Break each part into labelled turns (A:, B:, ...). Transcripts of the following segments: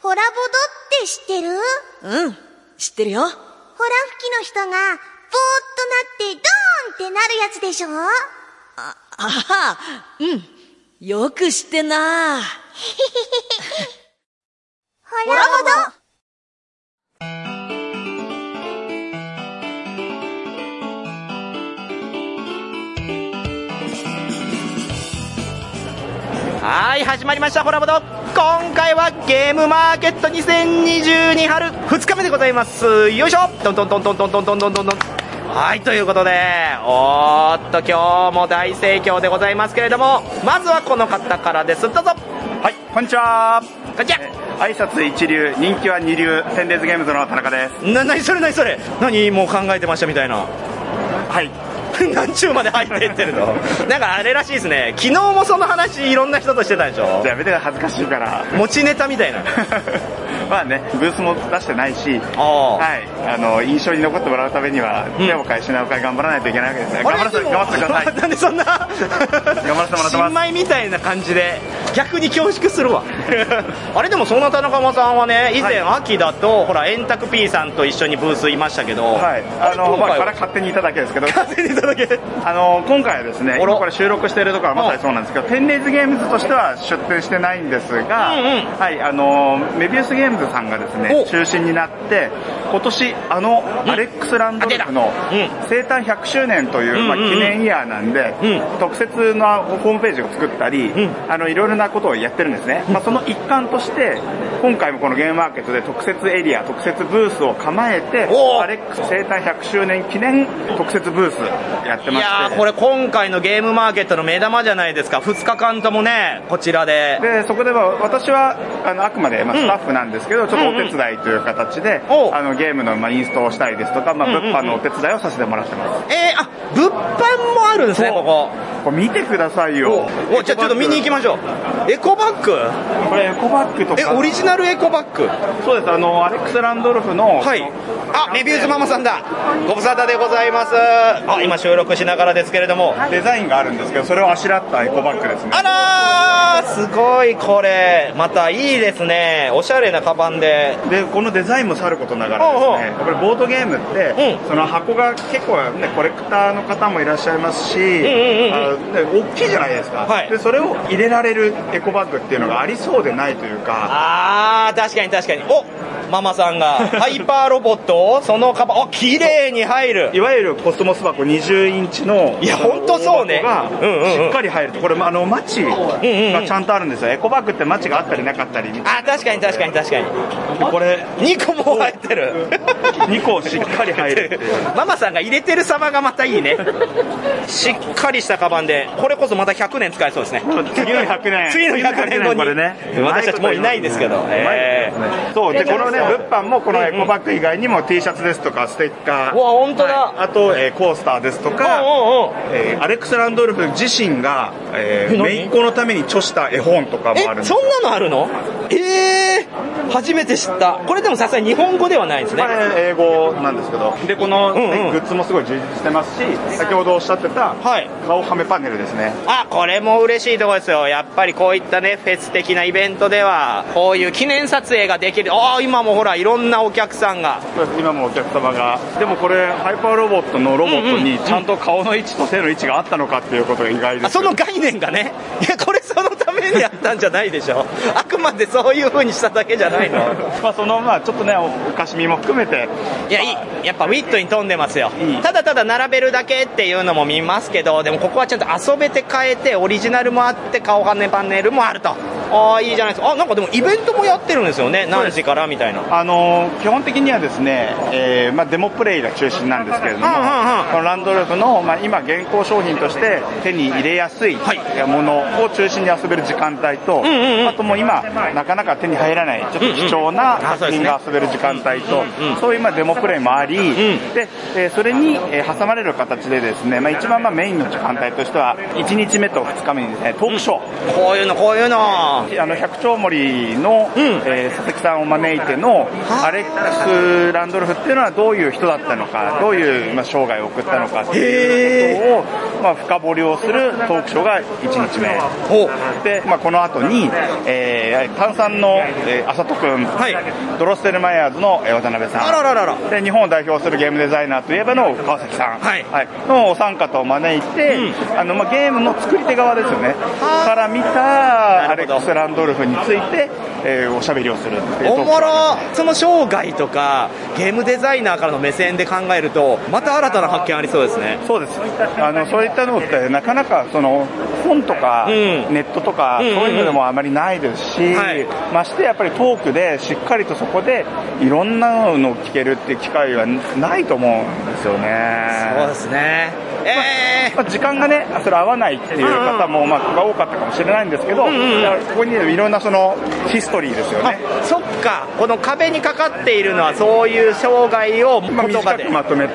A: ホラボドって知ってるホラ
B: うん、知ってるよ。
A: 吹きの人が、ぼーっとなって、ドーンってなるやつでしょ
B: あ、あはうん。よく知ってんな。
A: ホラボド
C: はい、始まりました、ホラボド。今回はゲームマーケット2022春2日目でございます。よいしょトントントントントントントントントンはい、ということで、おーっと、今日も大盛況でございますけれども、まずはこの方からです。どうぞ
D: はい、こんにちは。
C: こんにちは
D: 挨拶一流、人気は二流、テンデーズゲームズの田中です。
C: な、なにそれなにそれ何もう考えてましたみたいな。
D: はい。
C: 何中まで入っていってるのなんかあれらしいですね。昨日もその話いろんな人としてたでし
D: じ
C: ょ
D: ゃあやめて恥ずかしいから。
C: 持ちネタみたいな。
D: まあね、ブースも出してないし、
C: あー
D: はい、あの、印象に残ってもらうためには、手を返しなおかい頑張らないといけないわけですね。頑張らせて、頑張ってください。
C: なんでそんな頑
D: 張らせてもらってます
C: 新米みたいな感じで逆に恐縮する わあれでもそんな田中間さんはね以前秋だと、ほら円卓 P さんと一緒にブースいましたけど
D: はい、あの、まあ、これは勝手にいただけですけど、
C: 手にいただけ
D: あの、今回はですね、
C: あら
D: 今これ収録しているところはまさにそうなんですけど、テンデイズゲームズとしては出展してないんですが、
C: うんうん
D: はい、あの、メビウスゲームズさんがです
C: お
D: ね、中心になって、今年、あの、アレックス・ランドルフの
C: あ出た
D: 生
C: う
D: 誕100周年という、まあ、
C: うんうんうん
D: 記念イヤーなんで、
C: うん
D: 特設のホームページを作ったり、
C: ん
D: あの、いろいろなことをやってるんですね。まあ、その一環として、今回もこのゲームマーケットで特設エリア、特設ブースを構えて、
C: おー
D: アレックス生誕100周年記念特設ブースやって
C: い
D: まして。
C: やーこれ今回のゲームマーケットの目玉じゃないですか2日間ともねこちらで
D: でそこでは私はあのあくまで、まあ、
C: うん
D: スタッフなんですけど、ちょっとお手伝いという形で、
C: おう
D: あのゲームの、まあ、インストをしたりですとか、まあ、
C: うんうんうん
D: 物販のお手伝いをさせてもらってます、
C: えー、あ物販もあるんですね
D: そう
C: ここ
D: これ見てください
C: お
D: よ
C: おじゃあちょっと見に行き
D: ま
C: ましょうエコバッグ
D: すこれエコバッグとか
C: えオリジナルエコバッグ
D: そうですあのアレックス・ランドルフの、
C: はい
D: その。
C: あ、メビウスママさんだ。ご無沙汰でございます。あ、今収録しながらですけれども。
D: デザインがあるんですけどそれをあしらったエコバッグですね
C: あらー、すごいこれ。またいいですね。おしゃれなカバンで。
D: でこのデザインもさることながらです
C: おうおう
D: ねやっぱりボードゲームって、
C: うん
D: その箱が結構ねコレクターの方もいらっしゃいますし、
C: ん
D: あのね大きいじゃないですか、
C: はい
D: でそれを入れられるエコバッグっていうのがありそうでないというか
C: あー、確かに確かに。おママさ んが、ハイパーロボットをそのカバン、お、綺麗に入る。
D: いわゆるコスモス箱20インチの
C: いやほんとそうね
D: 大箱
C: うんうんうん
D: がしっかり入るとこれあのマチがちゃんとあるんですよエコバッグってマチがあったりなかったりみたい
C: あ、確かに確かに確かに。
D: なこれ
C: 2個も入ってる。
D: 2個しっかり入るっていう
C: ママさんが入れてる様がまたいいね。しっかりしたカバンで、これこそまた100年使えそうですね。
D: 次の100年
C: 次の100年後に
D: これね
C: 私たちもういないですけど
D: うまいこと言いますねそうでこのね物販もこのエコバッグ以外にも T シャツですとかステッカー
C: うわ本当だ
D: はいあとえーコースターですとか
C: おうおうおう
D: えーアレックス・ランドルフ自身が、え
C: え
D: ー、
C: 何
D: 姪っ子のために著した絵本とかもあるん
C: え、
D: です
C: そ
D: よ
C: んなのあるのえー、初めて知った。これでもさすがに日本語ではないですね。
D: まあ英語なんですけどでこの、ね
C: うんうん
D: グッズもすごい充実してますし先ほどおっしゃってた
C: はい
D: 顔はめパネルですね
C: あ、これも嬉しいところですよ。やっぱりこういったね、フェス的なイベントでは、こういう記念撮影ができる。ああ、今もほら、いろんなお客さんが。
D: 今もお客様がでもこれハイパーロボットのロボットにちゃんと顔の位置と手の位置があったのかっていうことが意外で
C: あ
D: す
C: そ
D: けど
C: の概念がね、 いや、これそのためにやった んじゃないでしょ。あくまでそういう風にしただけじゃないの。
D: まあそのまあちょっとねおかしみも含めて
C: いや、いい。やっぱウィットに富んでますよ
D: いい。
C: ただただ並べるだけっていうのも見ますけど、でもここはちゃんと遊べて変えて、オリジナルもあって、顔はねパネルもあると。ああ、いいじゃないですか。あ、なんかでもイベントもやってるんですよね。何時からみたいな。
D: あのー基本的にはですね、えーまあ、デモプレイが中心なんですけれども、
C: うんうんうん
D: このランドルフの、まあ、今現行商品として手に入れやすいものを中心に遊べる時間帯と、
C: んうん
D: あともう今なかなか手に入らないちょっと貴重な
C: うんあそ
D: 作
C: うです
D: 品
C: ね
D: が遊べる時間帯と、
C: うんうん
D: そういうまあデモプレイもあり、
C: ん
D: でえーそれにえー挟まれる形でですね、まあ、一番まあメインの時間帯としては1日目と2日目にですねトークショー、
C: こういうの、こういうの。あ
D: あの百丁森の、
C: うん
D: えー佐々木さんを招いてのアレックス・ランドルフっていうのはどういう人だったのかどういう、まあ、生涯を送ったのかっていうことを、まあ、深掘りをするトークショーが1日目
C: お
D: で、まあ、この後に、えー、炭酸の、えー、浅戸君、
C: はい
D: ドロステルマイヤーズの、えー渡辺さん
C: あらららら
D: で日本を代表するゲームデザイナーといえばの川崎さん、
C: はい
D: のお三方を招いて、あのまあ、ゲームの作り手側ですよねから見た
C: な
D: アレ
C: るほど
D: ックス・ランドルフについて、えーおしゃべりをするっていう
C: おもろ
D: トーク
C: その生涯とかゲームデザイナーからの目線で考えるとまた新たな発見ありそうですね
D: そうですあのそういったのってなかなかその本とか、
C: うん
D: ネットとか、
C: うんうんうん
D: そういうのでもあまりないですし、
C: はい
D: ましてやっぱりトークでしっかりとそこでいろんなのを聞けるっていう機会はないと思うんですよね。
C: そうですねえ
D: まあ、時間がね、それ合わないっていう方も、まあ、が多かったかもしれないんですけど、だからここにいろんなそのヒストリーですよね。
C: ー、そっかこの壁にかかっているのはそういう生涯を言
D: まあ、
C: 葉
D: 短
C: で、
D: くまとめ
C: あ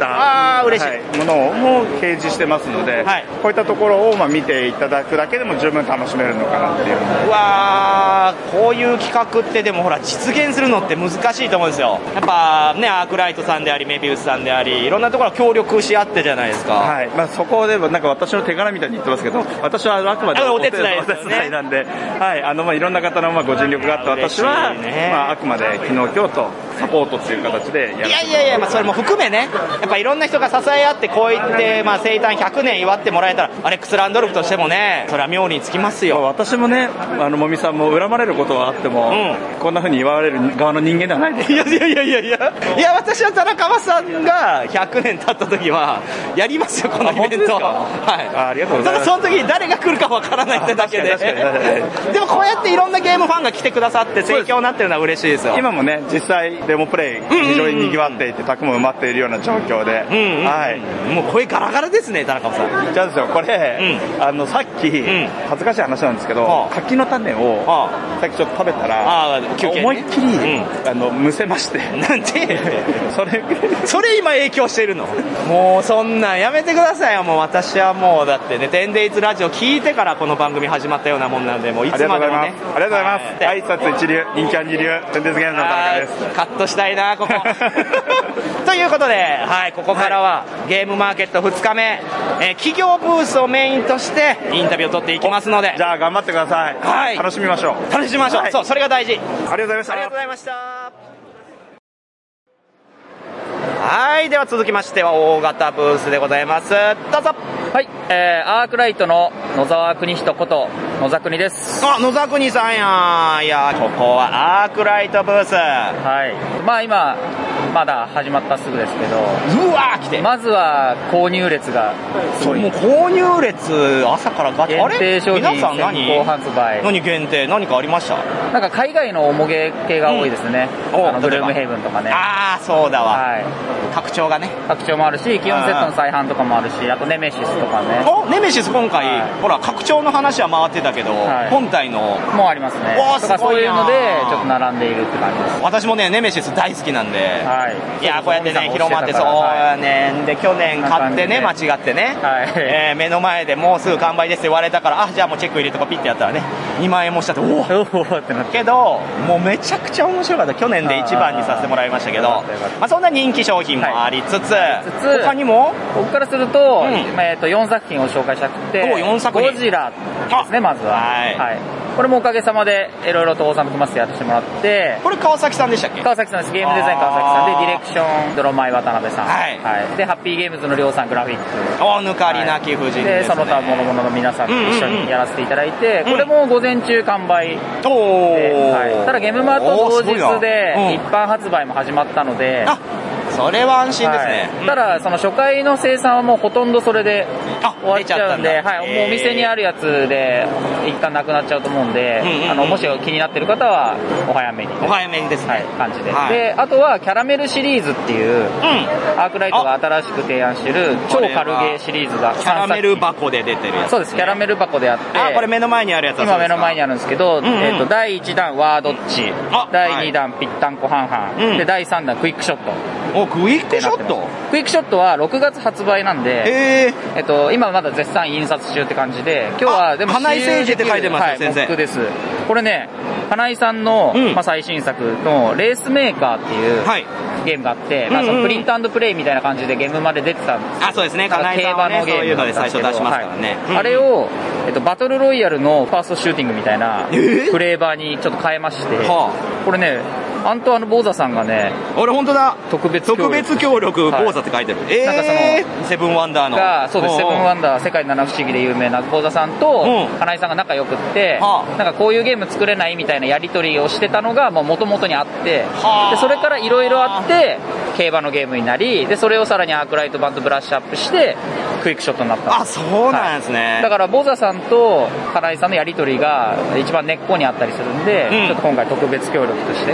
D: た
C: ー嬉しい
D: ものをもう掲示してますので、
C: はい
D: こういったところをまあ見ていただくだけでも十分楽しめるのかなっていう。
C: うわーこういう企画ってでもほら実現するのって難しいと思うんですよやっぱねアークライトさんでありメビウスさんでありいろんなところが協力し合ってじゃないですか、
D: はいまあ、そこでもなんか私の手柄みたいに言ってますけど、私はあくまで
C: あお手伝い
D: お手
C: ですよね
D: お手伝いなんで、はいあのまあ、いろんな方のまあご尽力があって、私は、
C: 嬉しいね
D: まあ、あくまで昨日、今日とサポートっていう形でやる
C: いやいやいや、まあ、それも含めね、やっぱいろんな人が支え合って、こう言って、まあ、生誕100年祝ってもらえたら、アレックス・ランドルフとしてもね、それは妙につきます
D: まあ
C: よ。
D: 私もね、あのもみさんも恨まれることはあっても、
C: う
D: こんな風に言われる側の人間で はないです
C: いやいやいやいやいや、いや、私は田中さんが100年経った時は、やりますよ、このイベント。
D: あ本当ですか
C: はい。
D: あありがとうございます
C: ただその時に誰が来るかわからないってだけ
D: あ
C: で
D: 確かに確か。
C: でもこうやっていろんなゲームファンが来てくださって、盛況になってるのは嬉しいですよ。
D: 今もね、実際、デモプレイ、非常に賑わっていて、卓も埋まっているような状況で、
C: うんうん、
D: はい、
C: もう声ガラガラですね、田中さん。
D: じゃあですよ、これ、あのさっき、
C: ん
D: 恥ずかしい話なんですけど、
C: はあ
D: 柿の種を、
C: は
D: さっきちょっと食べた
C: あ
D: ら、
C: あ休憩ね
D: 思いっきり、
C: うん
D: あのむせまして、
C: なんて。
D: それ、
C: それ今影響してるのもうそんなんやめてくださいよもう私はもうだってね「テンデイツラジオ」聞いてからこの番組始まったようなもんなんでもうい
D: あり
C: つ
D: がとう
C: ま
D: ご
C: で
D: ざい
C: も
D: ます
C: ね、
D: ありがとうございます、
C: は
D: 挨
C: い
D: 拶一流、人気二流、全然ゲームの田中です。
C: あーカットしたいなここ ということで、はい、ここからはゲームマーケット2日目、えー企業ブースをメインとしてインタビューを取っていきますので
D: じゃあ頑張ってください。
C: はい
D: 楽しみましょう。
C: 楽しみましょう、
D: はい
C: そうそれが大事
D: ありがとうございました。
C: ありがとうございました。はい、では続きましては大型ブースでございます。どうぞ。
E: はい、えー、アークライトの野沢邦人こと野沢国です。
C: あ、野沢国さんや。いや、ここはアークライトブース。う
E: はい。まあ今、まだ始まったすぐですけど、
C: わー、来て。
E: まずは購入列がすごい
C: もう。購入列朝からガチ。
E: 限
C: あ
E: 定
C: れ
E: 商品
C: 皆さん
E: 先
C: 何
E: 行発売。
C: 何限定何かありました、
E: なんか海外のおもげ系が多いですね。
C: うんお
E: あの
C: 例えば
E: ブルームヘイブンとかね。
C: ああ、そうだわ。
E: は
C: 拡張がね。
E: い。拡張もあるし、基本セットの再販とかもあるし、あとネメシスとかね。
C: おネメシス今回、
E: はい
C: ほら、拡張の話は回ってたけど、
E: はい
C: 本体の
E: もうありますね
C: おー。
E: とか
C: すご
E: そう
C: い
E: いう
C: なー
E: ので、ちょっと並んでいるって感じです。
C: 私もね、ネメシス大好きなんで、
E: はい。
C: いやこうやってね広まってそう
E: は
C: やねんで去年買ってね間
E: こんな感
C: 違ってね、
E: はい
C: えー目の前でもうすぐ完売ですって言われたからあじゃあもうチェック入れとかピッてやったらね2万円もしたっておお
E: い。 おーってなって。
C: けどもうめちゃくちゃ面白かった去年で一番にさせてもらいましたけど
E: あーよかったよかった
C: まあ、そんな人気商品もありつつ、
E: つつ
C: 他にも
E: 僕からすると、
C: うん
E: えっと4作品を紹介したくて
C: お4作品
E: ゴジラですね
C: あ
E: まずは
C: はい
E: これもおかげさまでいろいろと「王様クマス」やってもらって
C: これ川崎さんでしたっけ
E: 川崎さんですゲームデザイン川崎さんでディレクションドロマイ渡辺さん、
C: はい
E: でハッピーゲームズの亮さんグラフィック
C: おぬかりなき夫
E: で
C: 人です、
E: その
C: ね
E: 他諸々の皆さんと一緒
C: うんうんうん
E: にやらせていただいて、
C: うん
E: これも午前中完売
C: お
E: で、
C: お、
E: はいただゲームマート同日で
C: おーすごい
E: 一
C: なう
E: 般
C: ん
E: 発売も始まったので、
C: あそれは安心ですね、
E: はい、ただその初回の生産はもうほとんどそれで
C: あ
E: 終わっちゃうんで
C: 出ちゃったんだ
E: はい、もうお店にあるやつで一旦なくなっちゃうと思うんで、
C: うんうんうん
E: あのもし気になってる方はお早めに
C: お早めにですね、
E: はい、感じで、
C: はい
E: であとはキャラメルシリーズっていう
C: うん
E: アークライトが新しく提案してる超軽ゲーシリーズが
C: キャラメル箱で出てるやつ、
E: そうですキャラメル箱であって
C: あこれ目の前にあるやつだ
E: 今目の前に
C: あ
E: あるんですけど、
C: んうん
E: えー、と第1弾はどっち
C: あ
E: 第2弾ぴったんこ半々、
C: うん
E: で第3弾クイックショット
C: るおクイックショット
E: クイックショットは6月発売なんで、
C: ええ
E: えっと、今まだ絶賛印刷中って感じで、今日
C: あ
E: はでも
C: 花井先生って書いてますよ
E: はい
C: 先生
E: モックです。これね、花井さんの、
C: うん
E: まあ、最新作のレースメーカーっていう、
C: はい
E: ゲームがあって、まあ、
C: うんうん
E: そ
C: うん
E: のプリントプレイみたいな感じでゲームまで出てたんです
C: あそうですね金井
E: 競
C: さんは
E: 馬
C: ね
E: の
C: そ
E: ゲ
C: ういう
E: ー
C: の
E: ム
C: で最初出しますからね、
E: はい
C: うん
E: あれを、えっと、バトルロイヤルのファーストシューティングみたいな
C: えー
E: フレーバーにちょっと変えまして、
C: は
E: これねアントワーヌ・ボーザさんがね
C: 俺本当だ
E: 特別協力
C: 特別協力
E: はい
C: 講座って書いてる、え
E: なんかその
C: えセブンワンダーの
E: がそうです「セブンワ
C: ン
E: ンダー世界七不思議」で有名な幸田さんと
C: うん
E: 金井さんが仲良くって、
C: はあ
E: なんかこういうゲーム作れないみたいなやり取りをしてたのがもともとにあって、
C: はあ
E: でそれからいろいろあって競馬のゲームになりでそれをさらにアークライト版とブラッシュアップしてクイックショットになったん
C: あ
E: です
C: そうなんですね、
E: だから、ボザさんと金井さんのやり取りが一番根っこにあったりするんで、
C: うん
E: ちょっと今回特別協力として、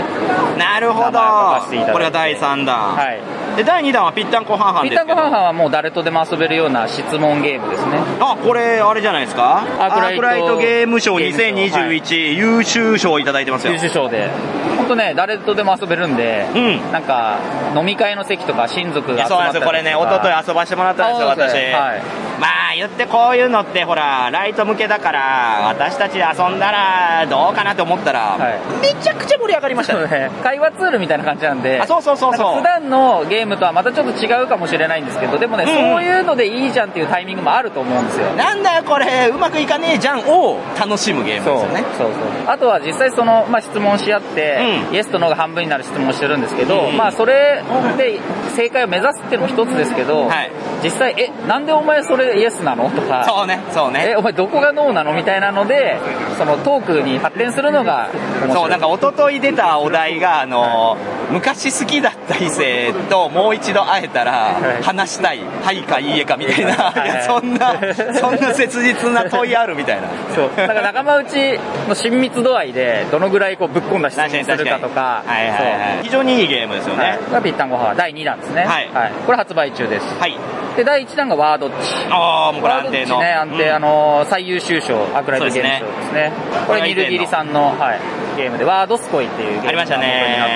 C: なるほ
E: 名前を書かせていただい
C: ど
E: て
C: これが第3弾、
E: はい。
C: で第2弾はぴったんこ半々
E: ピ
C: で
E: ッタ
C: すけ
E: ン
C: ど
E: コハンハンはもう誰とでも遊べるような質問ゲームですね。
C: あこれあれじゃないですかア
E: アークライト
C: ゲームショ
E: ゲーム
C: ー
E: ショーはい
C: 2021、優秀賞いただいてますよ
E: 優秀賞で。本当ね、誰とでも遊べるんで、
C: うん
E: なんか、飲み会の席とか親族
C: い
E: が
C: や
E: 集
C: そう
E: ま
C: な
E: っ
C: ん
E: た
C: ですよこれね一昨日遊ばしてもらったんですよ
E: あそうです
C: 私、
E: ねはい
C: まあ言ってこういうのってほらライト向けだから私たちで遊んだらどうかなと思ったら、
E: はい
C: めちゃくちゃ盛り上がりました
E: そう
C: ね
E: ね、会話ツールみたいな感じなんで、
C: あそうそうそうそ
E: な
C: う
E: んか普段のゲームとはまたちょっと違うかもしれないんですけど、でもね、
C: うん
E: そういうのでいいじゃんっていうタイミングもあると思うんですよ。
C: なんだよこれうまくいかねえじゃんを楽しむゲームですよね
E: そうそうそうあとは実際その、まあ、質問し合って、
C: うん
E: イエスとノーが半分になる質問をしてるんですけど、
C: うん
E: まあそれで正解を目指すっていうのも一つですけど、
C: はい
E: 実際えなんでお前それイエスなのとか
C: そうねそう
E: え
C: ね
E: お前どこがノーなのみたいなのでそのトークに発展するのが面白い
C: そうなんか一昨日出たお題があの昔好きだった異性ともう一度会えた
E: は
C: ら
E: い
C: 話したいはいかいいえかみたいな
E: はい
C: いや そんなそん な切実な問いあるみたいな
E: そうだから仲間内の親密度合いでどのぐらいこうぶっ込んだ質問を
C: 確かに
E: す
C: 確
E: る
C: か
E: か
C: に
E: とか
C: はいはいはい非常にいいゲームですよ
E: そうはい
C: ね
E: これがぴったんごはんは第2弾ですね
C: はい
E: これ発売中です
C: はい
E: で第1弾がワードッチ
C: ああもうこれ安定の
E: ね、安定、
C: うん
E: あのー最優秀賞、アークライトゲーム賞ですね。これ、ニルギリさんの、はい、ゲームで、ワードスコイっていうゲーム
C: ありました
E: が元になってて
C: ね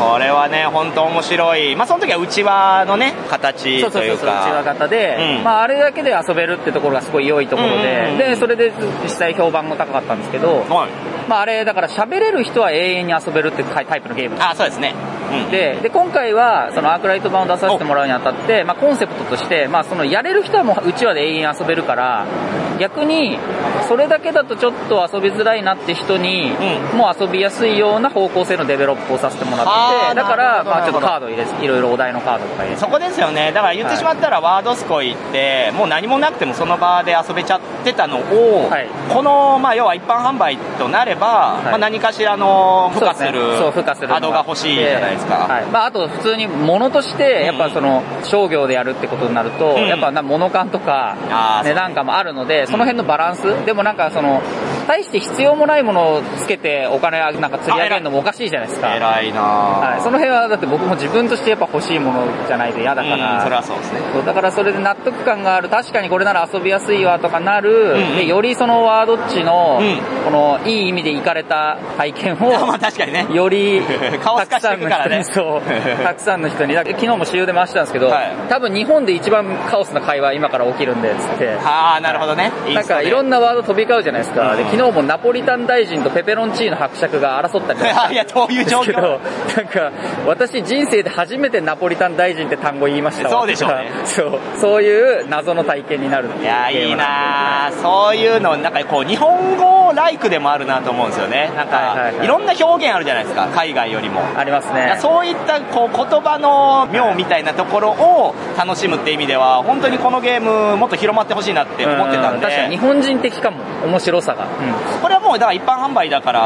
C: これはね本当面白いまあその時はうちわのね形
E: そうそ
C: と
E: う
C: い
E: そううそう、内輪
C: か
E: 型で、
C: うん
E: まあ、あれだけで遊べるってところがすごい良いところ
C: うんうんうん
E: で、で、それで実際評判も高かったんですけど、
C: はい
E: まあ、あれ、だから喋れる人は永遠に遊べるってタイプのゲーム
C: あそうですねうん
E: でで今回はそのアークライト版を出させてもらうにあたって、まあ、コンセプトとして、まあ、そのやれる人はもううちわで永遠遊べるから逆にそれだけだとちょっと遊びづらいなって人に、
C: う
E: もう遊びやすいような方向性のデベロップをさせてもらっ
C: あー
E: てだか
C: なる
E: ら
C: ほど
E: まあちょっと
C: なる
E: カード入れいろいろお題のカードとか入れて
C: そこですよねだから言ってしまったら、ワードスコイってもう何もなくてもその場で遊べちゃってたのを、
E: はい
C: この、まあ、要は一般販売となれば、
E: い
C: まあ、何かしらの付加する
E: そう付加する
C: アドが欲しいじゃないですか、
E: はいまあ、あと普通に物としてやっぱその商業でやるってことになると、
C: うん
E: やっぱな物感と
C: あ
E: か
C: ー
E: 値段感もあるのでその辺のバランス、でもなんかその大して必要もないものをつけてお金なんか釣り上げるのもおかしいじゃないですか
C: 偉いなぁ
E: はい、その辺はだって僕も自分としてやっぱ欲しいものじゃないと嫌だか
C: うんそれ
E: ら、
C: はそうですね
E: そうだからそれで納得感がある確かにこれなら遊びやすいわとかなる、
C: んうん
E: でよりそのワードっちの、
C: う
E: このいい意味でいかれた体験を
C: まあ確かにね
E: より
C: 顔透
E: たく
C: かして
E: さ
C: い
E: ん
C: く
E: の
C: から
E: 人
C: ね
E: にそう たくさんの人にだ昨日も CU で回してたんですけど、
C: はい
E: 多分日本で一番カオスな会話今から起きるんでっつって
C: ああなるほどね、イン
E: なん
C: スタ
E: か
C: で
E: いろんなワード飛び交うじゃないですか、
C: うん
E: で昨日もナポリタン大臣とペペロンチーノ伯爵が争ったりとか
C: いやどういう
E: で
C: 状
E: すけ
C: 況
E: ど、なんか、私人生で初めてナポリタン大臣って単語言いましたわ
C: そうでしょうね
E: とかそう、そういう謎の体験になるっていう
C: いや
E: テー
C: いい
E: マんで
C: なあそういうのなんかこう日本語ライクでもあるなと思うんですよねなんか、
E: はい
C: い
E: はいはい
C: ろんな表現あるじゃないですか海外よりも
E: あります
C: だか
E: ね
C: ら。そういったこう言葉の妙みたいなところを楽しむって意味では本当にこのゲームもっと広まってほしいなって思ってたん
E: うん
C: で
E: 確かに日本人的かも、面白さが。
C: これはもうだから一般販売だから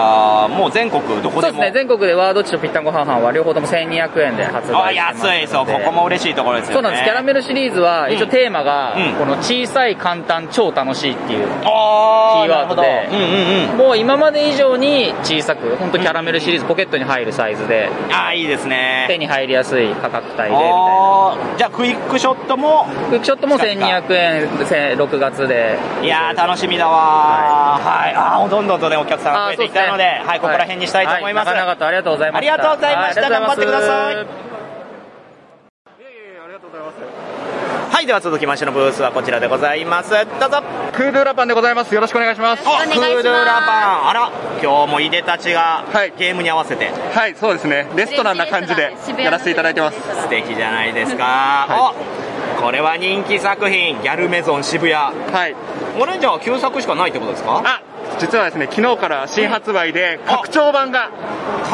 C: もう全国どこ
E: そ
C: で
E: うで
C: も
E: すね、全国でワードッチとぴったんこハンハンは両方とも1200円で発
C: あ
E: 売してますの
C: 安いそうここも嬉しいところですよね
E: そうなんです、キャラメルシリーズは一応テーマが、
C: うん
E: この小さい、簡単、超楽しいっていう。
C: あ
E: キーワードで
C: なるほどうんうんうん
E: もう今まで以上に小さく、本当キャラメルシリーズポケットに入るサイズで、
C: ああいいです
E: 手
C: ね
E: に入りやすい価格帯でみたいな。
C: あーじゃあクイックショットも
E: クックショットも1200円、せん6月で。
C: いやー楽しみだわーはい、あーどんどんとねお客さんが増えてきたのではいここら辺にしたいと思います、
E: は長々とありがとうございました。
C: ありがとうございました
E: はありがとうございます
C: 頑張ってくださいはい、では続きましてのブースはこちらでございます。どうぞ。
F: クールラパンでございます。よろしくお願いします。
C: おクールラパン。あら、今日もいでたちが、ゲームに合わせて。
F: はい、そうですね。レストランな感じでやらせていただいてます。
C: 素敵じゃないですか、おこれは人気作品「ギャルメゾン渋谷」はいこれじゃあ旧作しかないってことですかあ
F: 実はですね、昨日から新発売で拡張版が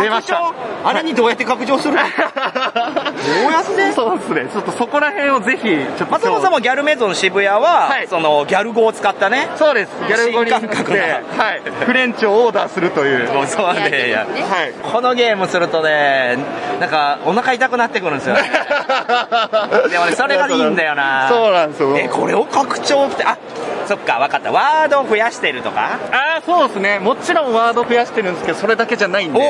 F: 出ました。
C: あれにどうやって拡張するのどうやって
F: そうですね。ちょっとそこら辺をぜひ、ちょっと今日。
C: 松本さんもギャルメゾン渋谷は、そのギャル語を使ったね
F: そうです。ギャル語に
C: 新感覚な
F: はい。 フレンチをオーダーするという。
C: もう そうねいや、
F: はい。
C: このゲームするとねなんかお腹痛くなってくるん ですよねでもねそれがいいんだよな
F: そうなんですよ。
C: えこれを拡張ってあそっか分かったワードを増やしてるとか
F: ああ、そうですね。もちろんワード増やしてるんですけど、それだけじゃないんで。
C: お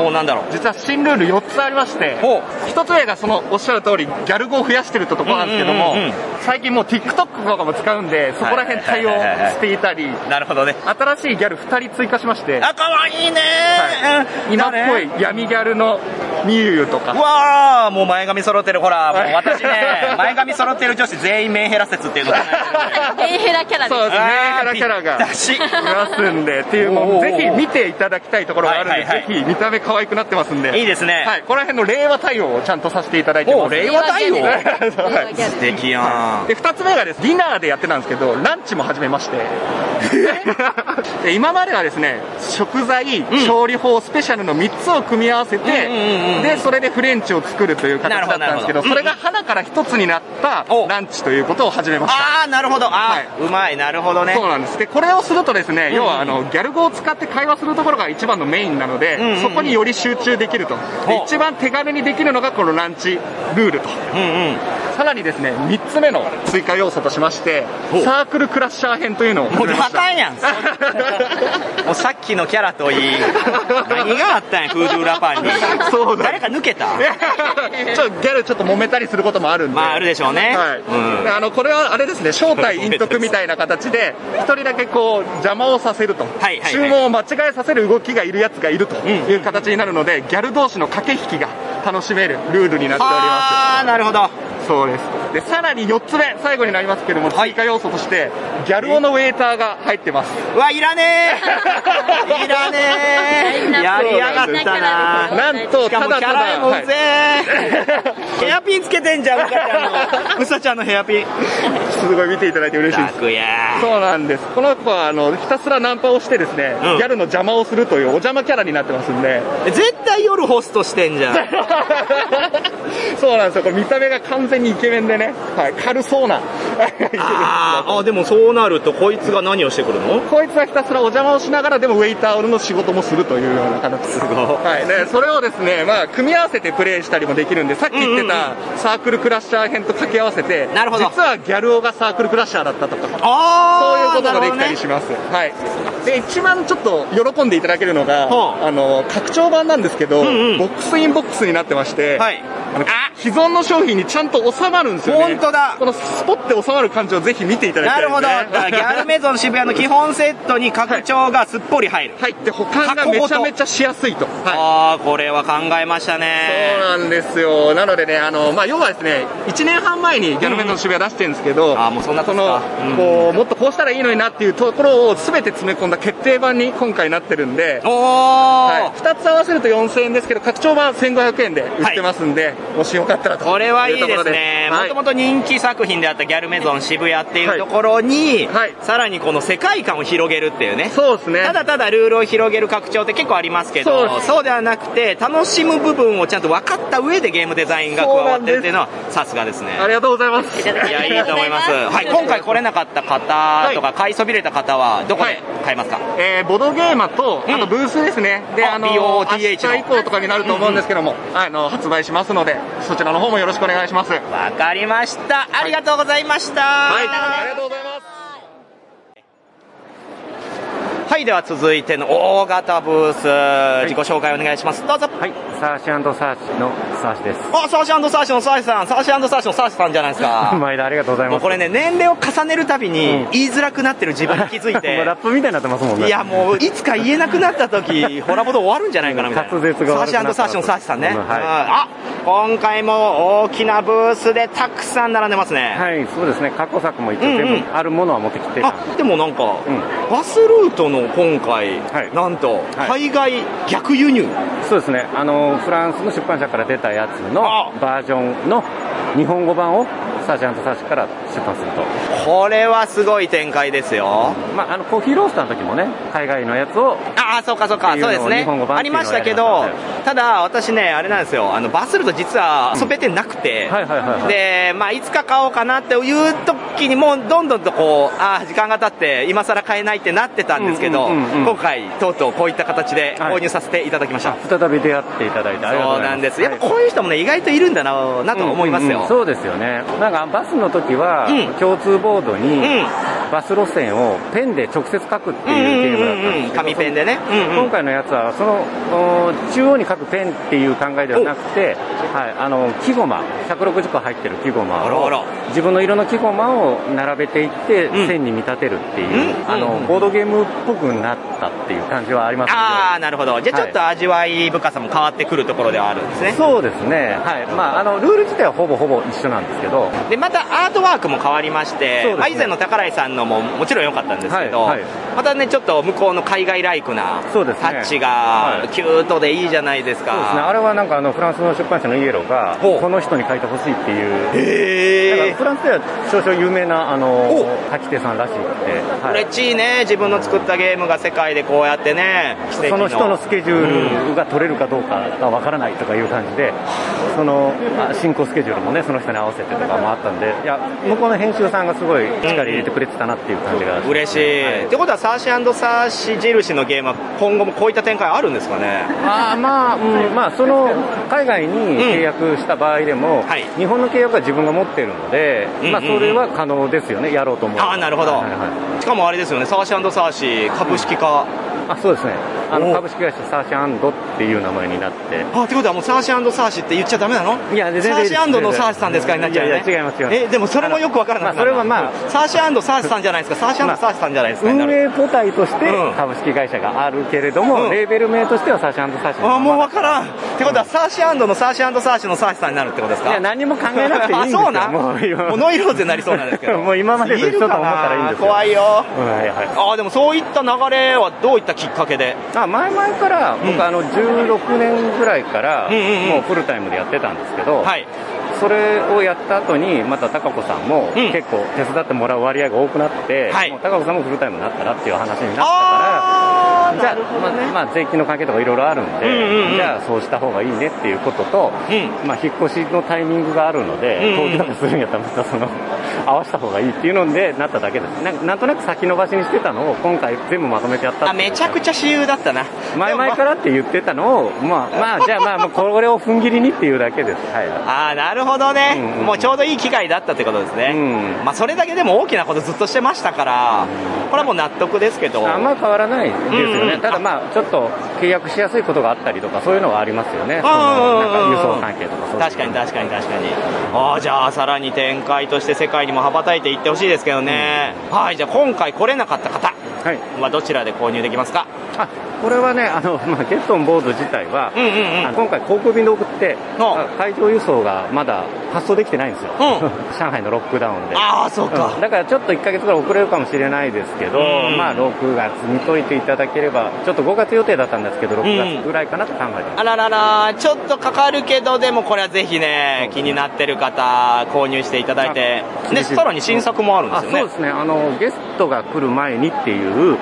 C: おおなんだろう
F: 実は新ルール4つありまして
C: お
F: 1つ目がそのおっしゃる通りギャル語を増やしてるってとこなんですけども、
C: うんうんうんうん
F: 最近もう TikTok とかも使うんでそこら辺対応していたり
C: なるほどね
F: 新しいギャル2人追加しまして
C: あ、かわいいね、うん
F: 今っぽい闇ギャルのみゆゆと
C: う
F: か、
C: わあもう前髪揃ってるほらもう私ね 前髪揃ってる女子全員メンヘラ説っていうのがね。
G: メンヘラキャラで
F: そうですねキャラキャラ
C: だ
F: が
C: し。
F: いますんでってい
C: お
F: う
C: ー
F: も
C: おー
F: う
C: お
F: ぜ
C: ー
F: ひ見ていただきたいところがあるんで、
C: はいはいはい
F: ぜひ見た目可愛くなってますんで
C: いいですね。
F: はい、この辺の令和対応をちゃんとさせていただいて
C: お
F: ま
C: う
F: す
C: 令和 対応。
F: はい
C: 素敵やん。
F: で2つ目がですディナーでやってたんですけどランチも始めまして で今まではですね食材、調理法スペシャルの3つを組み合わせて、でそれでフレンチを作るという形
C: なる
F: だ
C: ほ
F: っ
C: ど
F: たんですけど
C: なるほど
F: それが花から1つになった
C: お
F: ランチということを始めました
C: ああ、なるほど。あー、うまい、なるほどね
F: そ。うなんですでこれをするとですね、要はあのギャル語を使って会話するところが一番のメインなので、
C: んうんうん
F: そこにより集中できるとで
C: ほう
F: 一番手軽にできるのがこのランチルールと
C: うんうん。
F: さらにですね、3つ目の追加要素としまして、サークルクラッシャー編というのを
C: も
F: 始
C: う
F: めま
C: ま
F: した。
C: たやん。もうさっきのキャラといい。何があったんや、フードゥーラパンに。
F: そうだ
C: 誰か抜けた
F: ちょっとギャルちょっと揉めたりすることもあるんで。
C: まあ、あるでしょうね。
F: はい、
C: うん
F: であのこれはあれですね正体隠匿みたいな形で1人だけこう邪魔をさせると、
C: はいはい
F: 注文を間違えさせる動きがいるやつがいるという形になるので、ギャル同士の駆け引きが楽しめるルールになっております
C: ああ、なるほど。
F: そうです。で、さらに4つ目、最後になりますけども、追加要素として、ギャル男のウェイターが入ってます。
C: うわ、いらねえいらねえやりやがったな
F: なんと、
C: しか
F: た
C: もキ
F: だ
C: ャラ
F: ただ、
C: もう
F: はい
C: ぜえヘアピンつけてんじゃん、うさちゃんの。うさちゃんのヘアピン。
F: すごい見ていただいて嬉しいです。
C: 楽や
F: そうなんです。この子は、あの、ひたすらナンパをしてですね、
C: うん
F: ギャルの邪魔をするというお邪魔キャラになってますんで、
C: 絶対夜ホストしてんじ ゃん。
F: そうなんですよ。これ見た目が完全にイケメンでね、はい、軽そうな。
C: あーあ、でもそうなるとこいつが何をしてくるの
F: こいつはひたすらお邪魔をしながらでもウェイターの仕事もするというような形です
C: ごい
F: はい、でそれをですね、まあ、組み合わせてプレイしたりもできるんでさっき言ってたサークルクラッシャー編と掛け合わせて
C: なるほど
F: 実はギャル男がサークルクラッシャーだったとかそういう
C: あ
F: ことができたりします、はい、で一番ちょっと喜んでいただけるのが、
C: ほう
F: あの拡張版なんですけど、
C: んうん
F: ボックスインボックスになってまして、
C: はい
F: あの既存の商品にちゃんと収まるんですよね
C: 本当だ
F: このスポッて収まる感じをぜひ見ていただき
C: な
F: たい
C: るほど。だ
F: です
C: から
F: ね
C: ギャルメゾン渋谷の基本セットに拡張がすっぽり入る。
F: はい、で保管がめちゃめちゃしやすいと、はい
C: ああ、これは考えましたね。
F: そうなんですよなのでねあの、まあ、要はですね1年半前にギャルメンの渋谷出してるんですけど、
C: あーもうそんな
F: そ
C: 経つ
F: の
C: かうん
F: こうもっとこうしたらいいのになっていうところを全て詰め込んだ決定版に今回なってるんで、
C: おー、
F: はい、2つ合わせると4000円ですけど拡張版1500円で売ってますんで、もしよかったらと
C: これはいい
F: と
C: で
F: ころ
C: すねも
F: はい
C: ともと人気作品であったギャルメゾン渋谷っていうところに、
F: はいはい
C: さらにこの世界観を広げるっていうね
F: そうですね
C: ただただルールを広げる拡張って結構ありますけ
F: そう
C: ど
F: です
C: そうではなくて楽しむ部分をちゃんと分かった上でゲームデザインが加わってるっていうのはさすがですね
F: ありがとうございます
C: いやいいと思います、はい、今回来れなかった方とか買いそびれた方はどこで買いますか、
F: えーボドゲーマと、
C: うん
F: あとブースですね。で、
C: あ
F: あの、
C: BOTH の
F: 明日以降とかになると思うんですけども、あの、発売しますので、そちらの方もよろしくお願いします。はい、
C: わかりましたありがとうございました、
F: ありがとうございます。
C: はい、では続いての大型ブース、自己紹介お願いします。どうぞ。
H: はい、サーシーサーシのサーシです。
C: あ、サーシャサーシのサーシさん、サーシャサーシのサーシさんじゃないですか。
H: 毎度ありがとうござい
C: も
H: ま
C: う
H: す。
C: これね、年齢を重ねるたびに
H: うん
C: 言いづらくなってる自 分に気づい
H: もうラ
C: て
H: ッ、プみたいになってますもんね。
C: いやもういつか 言えなくなった時、ホラボド終わるんじゃないかなみたいな。
H: 滑舌が
C: サー
H: 悪く
C: シ
H: なった
C: ャサーシのサーシさんね。
H: うんはい
C: あ、今回も大きなブースでたくさん並んでますね。
H: はい、そうですね。過去作も一応
C: うんうん
H: 全部あるものは持ってきて、
C: あでもなんか、
H: ん
C: バスルートの今回、
H: はい
C: なんと、
H: はい
C: 海外逆輸入、
H: そうですね。あの、フランスの出版社から出たやつの
C: あ
H: バージョンの日本語版をサーシャンとサーシから出版すると。
C: これはすごい展開ですよ。
H: まあ、あの、コーヒーロースターの時もね、海外のやつを、
C: ああ、そうかそう
H: っ
C: か、
H: ていう
C: そ
H: の
C: うです
H: を
C: ね
H: 日本語。版
C: あ
H: って
C: り
H: いうの
C: ま
H: を
C: したけ
H: や
C: ど
H: りまし、
C: ただ私ね、あれなんですよ、あのバスルート実は遊べてなくて、
H: はいはいはいはい
C: で、まあ、いつか買おうかなっていう時にもうどんどんとこう、ああ、時間が経って、今更買えないってなってたんですけど、
H: うんうんうんうん
C: 今回、とうとうこういった形で
H: はい
C: 購入させていただきました。
H: 再び出会っていただいてありがと
C: そ
H: うご
C: う
H: ざ
C: ないん
H: ま
C: です。やっぱこういう人もね、意外といるんだななと思います
H: うんうん
C: よ。
H: そうですよねなんかバスの時は、
C: うん
H: 共通ボードに、
C: ん
H: バス路線をペンで直接書くっていうゲームだったんですけ
C: うん
H: ど、
C: うんうんうん紙ペンでね
H: その
C: うんうん
H: 今回のやつはそのお中央に書くペンっていう考えではなくて、はい、あの木駒160個入ってる木駒を
C: あらあら
H: 自分の色の木駒を並べていって、
C: うん
H: 線に見立てるっていう、
C: うん
H: あのボードゲームっぽくなったっていう感じはありますけど
C: ああ、なるほど。じゃあちょっと味わい深さも変わってくるところではあるんですね。
H: そうですね、はいまあ、あのルール自体はほぼほぼ一緒なんですけど、
C: でまたアートワークも変わりまして、
H: そうですね
C: まあ以前の宝井さんのももちろん良かったんですけど、
H: はいはい
C: またねちょっと向こうの海外ライクなタ
H: そうですね
C: ッチ
H: は
C: が
H: い
C: キュートでいいじゃないです
H: そうですね、
C: か
H: あれはなんかあのフランスの出版社のイエローが、
C: ほう
H: この人に書いてほしいっていう、
C: へ
H: なんかフランスでは少々有名なあの
C: ほ
H: 書き手さんらしくて、は
C: 嬉しいね自分の作ったゲームが世界でこうやってね奇跡
H: その人のスケジュールが取れるかどうかがわからないとかいう感じで、そのまあ進行スケジュールもね、その人に合わせてとかもあったんで、いや、向こうの編集さんがすごい力入れてくれてたなっていう感じが、
C: 嬉しい、ってことはサーシーサーシ印のゲームは今後もこういった展開あるんですかね
H: あーまあ、うん、まあ、その海外に契約した場合でも、
C: はい
H: 日本の契約は自分が持ってるので、まあ、
C: うんうんうん
H: それは可能ですよね、やろうと思う。
C: ああなるほど、
H: はいはいはい
C: しかもあれですよねサーシーサーシ株式化、
H: あそうですねあ
C: おう
H: の株式会社サーシャンドっていう名前になって
C: あってことはもうサーシーサーシって言っちゃダメなの
H: いや全然
C: サーシーのサーシさんですかになっちゃうよね
H: いやいや違います違います
C: えでもそれもよくわからない
H: まあそれはまあ
C: サーシーサーシさんじゃないですかサーシーサーシさんじゃないですかにな
H: 運
C: る
H: 営個体として
C: うん
H: 株式会社があるけれども、
C: うん
H: レーベル名としてはサーシャンドサーシャン
C: あもうわからんってことはサーシーのサーシーサーシのサーシさんになるってことですか
H: いや何も考えなくていいんですよ
C: あそうな
H: もう今
C: もうノイローゼになりそうなんですけど
H: もう今までと一緒と思ったらいいんです
C: るかな
H: よ
C: 怖いよ
H: うんはいはい
C: あでもそういった流れはどういったきっかけで
H: あ前々から僕、あの16年ぐらいから
C: うんうんうん
H: もうフルタイムでやってたんですけど、
C: はい
H: それをやった後にまた高子さんも
C: うん
H: 結構手伝ってもらう割合が多くなって、
C: はい
H: もう高子さんもフルタイムになったらっていう話になったから
C: ああ
H: じゃあ、まあまあ、税金の関係とかいろいろあるんで、
C: うんうんうん
H: じゃあそうした方がいいねっていうことと、
C: う
H: まあ、引っ越しのタイミングがあるので、
C: うんうんうん
H: 東京とかするんやったらまたその合わせた方がいいっていうのでなっただけですなんなんとなく先延ばしにしてたのを今回全部まとめてやった
C: あめちゃく
H: ち
C: ちゃ私有だったな
H: ゃ前々からって言ってたのを、まあ、まあ、じゃあまあ、まあこれを踏ん切りにっていうだけです。は
C: ああなるほどね、
H: うんうん
C: もうちょうどいい機会だったってことですね、
H: うん
C: まあ、それだけでも大きなことずっとしてましたから、これはもう納得ですけど
H: い。あんま変わらないですよ
C: うん
H: ね。
C: うん
H: ただまあ、ちょっと契約しやすいことがあったりとか、そういうのはありますよね。そのなんか輸送関係とかそういうの
C: 確かに確かに確かにああじゃあさらに展開として世界にも羽ばたいていってほしいですけどね、はいじゃあ今回来れなかった方
H: はい。
C: はどちらで購入できますか
H: あこれはね、あのまあ、ゲットンボード自体は、
C: うんうんうん
H: あの今回、航空便で送って、
C: ほう
H: あ海上輸送がまだ発送できてないんですよ、
C: うん
H: 上海のロックダウンで。
C: ああそう
H: う
C: か
H: んだからちょっと1ヶ月ぐらい遅れるかもしれないですけど、
C: うん
H: まあ、6月にといていただければ、ちょっと5月予定だったんですけど、6月ぐらいかなと考えてます。
C: あらららちょっとかかるけどでもこれはぜひね気になってる方購入していただいて
H: あ
C: ね
H: 嬉しいです
C: さらに新作もあるんですよね
H: あそうですねあのゲストが来る前にっていう、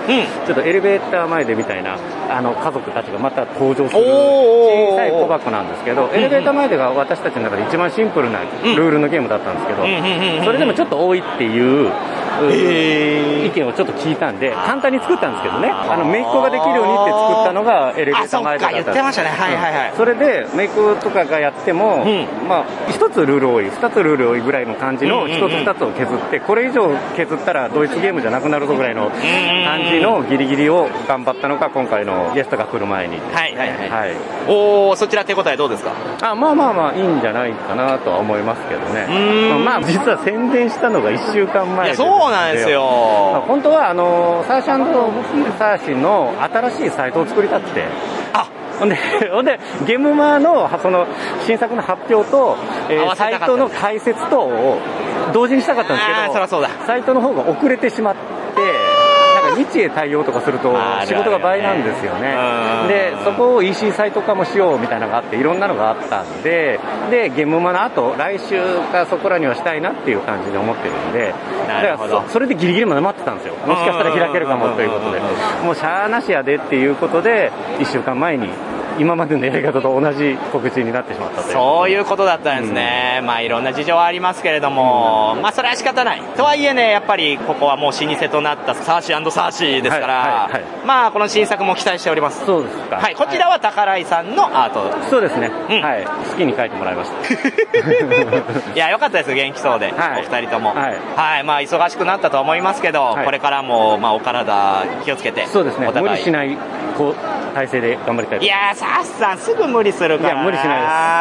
H: ちょっとエレベーター前でみたいなあの家族たちがまた登場する
C: おーおーおー
H: 小さい小箱なんですけど、エレベーター前でが私たちの中で一番シンプルなルールのゲームだったんですけど、
C: んうんうんうん
H: それでもちょっと多いっていう。意見をちょっと聞いたんで簡単に作ったんですけどねあの姪っ子ができるようにって作ったのがエレベーター前でだったんです
C: あそっか言ってましたねはいはいはい
H: うんそれでメイクとかがやっても、
C: うん
H: まあ1つルール多い2つルール多いぐらいの感じ
C: う
H: の
C: んうんうん
H: 1つ2つを削ってこれ以上削ったらドイツゲームじゃなくなるぞぐらいの感じのギリギリを頑張ったのが今回のゲストが来る前に
C: はいはいはい、
H: はい
C: おおそちら手応えどうですか
H: あまあまあまあいいんじゃないかなとは思いますけどね
C: ん
H: まあ実は宣伝したのが1週間
C: い
H: 前
C: やそうなんですよ
H: 本当はあのサーシャンドサーシの新しいサイトを作りたくて
C: あ
H: ほんで、 ほんで、ゲームマーの、はその、新作の発表と、え
C: 合わ
H: ー、
C: せた
H: サ
C: かった
H: イトの解説とを、同時にしたかったんですけ
C: あー
H: ど、
C: そらそうだ
H: サイトの方が遅れてしまって、なんか日へ対応とかすると
C: あるある
H: 仕事が倍なんですよね
C: うん。
H: で、そこを EC サイト化もしようみたいなのがあって、いろんなのがあったんで、で、ゲームマの後、来週かそこらにはしたいなっていう感じで思ってるんで、
C: なるほど
H: だからそそれでギリギリまで待ってたんですよ。もしかしたら開けるかもということで
C: うんうんうん。
H: もうしゃーなしやでっていうことで、1週間前に、今までのやり方と同じ告知になってしまったという。
C: そういうことだったんですね、まあいろんな事情はありますけれども、まあそれは仕方ない、とはいえね、やっぱりここはもう老舗となったサーシーサーシーですから、
H: はいはいは
C: まあこの新作も期待しております、
H: そうですか。
C: はい、こちらは宝井さんのアート、
H: そうですね、
C: ん
H: はい。好きに書いてもらいました。
C: いや、良かったですよ、元気そうで、
H: はい
C: お二人とも、は
H: はいい
C: まあ、忙しくなったとは思いますけど、
H: はい
C: これからも、まあ、お体、気をつけて、
H: そうですね。
C: お
H: 無
C: 互
H: 理
C: い
H: しない、こう、体制で頑張りたいと思います
C: いやー、サッさん、すぐ無理する
H: い
C: から
H: や、無理しな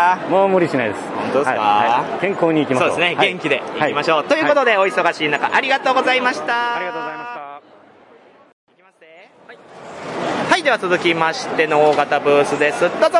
H: いです。もう無理しないです。
C: 本当ですか
H: はいはい健康に行きまし
C: そう
H: ょう。
C: ですね、
H: はい
C: 元気でいきましょう、ということで、お忙しい中ありがとうございました
H: ありがとうございました。
C: いきますねはい、では続きましての大型ブースですどうぞ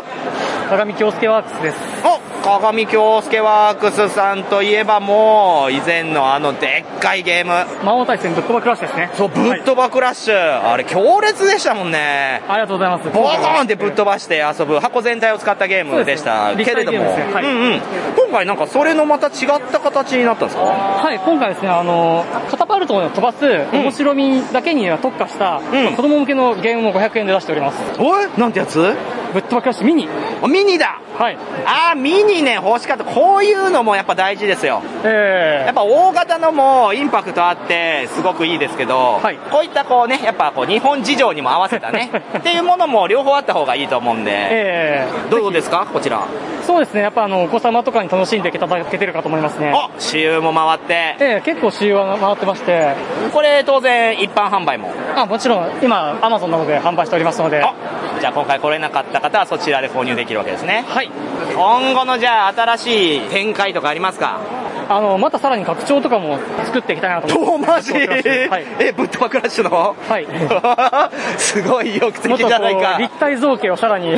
I: 鏡京介ワークスです。
C: お鏡京介ワークスさんといえばもう以前のあのでっかいゲーム
I: 魔王対戦ぶっ飛ばクラッシュですね。
C: そうぶっ飛ばクラッシュ、あれ強烈でしたもんね
I: ありがとうございます。
C: ボーンってぶっ飛ばして遊ぶ箱全体を使ったゲームでした
I: そうです
C: け
I: ね
C: れど
I: 立
C: も、
I: 体ゲームですねはい
C: うんうん、今回なんかそれのまた違った形になったんですか
I: はい、今回ですね、あの、カタパルトを飛ばす面白みだけには特化した、
C: ん
I: 子供向けのゲームも500円で出しております。
C: おいなんてやつ
I: ぶっ飛ばクラッシュミニ。
C: あミニだ
I: はい。
C: あーミニね欲しかったこういうのもやっぱ大事ですよや
I: え
C: っぱ大型のもインパクトあってすごくいいですけど、
I: はい
C: こういったこうねやっぱこう日本事情にも合わせたね っていうものも両方あった方がいいと思うん
I: ー、
C: で、
I: え
C: どうですかこちら
I: ー、そうですね、やっぱあの、お子様とかに楽しんでいただけてるかと思いますね。
C: お私有も回って
I: えー、結構 CU は回ってまして、
C: これ当然一般販売も
I: あ、もちろん今、Amazon などで販売しておりますので、
C: あじゃあ今回来れなかった方はそちらで購入できるわけですね
I: はい。
C: 今後のじゃあ新しい展開とかありますか
I: あの、またさらに拡張とかも作っていきたいなと思
C: お
I: って。
C: マジ、
I: はい。
C: えぶっ飛ばクラッシュの
I: はい。
C: すごい意欲
I: も
C: 的
I: っ
C: じ
I: とこ
C: ゃないか
I: う、立体造形をさらに。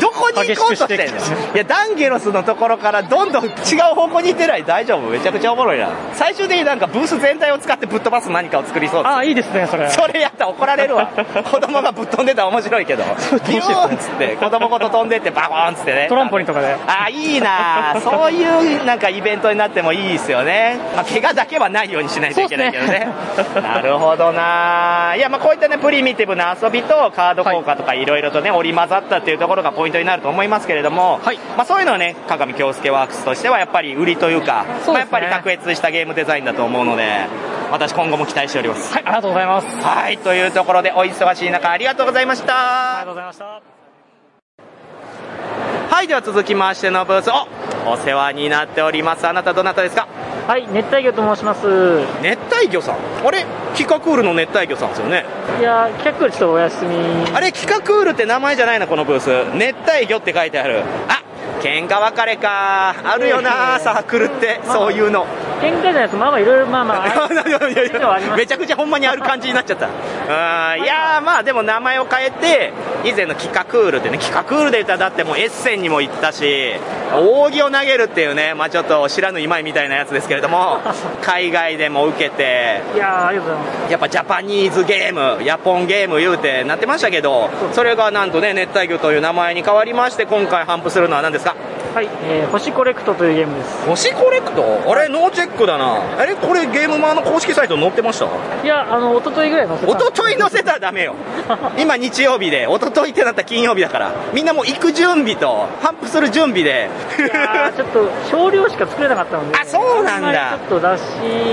C: どこに行こうとしてんの
I: 激しくして
C: いや、ダンゲロスのところからどんどん違う方向に行ってない大丈夫めちゃくちゃおもろいな。最終的になんかブース全体を使ってぶっ飛ばす何かを作りそうです
I: あ、いいですね、それ。
C: それやったら怒られ るわ。子供がぶっ飛んでたら面白いけど。ビヨーンっつって、子供ごと飛んでってバコーンっつってね。
I: トランポリンとかで。
C: あ、いいなそういうなんかイベントになってもいいですよね。まあ、怪我だけはないようにしないといけないけどね。なるほどないや、まあこういったね、プリミティブな遊びとカード効果とかいろいろとね、織り交ざったっていうところがポイントになると思いますけれども、
I: はい
C: まあそういうのをね、鏡京介ワークスとしてはやっぱり売りというか、
I: すね
C: まあやっぱり卓越したゲームデザインだと思うので、私今後も期待しております。
I: はい、ありがとうございます。あり
C: はい、というところでお忙しい中ありがとうございました。
I: がとうございました。
C: はい、では続きましてのブース、お、お世話になっております。あなたどなたですか
J: はい、熱帯魚と申します。
C: 熱帯魚さんあれキカクールの熱帯魚さんですよね
J: いや、企画ちょっとお休み。
C: あれキカクールって名前じゃないなこのブース熱帯魚って書いてあるあ喧嘩別れかあるよなサークルってそういうの
J: 喧嘩じゃないです。まあまあいろいろ、ま あま
C: い
J: あ。
C: やいやい
J: そういうのはありま
C: や
J: す
C: めちゃくちゃほんまにある感じになっちゃったうんいやーまあでも名前を変えて以前のキカクールってねキカクールで言ったらだってもうエッセンにも行ったし扇を投げるっていうねまあちょっと知らぬ今井みたいなやつですけれど も海外でも受けて
J: いや、ありがとうございます。
C: やっぱジャパニーズゲーム、ヤポンゲーム言うてなってましたけど、それがなんとね、熱帯魚という名前に変わりまして、今回頒布するのは何ですか
J: はい、えー、星コレクトというゲームです。
C: 星コレクトあれ、ノーチェックだな。あれ、これゲームマーの公式サイト載ってました
J: いや、あの、一昨日ぐらいの。
C: 一昨日載せたらダメよ。 今日曜日で、一昨日ってなったら金曜日だから、みんなもう行く準備と、頒布する準備で。
J: いやーちょっと少量しか作れなかったので。
C: あそうなんだ
J: あんまりちょっと出し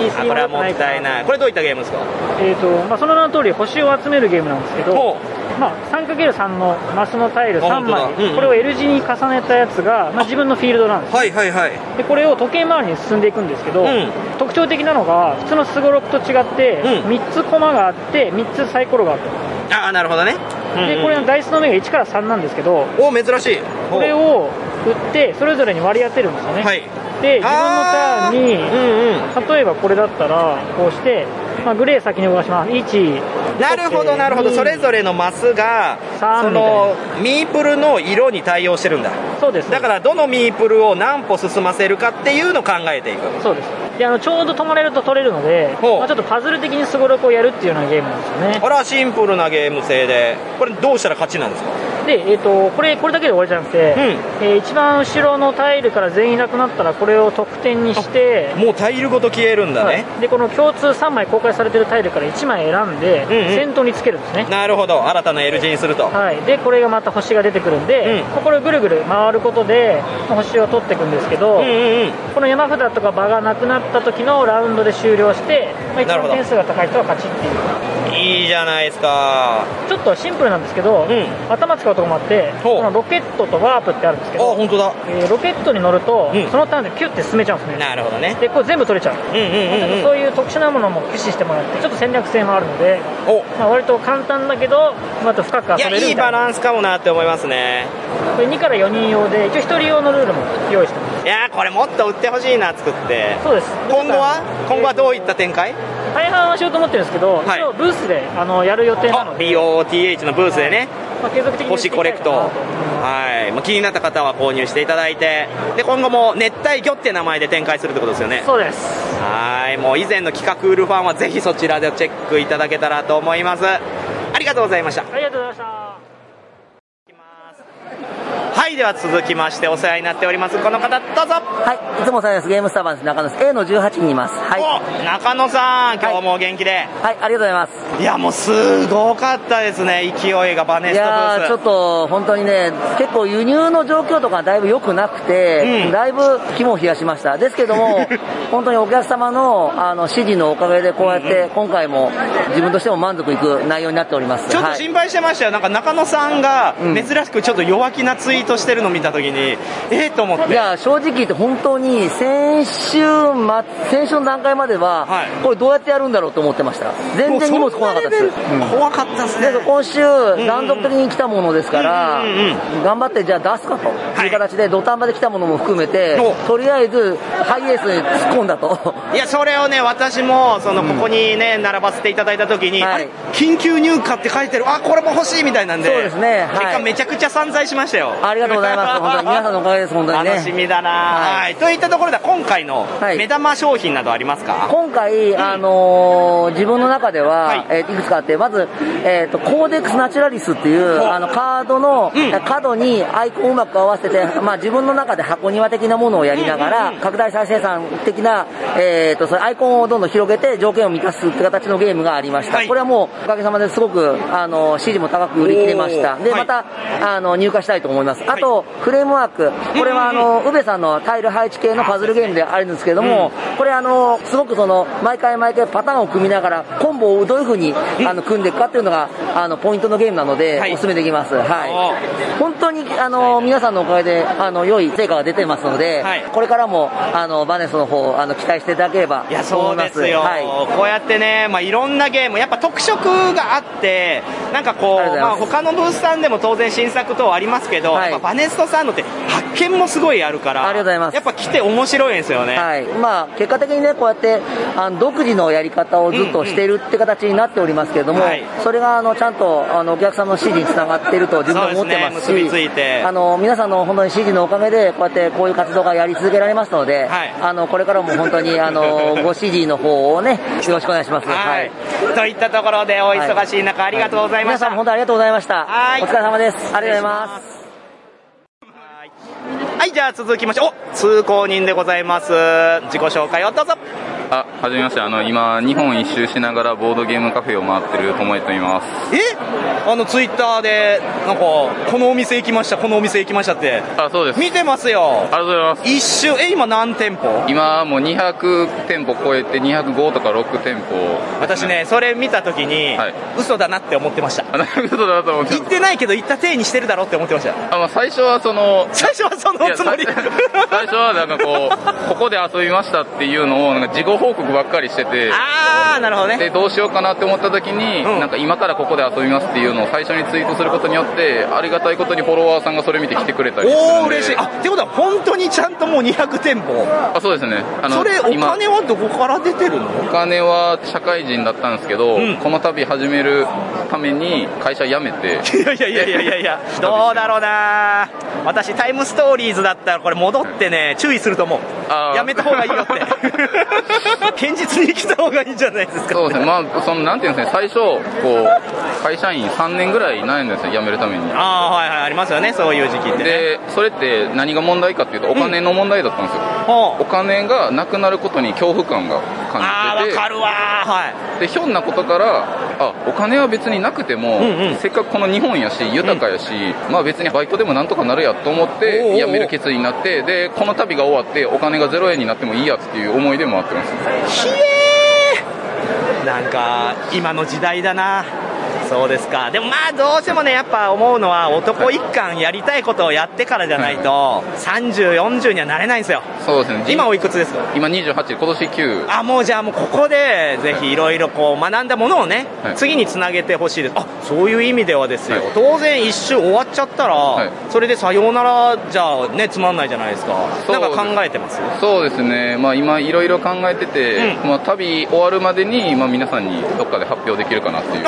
C: あ、
J: すぎ
C: これは
J: なく
C: もっ
J: ないか
C: たい
J: な。
C: ない。これどういったゲームですか
J: えっ、と、まあその名の通り星を集めるゲームなんですけ
C: ほ
J: ど、まあ 3×3 のマスのタイル3
C: あ本
J: 枚
C: 当だうんうん、
J: これを L 字に重ねたやつが、まあ自分のフィールドなんです。
C: はいはいはい。
J: でこれを時計回りに進んでいくんですけど、
C: うん
J: 特徴的なのが普通のすごろくと違って、
C: うん
J: 3つコマがあって3つサイコロがあると
C: あ、なるほどね。
J: でこれのダイスの目が1から3なんですけど
C: お、珍しい。
J: これを打ってそれぞれに割り当てるんですよね、
C: はい。
J: で自分のターンに
C: あーうんうん。
J: 例えばこれだったらこうして、まあ、グレー先に動かします1
C: なるほどなるほどそれぞれのマスがそのミープルの色に対応してるんだ
J: そうです
C: だからどのミープルを何歩進ませるかっていうのを考えていく
J: そうですであのちょうど止まれると取れるので、まあ、ちょっとパズル的にすごろくをやるっていうようなゲームなんですよね
C: あらシンプルなゲーム性でこれどうしたら勝ちなんですか
J: で、えー、とこれこれだけで終わりじゃなくて、えー一番後ろのタイルから全員いなくなったらこれを得点にして
C: もうタイルごと消えるんだね、
J: でこの共通3枚公開されてるタイルから1枚選んで、
C: うんうん
J: 先頭につけるんですね
C: なるほど新たな L 字にすると、
J: はい、でこれがまた星が出てくるんで、ここをぐるぐる回ることで星を取っていくんですけど、この山札とか場がなくなった時のラウンドで終了して、まあ、一
C: なるほ
J: 番
C: ど
J: 点数が高い人は勝ちっていう
C: いいじゃないですか
J: ちょっとシンプルなんですけど、頭使うとこもあってこのロケットとワープってあるんですけど
C: 本当だ、
J: えーロケットに乗ると、そのターンでキュッて進めちゃうんですね
C: なるほどね
J: でこれ全部取れちゃ
C: う
J: う,、
C: んうん
J: ちょっとそういう特殊なものも駆使してもらってちょっと戦略性もあるので、まあ、割と簡単だけど、まあ、あと深く遊
C: い
J: べ
C: や
J: るみた
C: いいバランスかもなって思いますね
J: これ2から4人用で一応1人用のルールも用意してます
C: いやーこれもっと売ってほしいな作って
J: そうです
C: 今後は今後はどういった展開
J: 大半はしようと思ってるんですけど、一応ブースであのやる予定なので、
C: BOTH のブースでね
J: まあ、継続的に
C: 星コレクトはいまあ気になった方は購入していただいてで今後も熱帯魚って名前で展開するってことですよね
J: そうです
C: はいもう以前の企画ウルファンはぜひそちらでチェックいただけたらと思いますありがとうございました
J: ありがとうございました
C: はいでは続きましてお世話になっておりますこの方どうぞ
K: はい、いつもお世話です。ゲームスターバンス中野です。A の18にいます。はい。
C: 中野さん今日もお元気で、
K: はい、ありがとうございます。
C: いやもうすごかったですね勢いがバネ
K: い
C: ストブ
K: や
C: ー
K: ー
C: ス
K: ちょっと本当にね、結構輸入の状況とかだいぶ良くなくて、だいぶ肝を冷やしました。ですけど も、本当にお客様のあの指示のおかげで、こうやって今回も自分としても満足いく内容になっております。
C: ちょっと
K: はい
C: 心配してましたよ、なんか中野さんが珍しくちょっと弱気なツイートしてるの見たときに、ええと思っ
K: い
C: て、
K: や、正直言って本当に先週末、先週の段階までは、これどうやってやるんだろうと思ってました。全然荷物来なかったです。
C: 怖かったですね。
K: 今週、断続的に来たものですから、頑張ってじゃあ出すかという形で、土壇場で来たものも含めて、とりあえずハイエースに突っ込んだと。
C: いや、それをね、私もそのここにね、並ばせていただいたときに、あれ、緊急入荷って書いてる、あこれも欲しいみたいなんで、
K: そうですねはい
C: 結果、めちゃくちゃ散財しましたよ。
K: ありがとうございます。本当に皆さんのおかげです、本当にね。
C: 楽しみだな、はい、といったところで、今回の目玉商品などありますか、
K: 今回、あのー自分の中では、いえーいくつかあって、まず、えー、とコーデックス・ナチュラリスっていうあのカードの、角にアイコンをうまく合わせて、 まあ、自分の中で箱庭的なものをやりながら、拡大再生産的な、えー、とそれアイコンをどんどん広げて条件を満たすって形のゲームがありました、これはもうおかげさまですごくあの支持も高く売り切れました
L: おー
K: で
L: はい
K: また、あの入荷したいと思いますあと、フレームワークこれはあの宇部さんのタイル配置系のパズルゲームであるんですけども、これあのすごくその毎回毎回パターンを組みながらコンボをどういうふうにあの組んでいくかっていうのがあのポイントのゲームなので、おすすめできますはい本当にあの皆さんのおかげであの良い成果が出てますので、これからもあのバネスの方あの期待していただければと思います
C: そうですよ、
K: はい
C: こうやってね、まあ、いろんなゲーム、やっぱ特色があって、なんかこう、まあ、他のブースさんでも当然新作等ありますけど、やっぱバネストさんのって発見もすごいあるから、やっぱ来て面白いんですよね。
K: はいまあ、結果的にね、こうやってあの独自のやり方をずっとしているって形になっておりますけれども、
C: はい
K: それがあのちゃんとあのお客さんの支持につながっていると自分は思ってます
C: そう
K: し、
C: ですね結びついて
K: あの皆さんの本当に支持のおかげで、こうやってこういう活動がやり続けられますので、あのこれからも本当にあ のご支持の方をね、よろしくお願いします。はい
C: といったところで、お忙しい中、ありがとうございま
K: 皆
C: した。
K: さんも本当にありがとうございました。お疲れ様です。ありがとうございます。
C: はい、じゃあ続きまして、お通行人でございます。自己紹介をどうぞ。
M: あ、はじめまして。あの、今、日本一周しながらボードゲームカフェを回ってるともえと言います。
C: えあのツイッターでなんかこのお店行きましたこのお店行きましたって
M: あそうです
C: 見てますよあり
M: がとうございます
C: 一周え今何店舗
M: 今、もう200店舗超えて205とか6店舗、
C: 私ね、それ見たときに、嘘だなって思ってました。
M: 嘘だなと思って
C: 行ってないけど、行った体にしてるだろうって思ってました。
M: あ、まあ、最初はその、
C: 最初はその
M: いや最 最初はなんかこう、ここで遊びましたっていうのを、なんか事後報告ばっかりしてて、
C: あー、なるほどね。
M: で、どうしようかなって思った時に、なんか今からここで遊びますっていうのを最初にツイートすることによって、ありがたいことにフォロワーさんがそれ見て来てくれたりするんで。
C: おー、嬉しい。あ、ってことは本当にちゃんともう200店舗。
M: あそうですねあ
C: それお
M: 今
C: 金はどこから出てるの
M: お金は社会人だったんですけど、この度始めるために会社辞めて
C: いやいやいやいやいやいや、どうだろうな私、タイムストーリーズだったら、これ戻ってね、注意すると思う。やめた方がいいよって。 堅実に生きた方がいいんじゃないですか。
M: そうですねまあそのなんていうんですかね最初こう会社員3年ぐらい悩んだんですよ辞めるために
C: ああはいはいありますよねそういう時期ってね
M: でそれって何が問題かっていうとお金の問題だったんですよ、お金がなくなることに恐怖感が
C: あ
M: 感
C: ー、
M: じ
C: わ
M: てて
C: かるわー。はい。
M: でひょんなことからあお金は別になくても、せっかくこの日本やし豊かやし、まあ、別にバイトでもなんとかなるやと思って辞める決意になってでこの旅が終わってお金が0円になってもいいやっていう思いでもあってます
C: ひえーなんか今の時代だなそうですかでもまあどうしてもねやっぱ思うのは男一貫やりたいことをやってからじゃないと3040にはなれないんですよ
M: そうですね
C: 今おいくつですか
M: 今28今年9
C: あもうじゃあもうここでぜひいろいろこう学んだものをね、次につなげてほしいですあそういう意味ではですよ、当然一周終わっちゃったら、それでさようならじゃあねつまんないじゃないですかなんか考えてます
M: そうですね、まあ、今いろいろ考えてて、まあ、旅終わるまでに、まあ、皆さんにどっかで発表できるかなっていう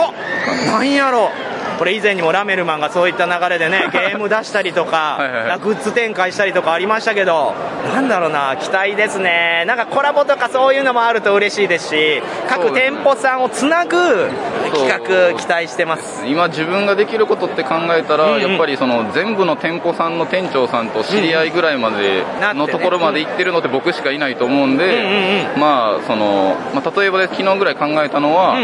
C: なんやろこれ以前にもラメルマンがそういった流れで ねゲーム出したりとかグッズ展開したりとかありましたけどなんだろうな期待ですねなんかコラボとかそういうのもあると嬉しいですし各店舗さんをつなぐ企画期待してます
M: 今自分ができることって考えたら、
C: うんうん
M: やっぱりその全部の店舗さんの店長さんと知り合いぐらいまでのところまで行ってるのって僕しかいないと思うんで、まあその、まあ、例えばで昨日ぐらい考えたのは、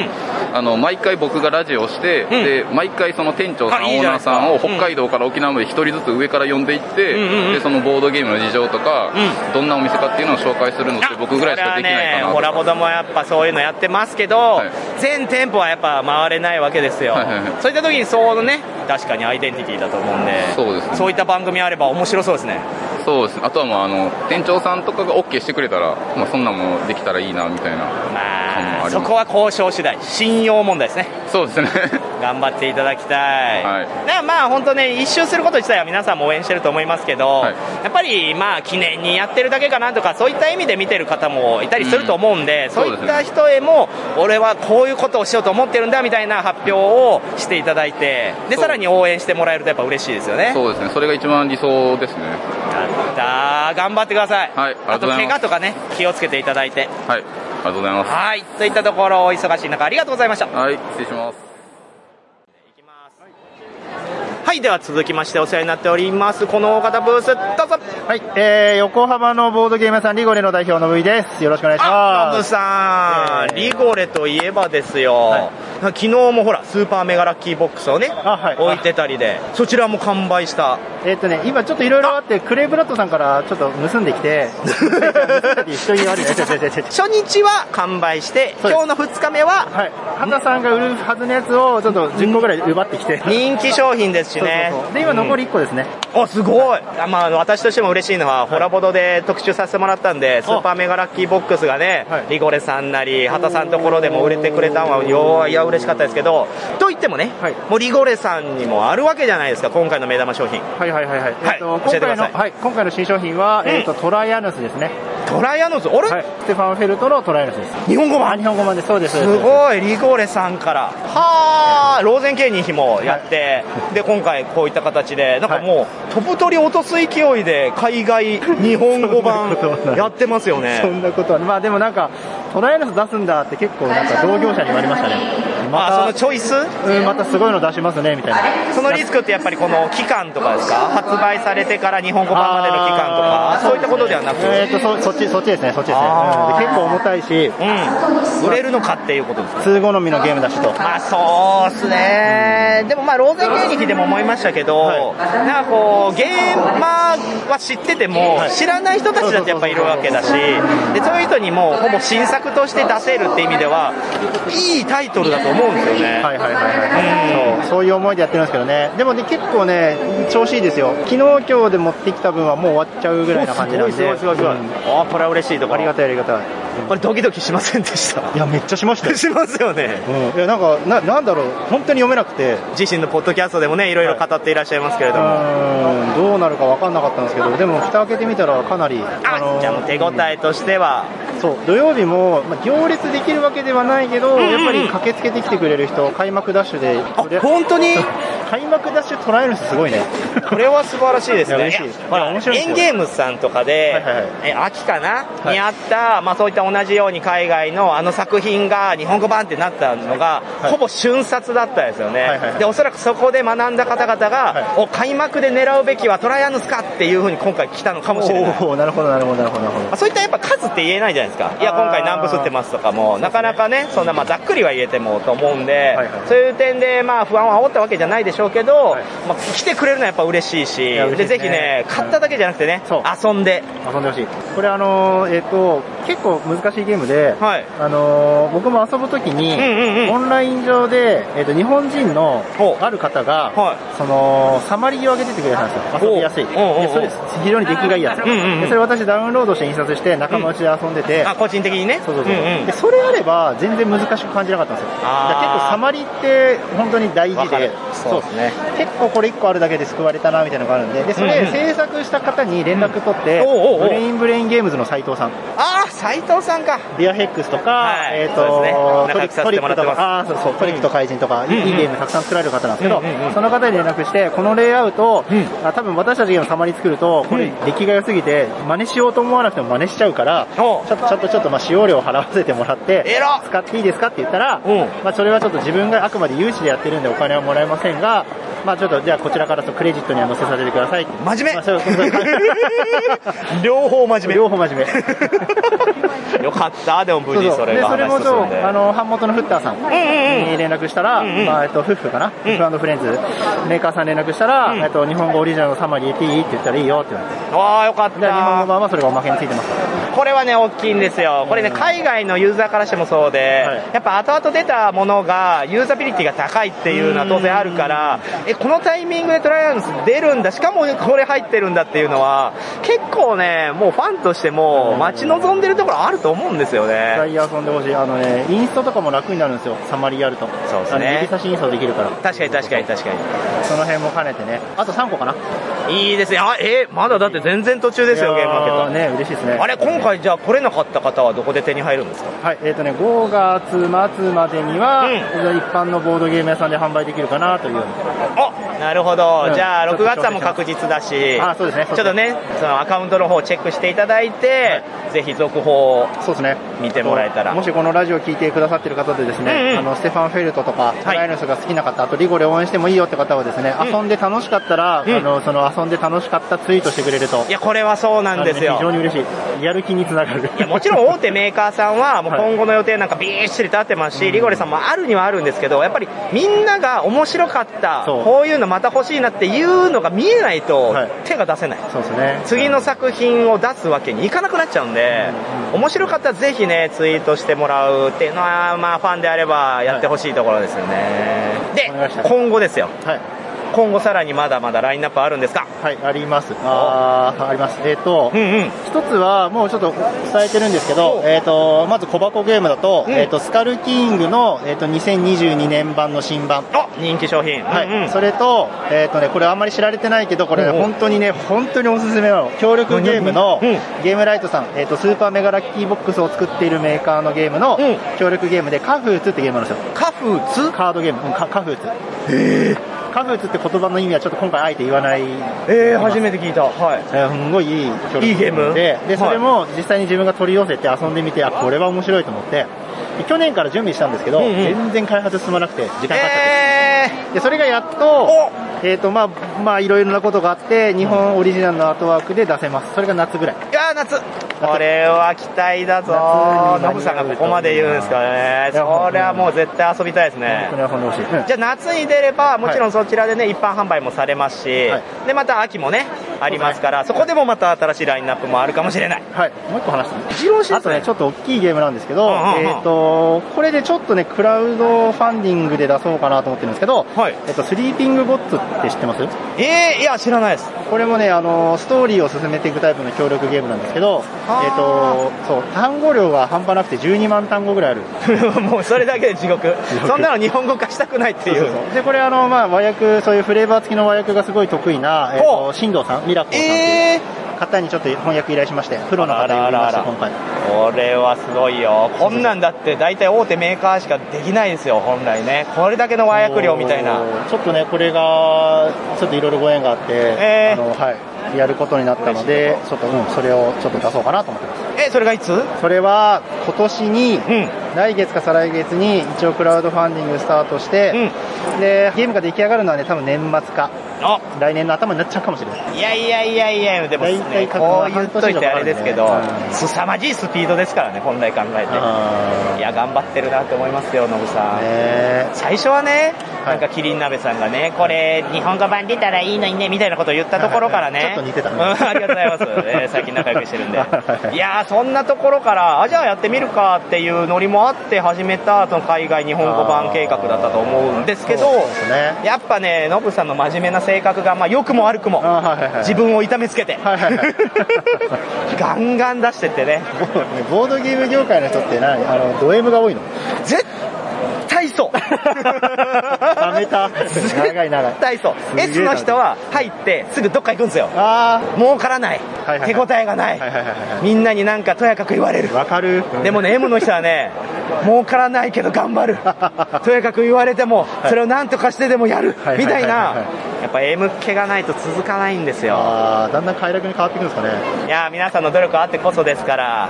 M: あの毎回僕がラジオして、で毎回その店長さん
C: あいい
M: オー
C: じゃない
M: ナー
C: ですか
M: さんを北海道から沖縄まで一人ずつ上から呼んでいって、でそのボードゲームの事情とか、どんなお店かっていうのを紹介するのって僕ぐらいしかできないかなと
C: コラボでもやっぱそういうのやってますけど、全店舗はやっぱ回れないわけですよ、そういった時にそのね確かにアイデンティティだと思うんで
M: そうですね
C: そういった番組あれば面白そうですね
M: そうですねあとはもうあの店長さんとかが OK してくれたら、まあ、そんなんもできたらいいなみたいな感もあります
C: そこは交渉次第信用問題ですね
M: そうですね
C: 頑張っていただきたい、だからまあ本当ね一周すること自体は皆さんも応援してると思いますけど、やっぱりまあ記念にやってるだけかなとかそういった意味で見てる方もいたりすると思うんで、
M: ん
C: そういった人へも俺はこういうことをしようと思ってるんだみたいな発表をしていただいてでさらに応援してもらえるとやっぱ嬉しいですよね
M: そうですねそれが一番理想ですね
C: だー頑張ってください、
M: はいあ
C: あ
M: りがと
C: と
M: うござ
C: 怪
M: います
C: 我とかね気をつけていただいて
M: はいありがとうございます
C: はいといったところお忙しい中ありがとうございました
M: はい失礼します
C: はいでは続きましてお世話になっておりますこの大方ブースどうぞ
L: はい、えー、横浜のボードゲーム屋さん、リゴレの代表の V です。よろしくお願いし
C: あ
L: ま
C: ノブ
L: す。
C: さん、リゴレといえばですよ、昨日もほらスーパーメガラッキーボックスをね、置いてたりでそちらも完 売した
L: えーっ、とね、今ちょっといろいろあって、クレイブラッドさんからちょっと盗んできて、人に悪い。違う違う違う違う
C: 初日は完売して、今日の2日目は、
L: はい、花さんが売るはずのやつをちょっと10個ぐらい奪ってきて。
C: 人気商品ですしね
L: そうそうそうで、今残り1個ですね。
C: おすごい、あまあ、私としても嬉しいのは、ホラボドで特集させてもらったんで、スーパーメガラッキーボックスがね、リゴレさんなり、畑さんところでも売れてくれたのは、よういや、嬉しかったですけど、と言ってもね、もうリゴレさんにもあるわけじゃないですか、今回の目玉商品。
L: はいはいはいはい。えーっと
C: 教えて
L: 今
C: くだ
L: 回の、
C: さい
L: はい、今回の新商品は、えーっと、トライアヌスですね。
C: トライアヌスあれ、
L: はい、ステファン・フェルトのトライアヌスです。
C: 日本語版
L: あ日本語版です。そうです。
C: すごい、リゴーレさんから、はあ、ローゼンケーニヒもやって、で、今回こういった形で、なんかもう、飛ぶ鳥落とす勢いで、海外日本 語版やってますよ
L: そ
C: ね。
L: んなことは、まあでもなんか、トライアルス出すんだって結構なんか同業者に言われましたね。ま
C: あ、そのチョイス
L: うん、またすごいの出しますね、みたいな。
C: そのリスクってやっぱりこの期間とかですか発売されてから日本語版までの期間とか、そういったことではなく、
L: えーっと、そそっち、そっちですね、そっちですね。
C: あー
L: うんで結構重たいし、
C: 売れるのかっていうことですか
L: 通好みのゲームだしと。
C: まあそうっすね、でもまあ、ローゼン芸人でも思いましたけど、なんかこう、ゲーマーは知ってても、
N: はい
C: 知らない人たちだってやっぱいるわけだし、で、そういう人にもうほぼ新作として出せるって意味では、いいタイトルだと思うんですよね。
L: はいはいはいはい、そうそういう思いでやってるんですけどねでもね結構ね調子いいですよ昨日今日で持ってきた分はもう終わっちゃうぐらいな感じなんです
C: ごいすごいすごいすごいあーこれは嬉しいところありが
L: たいありがたい
C: これドキドキしませんでした
L: いやめっちゃしました
C: しますよね、
L: うん、いやなんかななんだろう本当に読めなくて
C: 自身のポッドキャストでもねいろいろ語っていらっしゃいますけれども、
L: うんどうなるか分かんなかったんですけどでも蓋開けてみたらかなりあの
C: じゃあもう手応えとしては、
L: そう土曜日も、まあ、行列できるわけではないけど、
C: うんうんうん
L: やっぱり駆けつけてきてくれる人開幕ダッシュで
C: 本当に
L: 開幕ダッシュ捉える人すごいね
C: これは素晴らしいですね。
L: いや嬉しい
C: ほら、エンゲームズさんとかで、え秋かな、にあった、まあそういった同じように海外のあの作品が日本語版ってなったのが、ほぼ瞬殺だったんですよね。で、おそらくそこで学んだ方々が、お開幕で狙うべきはトライアンドスかっていうふうに今回来たのかもしれない。
L: おおなるほどなるほどなるほどなるほど
C: まあそういったやっぱ数って言えないじゃないですか。いや、今回何部吸ってますとかも、なかなかね、そんなまあざっくりは言えてもと思うんで、そういう点でまあ不安を煽ったわけじゃないでしょうけど、まあ来てくれるのはやっぱ嬉しいし、
L: や嬉しいで
C: で、
L: す
C: ぜ
L: ね
C: ひね、買っただけじゃなくてね、遊んで。
L: 遊んでほしい。これあのーえっ、と結構難しいゲームで、あのー僕も遊ぶときに、オンライン上でえっ、と日本人のある方が、そのサマリーを上げててくれたんですよ。遊びやすい。でそれ非常に出来がいいやつ。でそれ私ダウンロードして印刷して仲間内で遊んでて、
C: あ個人的にね。
L: そうそうそう。
C: うんうん
L: でそれあれば全然難しく感じなかったんですよ。だから結構サマリーって本当に大事で、
C: そうですね。
L: 結構これ1個あるだけで救われたなみたいなのがあるんででそ
C: うん
L: れ
C: うん
L: 制作した方に連絡取って、
C: うんおうおうお
L: ブ
C: う
L: レインブレインゲームズの斉藤さん
C: ああ、斉藤さんか。
L: ディアヘックスとか、えー
C: そうですね
L: と
C: 仲良くさせ
L: ト
C: て
L: リ
C: も
L: ッ
C: ら
L: ク
C: って
L: と
C: ます
L: かあーそうそうトリックと怪人とか、いいいいゲームたくさん作られる方なんですけど、
C: うんうんうん
L: その方に連絡してこのレイアウト、あ多分私たちがたまに作るとこれ出来が良すぎて真似しようと思わなくても真似しちゃうから、ちょっとちょっとちょっとまあ使用料を払わせてもらって使っていいですかって言ったら、まあ、それはちょっと自分があくまで有志でやってるんでお金はもらえませんが、まあ、ちょっとじゃあこちらからとクレジットには載せさせてください真
C: 面目、
L: まあそうそうそう
C: 両方真面目。
L: 両方真面目。
C: よかった、でも無事それ
L: で
C: が
L: それも
C: 話
L: ちょ
C: 進ん
L: っ
C: で
L: と。あの版元のフッターさんに連絡したら、
C: うんうん
L: まあえっと、夫婦かな、フフレンズメーカーさんに連絡したら、えっと、日本語オリジナルのサマリー入れていいって言ったらいいよって言われて
C: ああ、よかった。
L: 日本語版はそれがおまけについてます
C: これはね、大きいんですよ。これね、海外のユーザーからしてもそうで、やっぱ後々出たものが、ユーザビリティが高いっていうのは当然あるから、え、このタイミングでトライアンス出るんだ、しかもこれ入ってるんだっていうのは、結構ね、もうファンとしても、待ち望んでるところあると思うんですよね。
L: ダイヤ遊んでほしいあのねインストとかも楽になるんですよサマリーやるとそうです
C: ね
L: 指差しインストできるから
C: 確かに確かに確か
L: その辺も兼ねてねあと3個かな
C: に。いいですね。あ、え、まだだって全然途中ですよ、
L: い
C: ゲ
L: や
C: ー
L: ー
C: ムマーケット。
L: ね、嬉しいですね
C: あれ、今回じゃあ来れなかった方はどこで手に入るんですか
L: はい、えっ、とね、5月末までには、一般のボードゲーム屋さんで販売できるかなというように
C: なるほど、
L: うん
C: じゃあ6月はもう確実だし、
L: あそうですねそうですね
C: ちょっとね、そのアカウントの方をチェックしていただいて、ぜひ続報を見てもらえたら、
L: もしこのラジオを聞いてくださってる方でですね、あのステファン・フェルトとか、トライアルスが好きな方、あとリゴで応援してもいいよって方はですね、遊んで楽しかったら、あのその遊んで楽しかったツイートしてくれると
C: い、や、これはそうなんです
L: あのね非常
C: よ。
L: に嬉しい、やる気につながる。
C: いやもちろん大手メーカーさんはもう今後の予定なんかびっしり立ってますし、リゴレさんもあるにはあるんですけどやっぱりみんなが面白かった
L: そう
C: こういうのまた欲しいなっていうのが見えないと手が出せない、
L: そうですね
C: 次の作品を出すわけにいかなくなっちゃうんで、面白かったらぜひね、ツイートしてもらうっていうのは、まあファンであればやってほしいところですよね。で、今後ですよ。今後さらにまだまだラインナップあるんですか
L: はい、あります。あーあります。えっ、と、一つは、もうちょっと伝えてるんですけど、えっ、と、まず小箱ゲームだと、えっ、と、スカルキングの、えっ、と、2022年版の新版。
C: 人気商品。
L: はい、それと、えっ、とね、これあんまり知られてないけど、これ、ね、本当にね、本当におすすめなの。協力ゲームの、ゲームライトさん、えっ、と、スーパーメガラッキーボックスを作っているメーカーのゲームの、協力ゲームで、カフーツってゲームなんですよ。
C: カフーツ
L: カードゲーム。うんカカフーツ。カフーツって言葉の意味はちょっと今回あえて言わない。
C: えー、初めて聞いた。はい。
L: えー、すごいいい協力
C: いいゲーム
L: で、
C: はい
L: で、それも実際に自分が取り寄せて遊んでみて、あ、これは面白いと思って、で去年から準備したんですけど、
C: うんうん
L: 全然開発進まなくて、時間かかっちゃって。
C: え
L: で、それがやっと、えっ、と、まあ、まあ、いろいろなことがあって、日本オリジナルのアートワークで出せます。それが夏ぐらい。
C: いやー夏これは期待だぞノブさんがここまで言うんですからねそれはもう絶対遊びたいですね
L: これはほんでほしい。うん
C: じゃあ夏に出ればもちろんそちらでね一般販売もされますしでまた秋もねありますからそこでもまた新しいラインナップもあるかもしれない
L: はい、もう一個話してあとね、ちょっと大きいゲームなんですけど、えっと、これでちょっとね、クラウドファンディングで出そうかなと思ってるんですけど、えっと、スリーピングゴッツって知ってます
C: ええいや、知らないです。
L: これもね、あの、ストーリーを進めていくタイプの協力ゲームなんですけど、えっと、そう、単語量が半端なくて12万単語ぐらいある。
C: もうそれだけで地獄そんなの日本語化したくないっていう
L: で、これあの、まあ、和訳、そういうフレーバー付きの和訳がすごい得意な、えっと、新藤さん、ミラコさんっていう方にちょっと翻訳依頼しまして、プロの方に
C: あ
L: 呼び
C: ら
L: ま
C: あ
L: した、
C: ら
L: 今回。
C: これはすごいよこんなんだって大体大手メーカーしかできないですよ本来ねこれだけの和訳量みたいな
L: ちょっとね、これが、ちょっといろいろご縁があって、
C: えー
L: あのはい、やることになったので、ちょっと、うん、それをちょっと出そうかなと思ってます。
C: え、それがいつ
L: それは、今年に、来月か再来月に、一応クラウドファンディングスタートして、で、ゲームが出来上がるのはね、多分年末か、来年の頭になっちゃうかもしれ ない。
C: いやいやいやいやでも、ね、
L: 大体
C: こう言っといてあれですけど
L: 半年以上かかるんで
C: すさまじいスピードですからね本来考えていや頑張ってるなって思いますよノブさん最初はねなんかキリン鍋さんがねこれ日本語版出たらいいのにねみたいなことを言ったところからね
L: ちょっと似てたね
C: うんありがとうござい ます、えー最近仲良くしてるんでいやーそんなところからあじゃあやってみるかっていうノリもあって始めたその海外日本語版計画だったと思うんですけど
L: そうですね
C: やっぱねノブさんの真面目な性格がまあ良くも悪くも自分を痛めつけて ガンガン出してってね
L: ボードゲーム業界の人って何あの、ド M が多いの
C: 絶 対そう
L: ダメだ。長い長い。
C: 絶対そう
L: すげえな
C: S の人は入ってすぐどっか行くんですよ儲からない手応えがないみんなになんかとやかく言われる
L: わかる
C: でもね M の人はね儲からないけど 頑張るとやかく言われてもそれを何とかしてでもやる
L: はい
C: みたい
L: はいはい
C: なやっぱ M 気がないと続かないんですよ
L: あーだんだん快楽に変わってくるんですかね。
C: いやー皆さんの努力あってこそですから、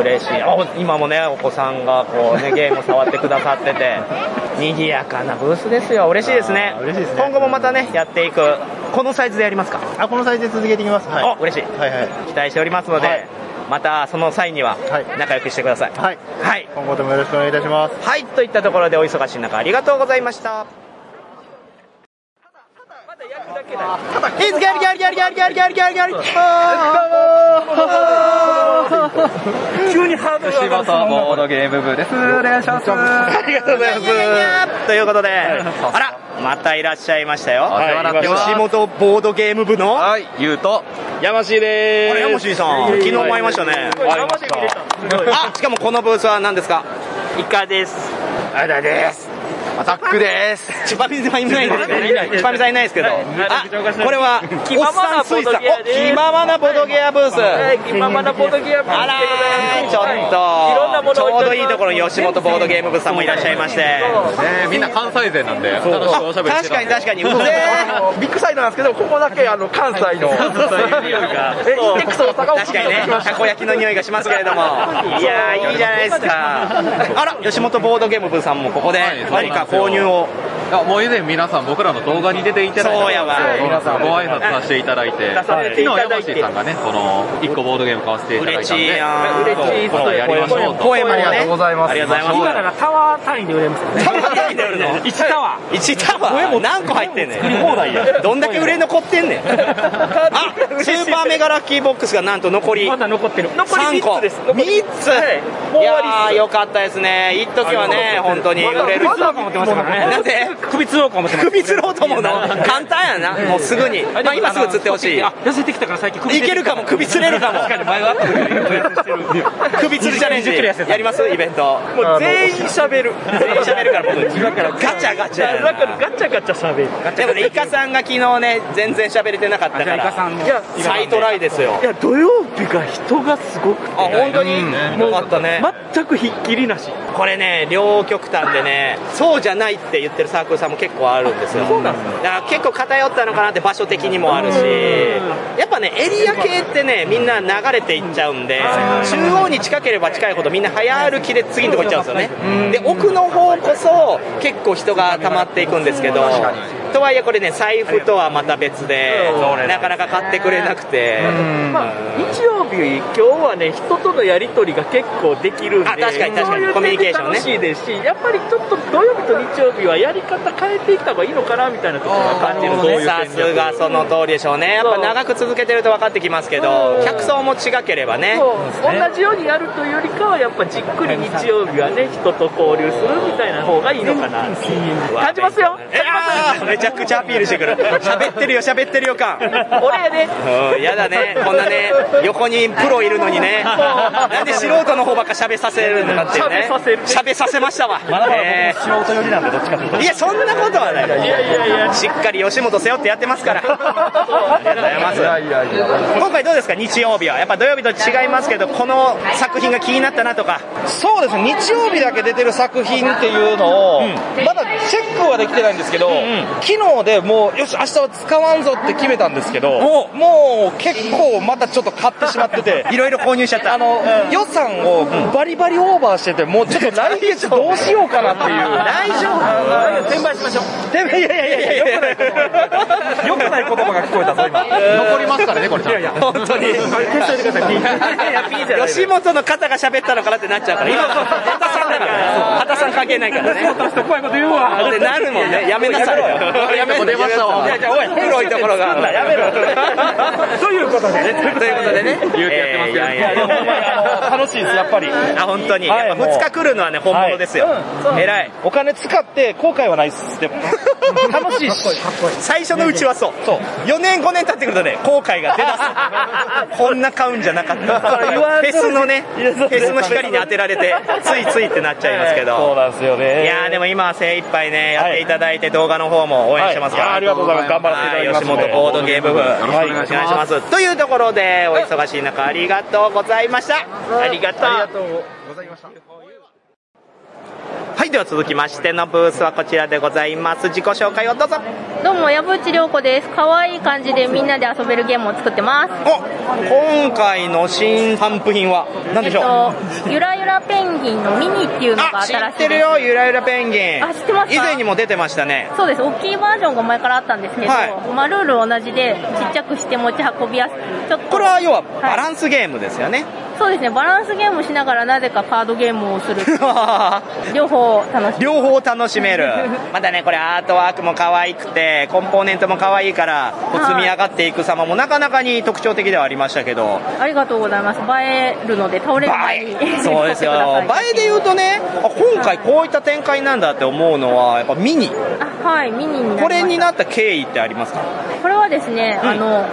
C: 嬉しいあお今もねお子さんがこう、ね、ゲームを触ってくださっ てて賑やかなブースですよ嬉しいですね嬉しいですね今後もまたねやっていくこのサイズでやりますか
L: あ、このサイズで続けていきます。はい。
C: お嬉しい、期待しておりますので、またその際には仲良くしてくださいはい、はい、
L: 今後ともよろしくお願いいたします
C: はいといったところでお忙しい中ありがとうございましたいつギャルギャルギャルギャルギャルギャルギャルギャル
N: 急にハードルが上がる
O: ボードゲーム部です。お願いします。
C: ありがとうございます。ということで、あら、またいらっしゃいましたよ。
O: お世話になってます
C: 吉本ボードゲーム部の、はい、
O: ゆうと、
C: 山師です。あれ、山師さん、
O: いえいえ
C: 昨日も会いましたね。あ、しかもこのブースは何ですかイカです。あらです。アタックです。チュパミさんいないですけどね。チュパミさんいないですけど。あ、これは、
N: 気ままな
C: おっさん水産
N: ボドゲア
C: お
N: です
C: 気ままなボドゲアブース。
N: はい、気ままなボードギアブース
C: あらーちょっと、ちょうどいいところに吉本ボードゲーム部さんもいらっしゃいまして、
O: えーみんな関西勢なんで、楽しくおしゃべりしてたんで
C: 確かに確かに
O: そう
N: ビッグサイトなんですけどここだけあの関西のえインデックスの坂本
C: 確かにね、たこ焼きの匂いがしますけれども、いやー、いいじゃないですか、あら、吉本ボードゲーム部さんもここで、何か購入を。
O: いやもう以前皆さん僕らの動画に出ていただいて
C: そうやわ
O: 皆さんご挨拶させていただいて、
C: 出されていただいて
O: 昨日山下さんがね、この1個ボードゲーム買わせていただいたんで、
C: 嬉しいなー
O: そう
C: 嬉しい
O: これやりましょうと。
C: 声もねありがとうございます
O: ありがとうござい
C: 今
O: ま
C: な
O: す。
C: ら
N: タワー単位で売れますよね
C: タワー単位で売るの1タワー1タワー何個入ってんねん
N: 作り放題や
C: どんだけ売れ残ってん ねんあスーパーメガラッキーボックスがなんと残りまだ残ってる
N: 残り三つです
C: 3ついやーよかったですね一時はね本当に売れる
N: まだ持ってましたからね
C: なんで首吊ろうかもしれない首吊ろうと 思うの簡単やなもうすぐにまあ今すぐ釣ってほしい
N: 痩せてきたから最近
C: いけるかも首吊れるかも
N: 確かに前はあった
C: 首
N: け
C: 吊りチャレンジ
N: 20キロ痩せた
C: やりますイベント
N: もう全員喋る
C: 全員喋るから 僕今からガチャガチャやな
N: だからガチャガチャ喋る
C: でもね、イカさんが昨日ね、全然喋れてなかったから、
N: あじゃあイカさんも
C: いや再トライですよ
N: い。や土曜日が人がすごくてあ
C: 本当に
N: も
C: よかったね。
N: 全くひっきりなし
C: これね、両極端でね、そうじゃないって言ってるサークルさんも結構あるんですよ。
N: そうなん
C: だから結構偏ったのかなって場所的にもあるし、やっぱね、エリア系ってね、みんな流れていっちゃうんで、中央に近ければ近いほどみんな早歩きで次のとこ行っちゃうんですよね。で、奥の方こそ結構人が溜まっていくんですけど、とはいえこれね財布とはまた別でなかなか買ってくれなくて
N: まあ、日曜日、今日はね、人とのやり取りが結構できるんで、
C: あ確かに確かに
N: そういう点で
C: コミュニケーションね
N: 楽しいですし、やっぱりちょっと土曜日と日曜日はやり方変えていった方がいいのかなみたいなところを感じるそういう
C: さ
N: 点
C: すがその通りでしょうねやっぱ長く続けてると分かってきますけど客層も違ければね
N: そう同じようにやるというよりかは、やっぱじっくり日曜日はね、人と交流するみたいな方がいいのかな感じますよ、
C: めちゃくちゃアピールしてくる喋ってるよ喋ってるよ感
N: 俺やで、
C: うんやだ ねこんなね横にプロいるのにねなんで素人の方ばっか喋させるのかっていうね
N: 喋させる
C: 喋させましたわ
N: まだまだ僕
C: えー
L: 素人寄りなんでどっちかというと
C: いやそんなことはない
L: いやいやいや
C: しっかり吉本背負ってやってますからありがとうございます今回どうですか日曜日はやっぱ土曜日と違いますけどこの作品が気になったなとか
P: そうですね日曜日だけ出てる作品っていうのを、まだチェックはできてないんですけど、昨日でもうよし明日は使わんぞって決めたんですけどもう結構またちょっと買ってしまってて
C: いろいろ購入しちゃった
P: あの、予算をバリバリオーバーしててもうちょっと来月どうしようかなっていう
C: 大丈夫
P: あの
N: 転売しましょう
P: 転 売いやいやいやいやよくない
N: よくない言葉が聞こえ たぞ、今、
C: 残り
N: ますからね、これ、いやいや、
C: 本当 に
N: 消しといてください、
C: 吉本の方が喋ったのかなってなっちゃうから今畑さんだから畑さん関係ないからね
N: 怖いこと言うわ
C: ってなるもんねやめなさいよやめろ
N: 出ましたわ
C: いやいやおい黒いところがやめろ
N: ということでね、
C: ということでね言うてやってますけど、いやいや
P: 楽しいですやっぱり
C: あ本当に、
P: はい
C: やっぱ2日来るのはね本物ですよ、偉い
P: お金使って後悔はないっす でも楽しいし
C: 最初のうちはそうそう4年5年経ってくるとね後悔が出だすこんな買うんじゃなかった
P: それ 言わん
C: フ
P: と
C: ェスのね
P: いや
C: フ
P: そう
C: ェスの光に当てられてついついってなっちゃいますけど、
P: そうなんですよね
C: いやーでも今は精一杯ねやっていただいて動画の方も応援してますから、
P: はいいやーありがとうございます頑張らせていただきます
C: はい吉本ボードゲーム部
P: はい
C: よろしくお願いしますというところでお忙しい中ありがとうございましたありがとう
P: ございました
C: はいでは続きましてのブースはこちらでございます自己紹介をどうぞ
G: どうも、矢ち涼子です。可愛い感じでみんなで遊べるゲームを作ってます。
C: 今回の新頒布品は何でしょう、
G: えっと、ゆらゆらペンギンのミニっていうのが新しい
C: 知ってるよゆらゆらペンギン
G: あ知ってますか
C: 以前にも出てましたね
G: そうです。大きいバージョンが前からあったんですけど、
C: はい
G: まあ、ルール同じで、ちっちゃくして持ち運びやすく、ちょっと。
C: これは要はバランスゲームですよね、
G: そうですね、バランスゲームしながらなぜかカードゲームをす る。両方楽し
C: 両方楽しめるまたねこれアートワークも可愛くてコンポーネントも可愛いからこう
G: はい
C: 積み上がっていく様もなかなかに特徴的ではありましたけど
G: ありがとうございます。映えるので倒れる前に。
C: そうですよ映えで言うとねあ今回こういった展開なんだって思うのはやっぱミニ
G: あはい、ミニになりました
C: これになった経緯ってありますか
G: これはですね、あの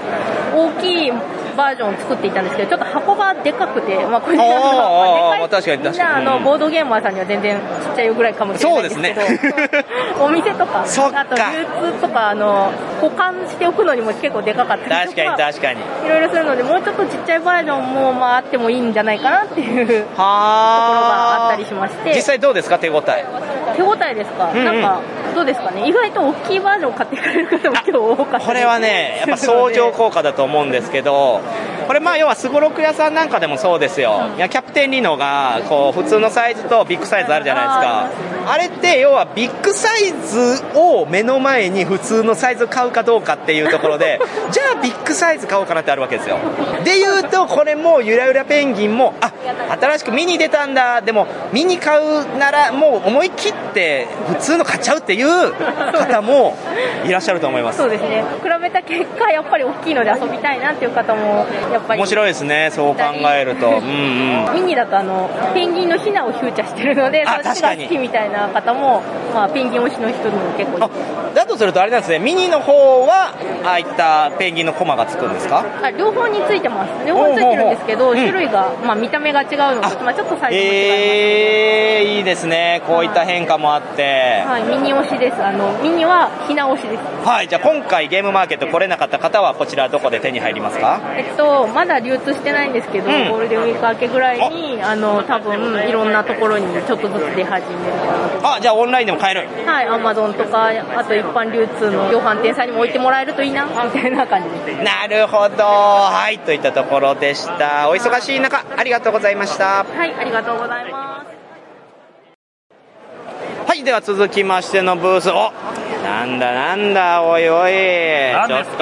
G: 大きいバージョンを作っていたんですけどちょっと箱がでかくて、ま あ、これあの
C: あー
G: まあでかい
C: 確かに確かに
G: みんなあの、
C: うん
G: ボードゲーマーさんには全然ちっちゃいぐらいかもしれないんですけど
C: そうです
G: お店とかあと流通とかあの保管しておくのにも結構でかかったり
C: 確
G: と
C: かに
G: か
C: 確かに
G: いろいろするのでもうちょっとちっちゃいバージョンも、まあ、あってもいいんじゃないかなっていうところがあったりしまして
C: 実際どうですか手応え
G: 手応えですか、
C: うんうん
G: なんかどうですかね意外と大きいバージョンを買ってくれる方も今日多かったです
C: これはね、やっぱ相乗効果だと思うんですけど、これ、まあ要はすごろく屋さんなんかでもそうですよ、いやキャプテンリノがこう普通のサイズとビッグサイズあるじゃないですか、あれって要はビッグサイズを目の前に普通のサイズを買うかどうかっていうところで、 じゃあビッグサイズ買おうかなってあるわけですよ。でいうと、これもゆらゆらペンギンも、あ新しくミニ出たんだ、でもミニ買うならもう思い切って普通の買っちゃうっていう方もいらっしゃると思います。
G: そうですね比べた結果やっぱり大きいので遊びたいなっていう方もやっぱり
C: 面白いですねそう考えるとうんうん
G: ミニだとあのペンギンのヒナをフューチャーしてるので
C: あ
G: そっ
C: 確
G: ち
C: か
G: が
C: に
G: 好きみたいな方も、まあ、ペンギン推しの人にも結構いて
C: だとするとあれなんですねミニの方はああいったペンギンのコマがつくんですか
G: あ両方についてます両方についてるんですけど種類が、まあ、見た目が違うのとまあ、ちょっとサイズも違う、
C: えー、いいですねこういった変化もあって
G: はい、ミニ推しですあのミニはヒナ推しです
C: はいじゃあ今回ゲームマーケット来れなかった方はこちらどこで手に入りますか
G: えっと、まだ流通してないんですけど、
C: うん
G: ゴールデンウィーク明けぐらいに、あの、多分、いろんなところにちょっとずつ出始めるかなと
C: あじゃあオンラインでも買える
G: はい、アマゾンとか、あと一般流通の量販店さんにも置いてもらえるといいな、みたいな感じです。
C: なるほどはいといったところでしたお忙しい中ありがとうございました
G: はい、ありがとうございます。
C: はいでは続きましてのブースおなんだなんだ、おいおい。ちょっと、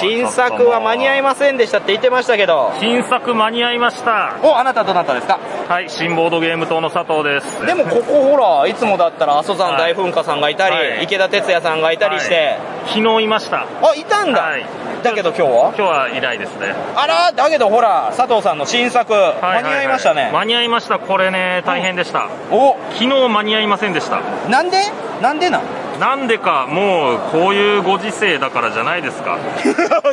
C: 新作は間に合いませんでしたって言ってましたけど。
Q: 新作間に合いました。
C: お、あなたどなたですか
Q: はい、新ボードゲーム党の佐藤です。
C: でもここほら、いつもだったら阿蘇山大噴火さんがいたり、池田哲也さんがいたりして、
Q: 昨日いました。
C: あ、いたんだ、だけど今日は
Q: 今日はいないですね。
C: あら、だけどほら、佐藤さんの新作、間に合いましたね。
Q: 間に合いました。これね、大変でした。
C: お
Q: 昨日間に合いませんでした。
C: なんでなんでなん
Q: なんでか、もう、こういうご時世だからじゃないで すか。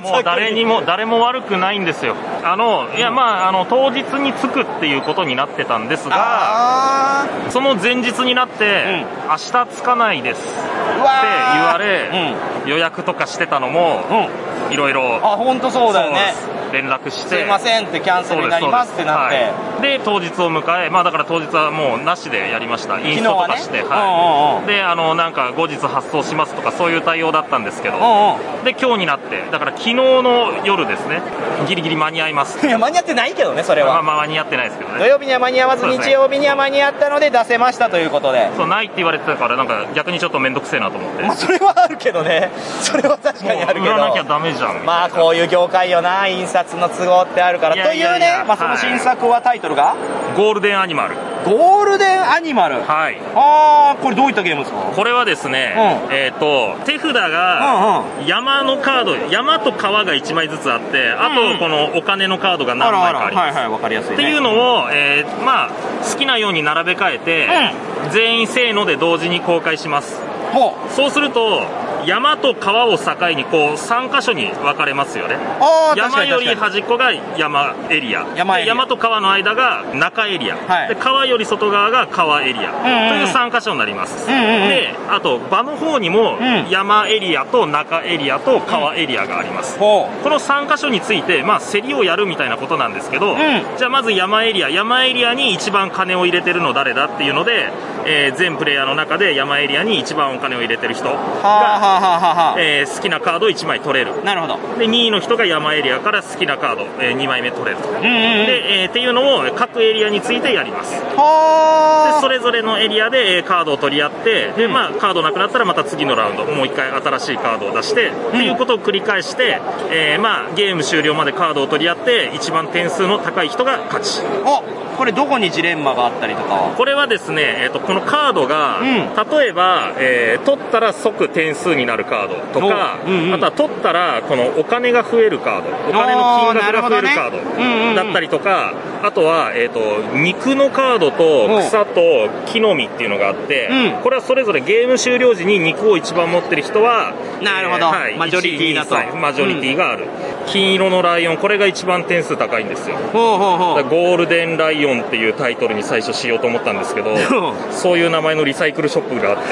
Q: もう誰にも、誰も悪くないんですよ。あの、いや、まあ、あの、当日に着くっていうことになってたんですが、その前日になって、明日着かないですって言われ、予約とかしてたのも、いろいろ。
C: あ、本当そうだよね。
Q: 連絡して。
C: すいませんってキャンセルになりますってなって
Q: そうですそうですはいで当日を迎え、まあ、だから当日はもうなしでやりましたインストとかして、
C: 昨日はねうんうん
Q: は
C: うん
Q: い、であのなんか後日発送しますとかそういう対応だったんですけど、で今日になってだから昨日の夜ですねギリギリ間に合いま す
C: いや間に合ってないけどねそれは
Q: まあ、まあ間に合ってないですけどね
C: 土曜日には間に合わず、
Q: そうです
C: 日
Q: ね
C: 曜日には間に合ったので出せましたということで。
Q: そうないって言われてたからなんか逆にちょっと面倒くせえなと思って、
C: まあ、それはあるけどね。それは確かにあるけど。
Q: 売らなきゃダメじゃんみたいな
C: まあ、こういう業界よな、印刷の都合ってあるから。
Q: いやいやいや
C: というね、まあ、そ
Q: は
C: の
Q: い
C: 新作はタイトルが、
Q: ゴールデンアニマル
C: ゴールデンアニマル
Q: はい
C: ああこれどういったゲームですか
Q: これはですね、えっ、と手札が山のカード、山と川が1枚ずつあってあとこのお金のカードが何枚かあります
C: はいはい、わかりやすい、
Q: っていうのを、えーまあ、好きなように並べ替えて、全員せーので同時に公開しますそうすると山と川を境にこう3箇所に分かれますよね
C: あー確か
Q: 山
C: に
Q: より
C: 確か
Q: 端っこが山エリア山で山と川の間が中エリア、で川より外側が川エリア、
C: んうん
Q: という3箇所になります、
C: うんうんうん
Q: であと場の方にも山エリアと中エリアと川エリアがあります、この3箇所について、まあ、競りをやるみたいなことなんですけど、じゃあまず山エリア山エリアに一番金を入れてるの誰だっていうので、えー全プレイヤーの中で山エリアに一番お金を入れてる人
C: はあはあはあはあはあ
Q: えー好きなカードを1枚取れる
C: なるほど
Q: で2位の人が山エリアから好きなカード、え2枚目取れると、で、えーっていうのを各エリアについてやりますでそれぞれのエリアでえーカードを取り合ってで、まあ、カードなくなったらまた次のラウンドもう一回新しいカードを出して、っていうことを繰り返して、えーまあ、ゲーム終了までカードを取り合って一番点数の高い人が勝ち
C: これどこにジレンマがあったりとかは
Q: これはですね、えー、とこのカードが、例えば、えー取ったら即点数になるカードとか、あとは取ったらこのお金が増えるカードお金の金額が増えるカー
C: おーなるほどね
Q: ド
C: うんうん
Q: だったりとか、あとは、えー、と肉のカード
C: うん
Q: と草と木の実っていうのがあって、これはそれぞれゲーム終了時に肉を一番持ってる人は
C: なるほど
Q: えーはい、
C: マジョリティだと
Q: 1 2 3マジョリティがある、金色のライオンこれが一番点数高いんですよだからゴールデンライオンっていうタイトルに最初しようと思ったんです けどそういう名前のリサイクルショップがあって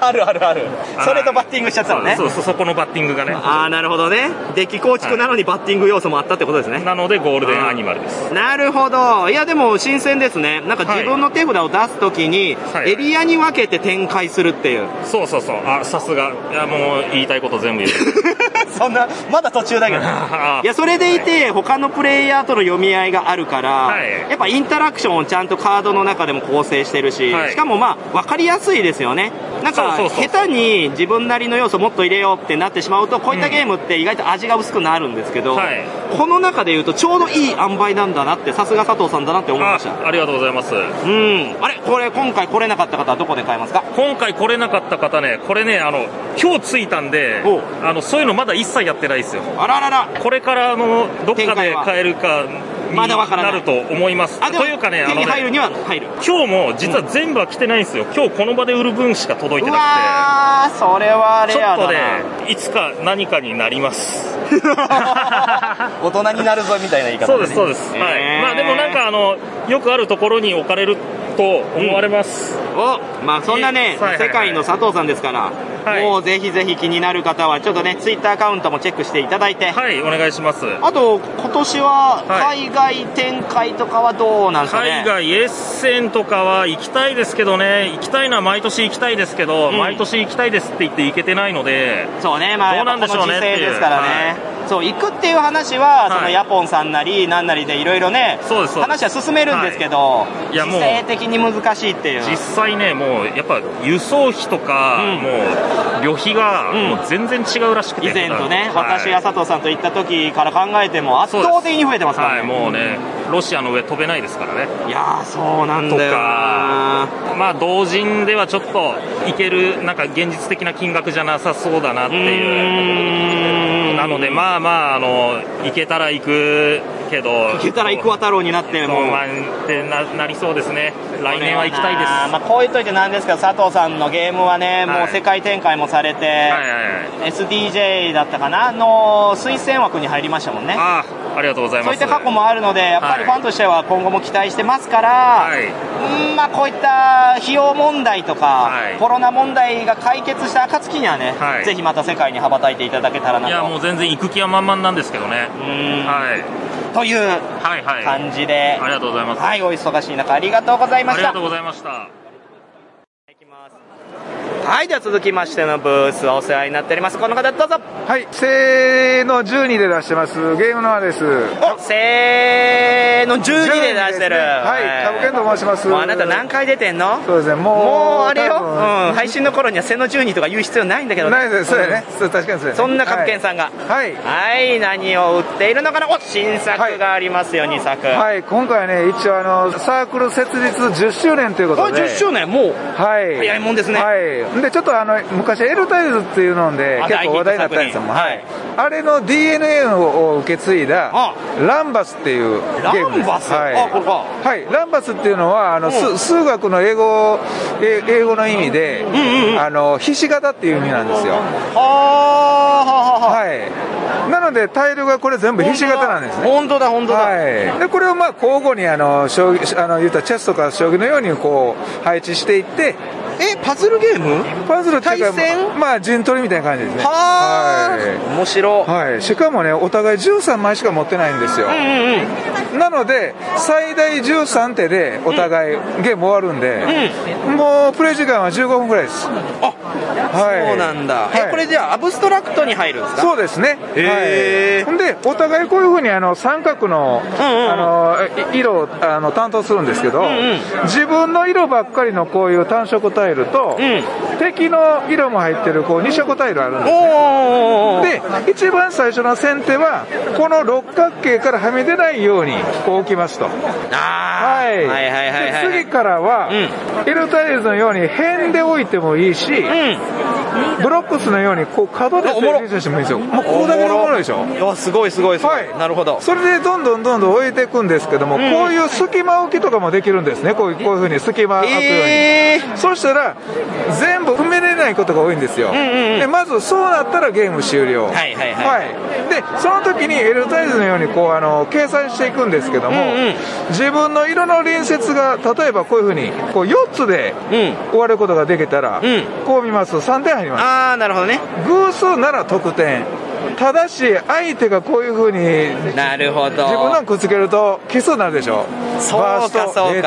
C: あるあるある それとバッティングしちゃったのね
Q: そうそうそこのバッティングがね
C: ああなるほどねデッキ構築なのにバッティング要素もあったってことですね
Q: なのでゴールデンアニマルです
C: なるほどいやでも新鮮ですねなんか自分の手札を出すときにエリアに分けて展開するっていう、
Q: そうそうそうあさすがいやもう言いたいこと全部言う
C: そんなまだ途中 だけどいやそれでいて他のプレイヤーとの読み合いがあるから、やっぱインタラクションをちゃんとカードの中でも構成してるし、
Q: はい
C: しかもまあ分かりやすいですよねなんか
Q: そうそうそう
C: 下手に自分なりの要素もっと入れようってなってしまうとこういったゲームって意外と味が薄くなるんですけど、
Q: はい
C: この中でいうとちょうどいい塩梅なんだなってさすが佐藤さんだなって思いました
Q: あありがとうございます
C: うんあれこれ今回来れなかった方はどこで買えますか
Q: 今回来れなかった方ねこれねあの今日着いたんであのそういうのまだ一切やってないですよ
C: あららら
Q: これからあのどっかで買えるかに
C: まだわからない
Q: なると思いますというかねあ
C: 手
Q: の
C: に
Q: ね
C: 入るには入る
Q: 今日も実は全部は来てないんですよ今日この場で売る分しか届いてなくて
C: あーそれはレ
Q: ちょ
C: ア
Q: っと
C: だな
Q: ねいつか何かになります
C: 大人になるぞみたいな言い方
Q: そうですそうです、はいまあでもなんかあのよくあるところに置かれると思われます、
C: おまあそんなね、世界の佐藤さんですから、もうぜひぜひ気になる方はちょっとねツイッターアカウントもチェックしていただいて
Q: はいお願いします
C: あと今年は海外展開とかはどうなんですかね、
Q: 海外エッセンとかは行きたいですけどね行きたいのは毎年行きたいですけど、毎年行きたいですって言って行けてないので
C: そうねまあ
Q: どうなんでしょうねって
C: やっぱこの時
Q: い
C: 勢ですからね
Q: はい
C: そう行くっていう話は、そのヤポンさんなりなんなりでいろいろね話は進めるんですけど、
Q: いいやもう
C: 実際的に難しいっていう
Q: 実際ねもうやっぱ輸送費とか、もう旅費がもう全然違うらしくて、
C: 以前とね、
Q: 普段はい
C: 私や佐藤さんと行った時から考えても圧倒的に増えてますからね、
Q: はい、もうね、ロシアの上飛べないですからね。
C: いやー、そうなんだよな
Q: とか、まあ、同人ではちょっといける、なんか現実的な金額じゃなさそうだなっていう。なので、まあまあ、あの、行けたら行くけど、行
C: けたら行くわ太郎になって、もう
Q: まあ、ってななりそうですね。来年は行きたいです。
C: まあ、こう言っといてなんですけど佐藤さんのゲームはね、もう世界展開もされて、SDJ だったかなの推薦枠に入りましたもんね
Q: あありがとうござい
C: そ
Q: ま
C: うい
Q: す。
C: った過去もあるのでやっぱりファンとしては今後も期待してますから、うんまあ、こういった費用問題とか、コロナ問題が解決した暁にはね、
Q: はい
C: ぜひまた世界に羽ばたいていただけたらないと
Q: や、もう全然行く気は満々なんですけどね。はい。
C: という
Q: 感
C: じで、
Q: ありがとうございます。
C: はい、お忙しい中ありがとうございました
Q: ありがとうございました。
C: はい、では続きましてのブース、お世話になっております。この方、どうぞ。
R: はい、せーの12で出してます。ゲームのアです。
C: お、せーの12で出してる。
R: はい、カブケンと申します。
C: もうあなた何回出てんの
R: そうですね、もう。
C: もうあれよ、
R: 多分
C: うん、配信の頃には背の12とか言う必要ないんだけど
R: ないです、そうやね。そう確かにそ
C: う
R: うや
C: ん
R: ね。
C: そんなカブケンさんが。はい。はい、何を売っているのかなお、新作がありますよ、2作。
R: はい、はい今回ね、一応あの、サークル設立10周年ということで。
C: あ10周年もう
R: はい。
C: 早いもんですね
R: はい。で、ちょっとあの、昔エルタイズっていうので、
C: あ
R: 結構話題になったんで
C: 大ヒッ
R: すよ。
C: ト作品
R: はい。あれの DNA を受け継いだ、ランバスっていうゲームです。
C: ランバス
R: はい。
C: あこれか
R: はい。ランバスっていうのは、あの、
C: うん
R: 数数学の英語、え英語の意味で、あの、ひし形っていう意味なんですよ。はい。なので、タイルがこれ全部ひし形なんですね。
C: 本当だ、本当だ。
R: はい。で、これをまあ、交互に、あの、将棋、あの、言ったらチェスとか将棋のように、こう、配置していって、
C: え、パズルゲーム
R: パズルっていうか
C: 対戦
R: まあ、陣取りみたいな感じですね。
C: は
R: はい。
C: 面白
R: はい。しかもね、お互い13枚しか持ってないんですよ。なので、最大13手で、お互い、ゲーム終わるんで、もう、プレイ時間は15分ぐらいです。あ、はい。
C: そうなんだ。
R: はい
C: え、これじゃあ、アブストラクトに入るんですか
R: そうですね。
C: へー
R: はい、で、お互いこういうふうにあの三角の,、あのい色をあの担当するんですけど、自分の色ばっかりのこういう単色タイルと、敵の色も入ってるこう二色タイルあるんです、ね。で、一番最初の先手は、この六角形からはみ出ないようにこう置きますと。はい、
C: はいはいはいはい
R: で次からは、エルタイルズのように辺で置いてもいいし、ブロックスのようにこう角で整理してもいいんですよ。もうここだけでおもろいでしょ。
C: あ、すごいすごいすごい。なるほど。
R: それでどんどんどんどん置いていくんですけども、こういう隙間置きとかもできるんですね。こういうこういうふうに隙間空くように。そうしたら、全部埋めれないことが多いんですよ。でまずそうなったらゲーム終了。
C: はいはいはい
R: で、その時にエルタイズのようにこう、あの、掲載していくんですけども、自分の色の隣接が、例えばこういうふうに、こう4つで終わることができたら、こう見ますと3点入ります。
C: ああ、なるほどね。
R: 偶数なら得点。ただし、相手がこういうふうに
C: なるほど。
R: 自分のくっつけると奇数になるでしょ
C: そうか
R: バースト
C: そうかうん
R: 0
C: うんう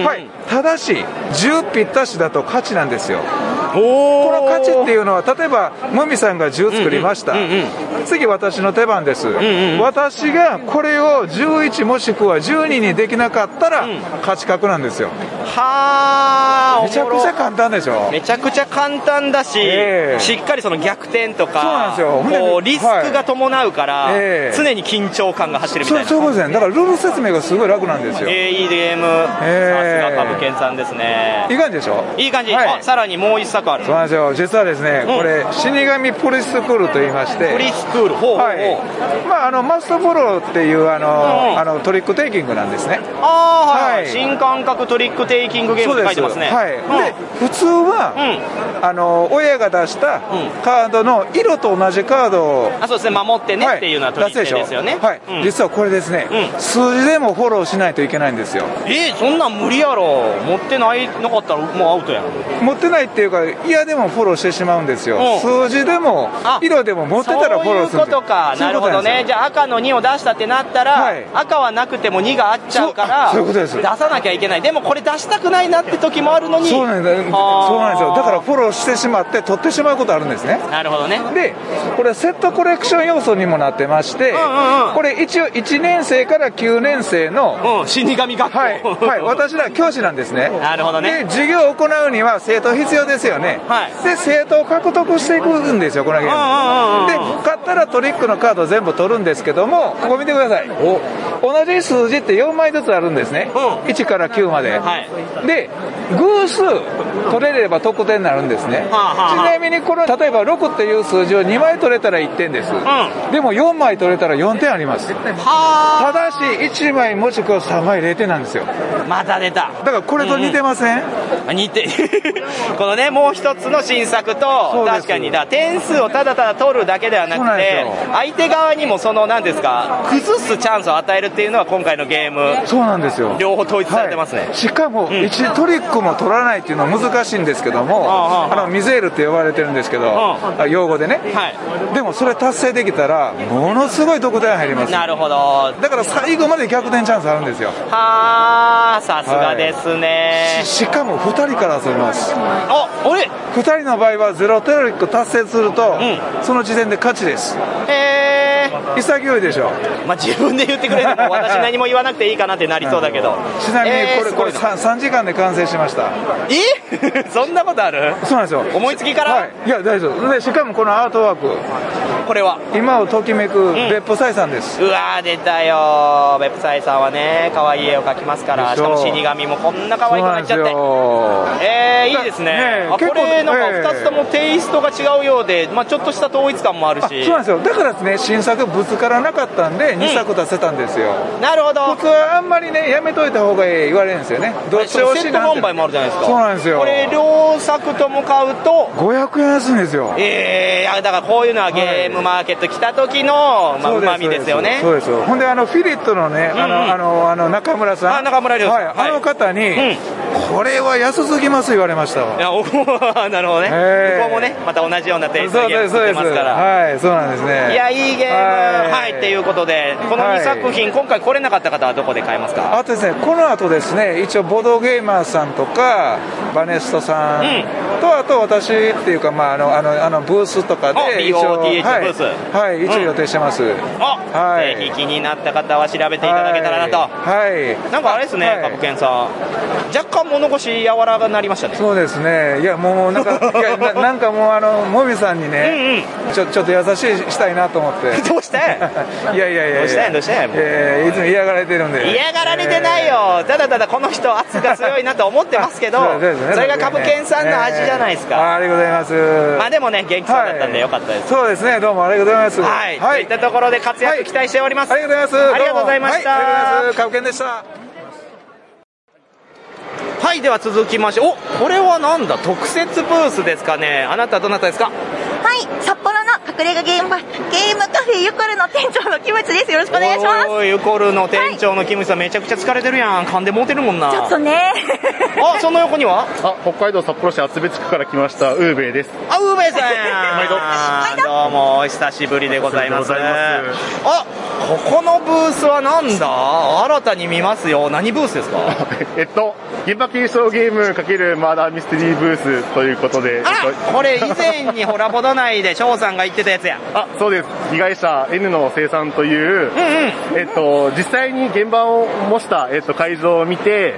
R: 点、
C: ん
R: はい、ただし10ぴったしだと価値なんですよこの価値っていうのは例えばムミさんが10作りました、次私の手番です、私がこれを11もしくは12にできなかったら価値格なんですよ
C: はあ、
R: めちゃくちゃ簡単でしょ
C: めちゃくちゃ簡単だし、しっかりその逆転とか、
R: そうなんですよほんでね
C: こうリスクが伴うから、
R: ええ
C: 常に緊張感が走るみたいな。
R: そうそういうことですねだからルール説明がすごい楽なんですよ
C: ええいいゲーム、さすが株券さんですね
R: いい感じでしょ
C: いい感じ、あさらにもう一作ある
R: そうなんですよ実はですね、これ死神プリスクールと言いまして
C: プリスクールほうほうほう
R: はいまああのマストフォローっていうあの、あのトリックテイキングなんですね
C: ああ、はい、
R: はい
C: 新感覚トリックテイキングゲームって書いてますね
R: そうですはい、で普通は、あの親が出したカードの色と同じカードを
C: あそうですね守ってねっていうのはトリックですよね、
R: はい、実はこれですね、数字でもフォローしないといけないんですよ
C: えーそんなん無理やろ持ってないなかったらもうアウトやん
R: 持ってないっていうか嫌でもフォローしてしまうんですよ
C: おう
R: 数字でも色でも持ってたらフォローす
C: そ
R: る
C: ういうことかなるほどねじゃあ赤の2を出したってなったら、赤はなくても2があっちゃうから
R: そうそういうことです
C: 出さなきゃいけないでもこれ出したくないなって時もあるのに
R: そうなんで
C: あー
R: す そうなんですよだからフォローしてしまって取ってしまうことあるんですね
C: なるほどね
R: でこれセットコレクション要素にもなってまして、これ一応1年生から9年生の、
C: 死神学校
R: はい、はい、私ら教師なんですね
C: なるほどね
R: で授業を行うには生徒必要ですよね、で生徒を獲得していくんですよこのゲームで買ったらトリックのカード全部取るんですけどもここ見てください同じ数字って4枚ずつあるんですね、1から9まで、で偶数取れれば得点になるんですね、ちなみにこれ例えば6っていう数字を2枚取れたら1点です、でも4枚取れたら4点ありますただし1枚もしくは3枚0点なんですよ
C: また出た
R: だからこれと似てません、
C: あ似て このねもう一つの新作と確かにだ点数をただただ取るだけではなくて相手側にもその何ですか崩すチャンスを与えるっていうのは今回のゲーム
R: そうなんですよ
C: 両方統一されてますね、
R: しかも1トリックも取らないっていうのは難しいんですけども、あのミゼールって呼ばれてるんですけど、あ用語でね、でもそれ達成できたら、ものすごい得点入ります、
C: なるほど
R: だから最後まで逆転チャンスあるんですよ、
C: はあさすがですね、
R: ししかも2人から遊びます、
C: あ俺
R: 2人の場合はゼロトリック達成すると、その時点で勝ちです、
C: へ
R: え潔いでしょ、
C: まあ、自分で言ってくれても私何も言わなくていいかなってなりそうだけど
R: ちなみにこれ、これ
C: さ
R: 3, 時間で完成しました。
C: そんなことある
R: そうなんですよ。
C: 思いつきから、
R: はい、いや大丈夫でしかもこのアートワーク
C: これは
R: 今をときめく別府採算です、
C: うわー出たよベップサイさんはね可愛い絵を描きますからし
R: でし
C: か
R: ょ
C: も死神もこんな可愛くなっちゃって
R: て
C: えー、いいですね
R: ね
C: あこ
R: 結構
C: れなんか
R: え
C: 2
R: え
C: つともテイストが違うようで、まあ、ちょっとした統一感もあるし
R: そうなんですよだからね新作ぶつからなかったんで2作出せたんですよ、
C: なるほど
R: 僕はあんまりねやめといた方がいい言われるんですよねどっちを
C: セット販売もあるじゃないですか
R: そうなんですよ
C: これ両作とも買うと
R: 500円安いんですよ
C: ええだからこういうのはゲームマーケット来た時のまあ
R: そう
C: う
R: です
C: まみですよね
R: そうですよほんであのフィリットのね、あのあのあの中村さん
C: 中村亮さん
R: はい、あの方に、これは安すぎます言われましたわ
C: いやお なるほどね
R: ええ
C: 向こうもねまた同じようなテイスト
R: そ
C: の
R: う
C: ゲー
R: で
C: ム
R: すそう
C: 作っ
R: で
C: て
R: す
C: ますから
R: はいそうなんですね
C: いや、いいゲーム、
R: はい
C: はい、っていうことで、この
R: は
C: 2
R: い
C: 作品、今回来れなかった方はどこで買えますか
R: あとですね、この後ですね、一応ボードゲーマーさんとか、バネストさんと、あと私っていうか、まあ、あの、あの、あのブースとか
C: お
R: で、一応、
C: BOTH
R: はい
C: ブース
R: はい、一応予定してます。はい。
C: ぜひ気になった方は調べていただけたらなと。
R: はい。
C: なんかあれですね、カブケンさん。若干物腰柔らかになりましたね。
R: そうですね、いや、もう、な んか、いや、ななんかもう、あの、もみさんにね、ちょ、ちょっと優しいしたいなと思って。
C: どうして
R: いやいやいやいや。
C: どうしたんどうしたんもう
R: えーいつも嫌がられてるんで。
C: 嫌がられてないよ、ただただこの人、圧が強いなと思ってますけど、
R: そう
C: そ
R: ですね
C: れがカブケンさんの味じゃないです
R: えー
C: か、
R: ありがとうございます。
C: まあでもね、元気そうだったんでよかったです。
R: そうですね、どうもありがとうございます。
C: はい、といったところで活躍期待しております。ありが
R: とうございます
C: ありがとうございまし
R: どうもはいあり
C: た
R: がとうございま。すカブケンでした。
C: はい、では続きまして、おこれはなんだ、特設ブースですかね、あなた、どなたですか、
S: はい、札幌の隠れ家ゲームパ、ゲームカフェゆこるの店長のキムチです。よろしくお願いします。
C: おいおいゆこるの店長のキムチさん、めちゃくちゃ疲れてるやん、噛んでもうてるもんな、
S: ちょっとね。
C: あ、その横に は
O: あ、北海道札幌市厚別区から来ました、ウーベイです。
C: あ、ウーベイさん どうも、お久しぶりでございます。あここのブースはなんだ新たに見ますよ、何ブースですか
O: えっと、現場検証ゲーム×マーダーミステリーブースということで、えっと
C: これ、以前にホラボド内で翔さんが言ってたやつや。
O: あそうです被害者 N の生産という、えっと、実際に現場を模した、えっと、会場を見て、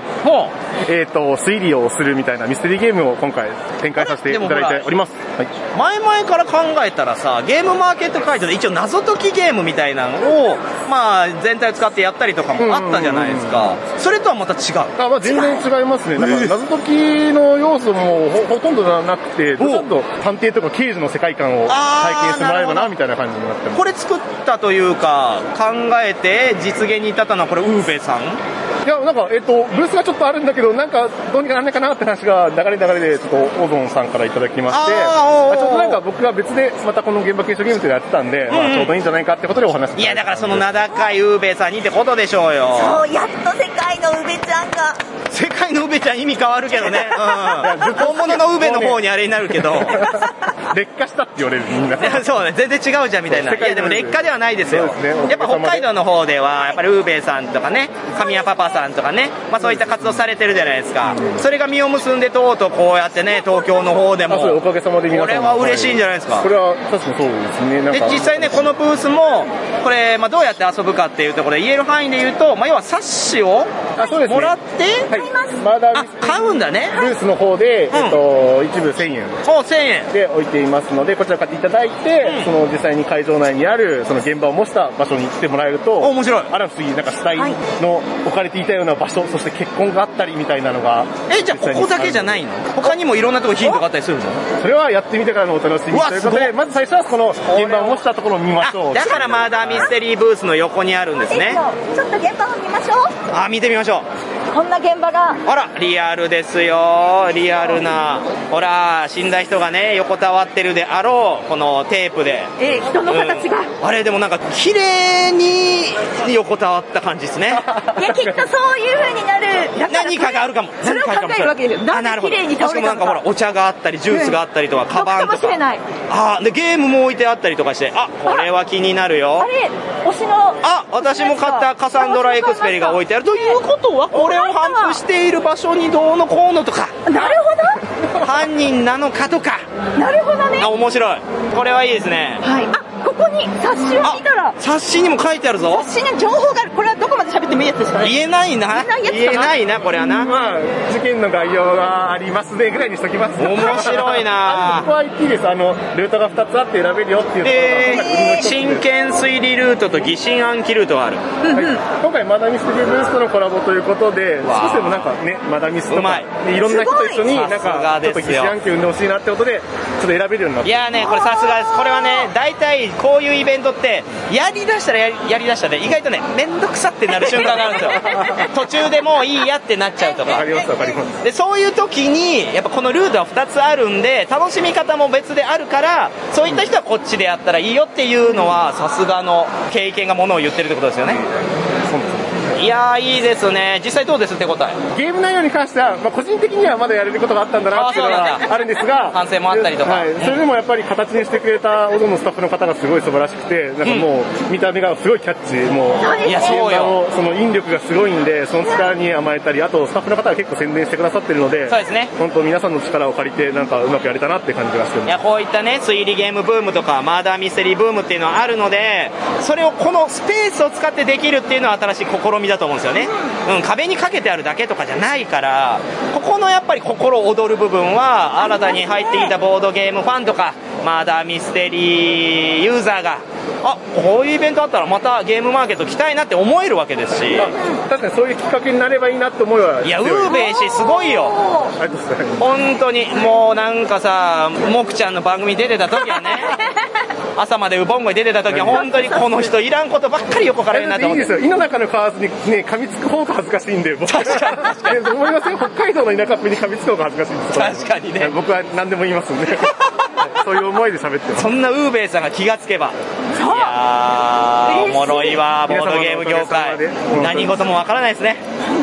O: えっと、推理をするみたいなミステリーゲームを今回展開させていただいております、はい、
C: 前々から考えたらさゲームマーケット会場で一応謎解きゲームみたいなのを、まあ、全体を使ってやったりとかもあったじゃないですか、それとはまた違う
O: あまあ、全然違いますね、なんか謎解きの要素もほほとんどなくて、ちょっと探偵とか刑事の世界観を体験してもらえばなみたいな感じになってます。
C: これ作ったというか考えて実現に至ったのはこれウーベさん
O: いや、なんか、えっと、ブースがちょっとあるんだけど、なんか、どうにかなんないかなって話が流れ流れで、ちょっと、オゾンさんからいただきまして、
C: あーおーおー
O: あちょっとなんか僕が別で、またこの現場検証ゲームというのやってたんで、ま
C: う
O: あ、
C: ん
O: ちょうどいいんじゃないかってことでお話し
C: いやだからその名高いウーベさんにってことでしょうよ
S: そう、やっと世界の梅ちゃんが。
C: 世界回のウベちゃん意味変わるけどね、うん、本物のウベの方にあれになる けど
O: 劣化したって言われるみんな
C: そうね全然違うじゃんみたいないやでも劣化ではないですよやっぱ北海道の方ではやっぱりウーベイさんとかね神谷パパさんとかね、まあ、そういった活動されてるじゃないですか、それが実を結んでとうとうこうやってね東京の方でも
O: あそうおかげさまで皆さん
C: これは嬉しいんじゃないですか、
O: はこれは確かにそうですねなん
C: で
O: か
C: 実際ねこのブースもこれ、まあ、どうやって遊ぶかっていうところで言える範囲で言うと、まあ、要は冊子をもらって
O: まだ
C: 買うんだね
O: ブースの方で、えっと、一部1000円で置いていますのでこちら買っていただいて、その実際に会場内にあるその現場を模した場所に来てもらえると面
C: 白い
O: あら不思議なんか死体の置かれていたような場所そして血痕があったりみたいなのが
C: えじゃあここだけじゃないの他にもいろんなとこヒントがあったりするの
O: それはやってみてからのお楽し
C: う
O: み
C: わ
O: ということ
C: すご
O: でまず最初はこの現場を模したところを見ましょう
C: だからマーダーミステリーブースの横にあるんですね
S: ちょっと現場を見ましょう。
C: あ見てみましょう
S: こんな現場が。
C: あらリアルですよリアルなほら死んだ人がね横たわってるであろうこのテープで
S: ええ人の形が。
C: あれでもなんか綺麗に横たわった感じですね
S: いや、きっとそういう風になる。だから
C: 何かがあるかも
S: それを考えるわけですよ。
C: あ
S: な
C: なんるほ
S: で綺
C: ど
S: 麗に
C: し
S: 倒
C: か
S: れ
C: もな
S: た
C: ん
S: の
C: かほ。
S: から
C: お茶があったりジュースがあったりとか、カバ
S: か
C: ンと
S: もしれ
C: か
S: ない。
C: あーでゲームも置いてあったりとかしてあこれは気になるよ
S: あれ、推しの。
C: あ私も買ったカサンドラエクスペリが置いてあるということはこれを反復している場所にどうのこうのとか
S: なる
C: ほど犯人なのかとか
S: なるほどね。
C: あ面白いこれはいいですね
S: はい。あ、ここに冊子を見たら。
C: 冊子にも書いてあるぞ
S: 冊子に情報がある。これはどこまで喋ってもいいやつですかね。
C: 言えないな
S: 言えないやつか
C: 言えないなこれはな
O: まあ事件の概要がありますねぐらいにしときます
C: 面白いな
O: あのここはいいですあのルートが2つあって選べるよっていうところが
C: で
O: 今回売りの一つで
C: 真剣推理ルートと疑心暗鬼ルートがある
O: はい今回マダミステリーブースとのコラボということで
C: わあ
O: 少しでもなんかねマダミスと
C: うま
O: か
C: い
O: ねいろんな人と一緒になん
C: さす
O: か
C: が
O: ちょっ
C: で
O: と
C: す
O: 疑
C: よ
O: 似暗記を生んでほしいなってことでちょっと選べるようになっ
C: い
O: て
C: やーねこれさすがですこれはね大体こういうイベントってやりだしたらやりやりだしたで意外とね面倒くさってなる瞬間があるんで すよ途中でもういいやってなっちゃうとか
O: わかりますわかります
C: でそういう時にやっぱこのルートは2つあるんで楽しみ方も別であるからそういった人はこっちでやったらいいよっていうのはさすがの経験がものを言ってるってことですよねいやーいいですね実際どうですって答え
O: ゲーム内容に関しては、まあ、個人的にはまだやれることがあったんだなっていうの
C: あそうなんだ
O: があるんですが
C: 反省もあったりとか
O: はい、それでもやっぱり形にしてくれたオドのスタッフの方がすごい素晴らしくてなんかもう見た目がすごいキャッチーもう
C: いやそうよ
O: 現場のその引力がすごいんでその力に甘えたりあとスタッフの方が結構宣伝してくださってるので
C: そうですね
O: 本当皆さんの力を借りてなんかうまくやれたなって感じがしてます
C: いやこういったね推理ゲームブームとかマーダーミステリーブームっていうのはあるのでそれをこのスペースを使ってできるっていうのは新しい試みだと思うんですよね、うん、壁にかけてあるだけとかじゃないからここのやっぱり心躍る部分は新たに入ってきたボードゲームファンとかマーダーミステリーユーザーがあこういうイベントあったらまたゲームマーケット来たいなって思えるわけですし
O: 確かにそういうきっかけになればいいなって思いはい
C: やウーベイ氏すごいよ
O: ありがとうございます
C: 本当にもうなんかさもくちゃんの番組出てた時は ね朝までウボンゴに出てた時は本当にこの人いらんことばっかり横から言うなと
O: い
C: 思
O: い
C: って
O: ですよ、井の中のカワにね、噛みつく方が恥ずかしいんで、僕は。 え思いません北海道の田舎っぺに噛みつく方が恥ずかしいんです
C: 確かにね。
O: 僕は何でも言いますんで。 はいそういう思いで喋ってます。
C: そんなウーベイさんが気がつけばいやーおもろいわボードゲーム業界何事もわからないですね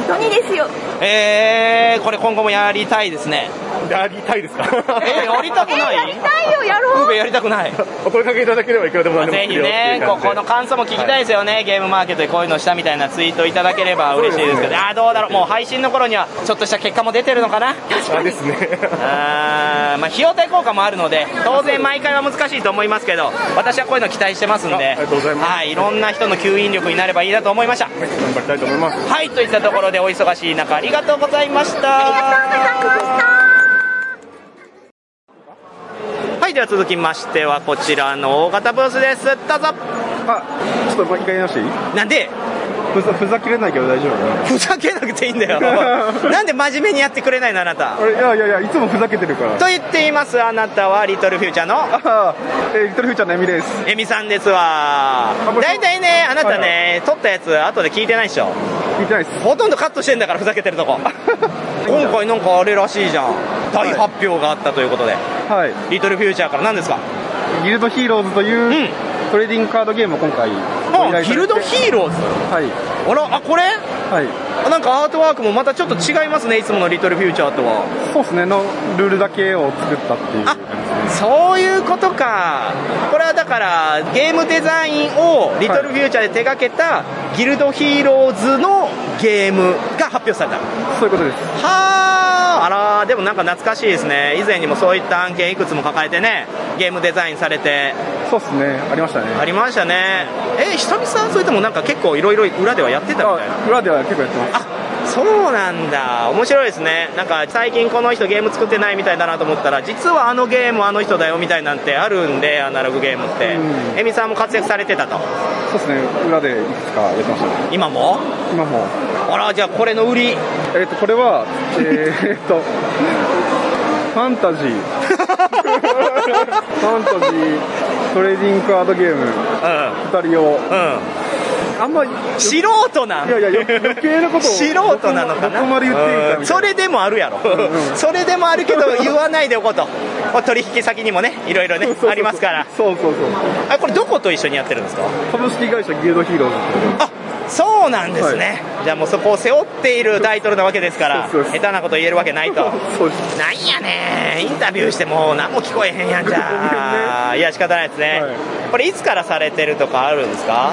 S: 本当にですよ。
C: えー、これ今後もやりたいですね
O: やりたい ですか
C: えやりたくない
S: えやりたいよ、やろう。
C: ウーベイやりたくない
O: お声かけいただければいくらでも何でも
C: ぜ
O: 送
C: ひ
O: るよって
C: ね
O: いう、感
C: こ
O: じで
C: この感想も聞きたいですよね、ゲームマーケットでこういうのしたみたいなツイートいただければ嬉しいですけど、あーどうだろう、もう配信の頃にはちょっとした結果も出てるの かな、
O: あですね。
C: あーまあ、費用対効果もあるので、当然、毎回は難しいと思いますけど、私はこういうの期待してますんで、はい、いろんな人の吸引力になればいいなと思いました。
O: 頑張りたいと思います。
C: はい、といったところで、お忙しい中、ありがとうございました。はい、では続きましては、こちらの大型ブースです。どうぞ
T: ちょっともう一回言い直していい
C: なんで
T: ふざふざけれないけど大丈夫
C: ふざけなくていいんだ よなんで真面目にやってくれないのあなた
T: あれいやいやいやいつもふざけてるから
C: と言っていますあなたはリトルフューチャーの
T: えーリトルフューチャーのエミです
C: エミさんですわ大体ねあなたね撮ったやつ後で聞いてないでしょ
T: 聞いてないです
C: ほとんどカットしてんだからふざけてるとこ今回なんかあれらしいじゃん大発表があったということで、リトルフューチャーから何ですか
T: ギルドヒーローズという、トレーディングカードゲームを今回
C: 本ギルドヒーローズはいあらあこれはいなんかアートワークもまたちょっと違いますねいつものリトルフューチャーとはそうですねのルールだけを作ったっていうあそういうことかこれはだからゲームデザインをリトルフューチャーで手掛けたギルドヒーローズのゲームが発表されたそういうことですはああらーでもなんか懐かしいですね以前にもそういった案件いくつも抱えてねゲームデザインされてそうですねありましたねありましたねえ久々それともなんか結構いろいろ裏ではやってたみたいな裏では結構やってますあそうなんだ面白いですねなんか最近この人ゲーム作ってないみたいだなと思ったら実はあのゲームあの人だよみたいなんてあるんでアナログゲームって、えみさんも活躍されてたと
T: そうですね、裏でいくつかやってましたね。
C: 今も
T: 今も。
C: あら、じゃあこれの売り。えっ、
T: と、これは、えー、っ と、ファンタジー。 ファンタジー、トレーディングカードゲーム、二、人を。あんまり
C: 素人なん
T: いやいやよ余計なことを
C: 素人なのかな
T: どこまで言っていいかみたい
C: うん
T: な
C: それでもあるやろ、それでもあるけど言わないでおこうと取引先にもねいろいろねありますからそうそうそうあこれどこと一緒にやってるんですか
T: 株式会社ギルドヒーローズっていう
C: そうなんですね、じゃあもうそこを背負っているタイトルなわけですから下手なこと言えるわけない となんやねんインタビューしても何も聞こえへんやんじゃあ、いや仕方ないですね、これいつからされてるとかあるんですか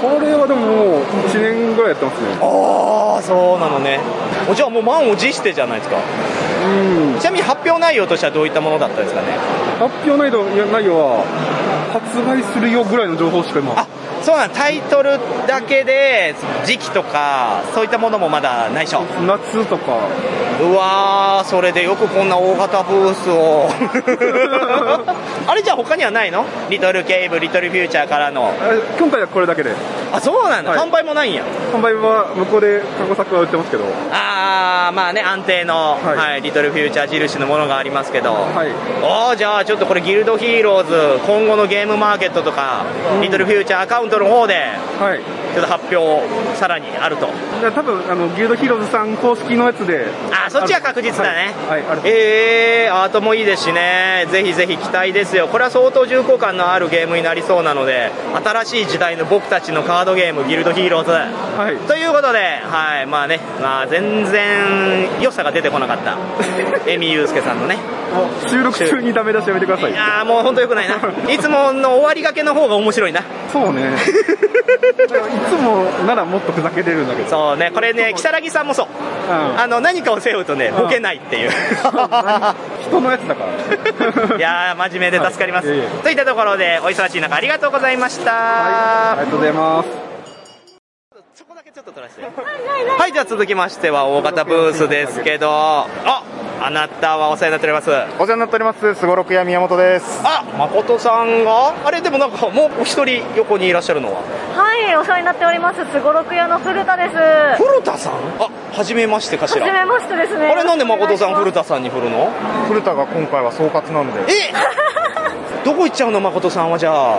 T: これはでももう1年ぐらいやってますね
C: ああそうなのねおじゃあもう満を持してじゃないですかちなみに発表内容としてはどういったものだったですかね
T: 発表内容いや内容は発売するよぐらいの情報しか今あ
C: そうなんタイトルだけで時期とかそういったものもまだないしょ
T: 夏とか
C: うわーそれでよくこんな大型ブースをあれじゃあ他にはないのリトルケーブリトルフューチャーからの
T: 今回はこれだけで
C: あそうなんだ、
T: はい
C: 販売もないんや
T: 販売は向こうで過去作は売ってますけど
C: ああまあね安定の、はいリトルフューチャー印のものがありますけど、おーじゃあちょっとこれギルドヒーローズ今後のゲームマーケットとか、リトルフューチャーアカウントの方で、ちょっと発表さらにあると
T: で多分あのギルドヒーローズさん公式のやつで
C: あそっちは確実だね、
T: はい、はいある
C: えー、アートもいいですしね、ぜひぜひ期待ですよ、これは相当重厚感のあるゲームになりそうなので、新しい時代の僕たちのカードゲーム、ギルドヒーローズ。ということで、はいまあねまあ、全然良さが出てこなか った、エミユースケさんのね。
T: 収録中にダメ出しやめてください
C: いやーもう本当良く ないな、いつもの終わりがけの方が面白いな。
T: そうねいつもならもっとふざけてるんだけど
C: そうねこれね、如月さんもそう、あの何かを背負うとね、ボケないっていう、
T: 人のやつだか ら
C: いやー、真面目で助かります。といったところで、お忙しい中、ありがとうございました。ありがとうございます。はい、じゃあ続きましては、大型ブースですけど、ああなたはお世話になっております。
U: お世話になっております、すごろくや宮本です。
C: あ誠さんが、あれ、でもなんか、もうお一人横にいらっしゃるのは、
V: はい、お世話になっております。すごろく屋の古田です。
C: 古田さんあはじめましてか
V: は
C: し
V: じ
C: ら。
V: めましてですね。
C: あれ、なんで誠さん、
V: よろ
C: 古
V: しく
C: 田さんに振るの
U: 古田が今回は総括なんで。
C: え どこ行っちゃうの、誠さんは、じゃあ、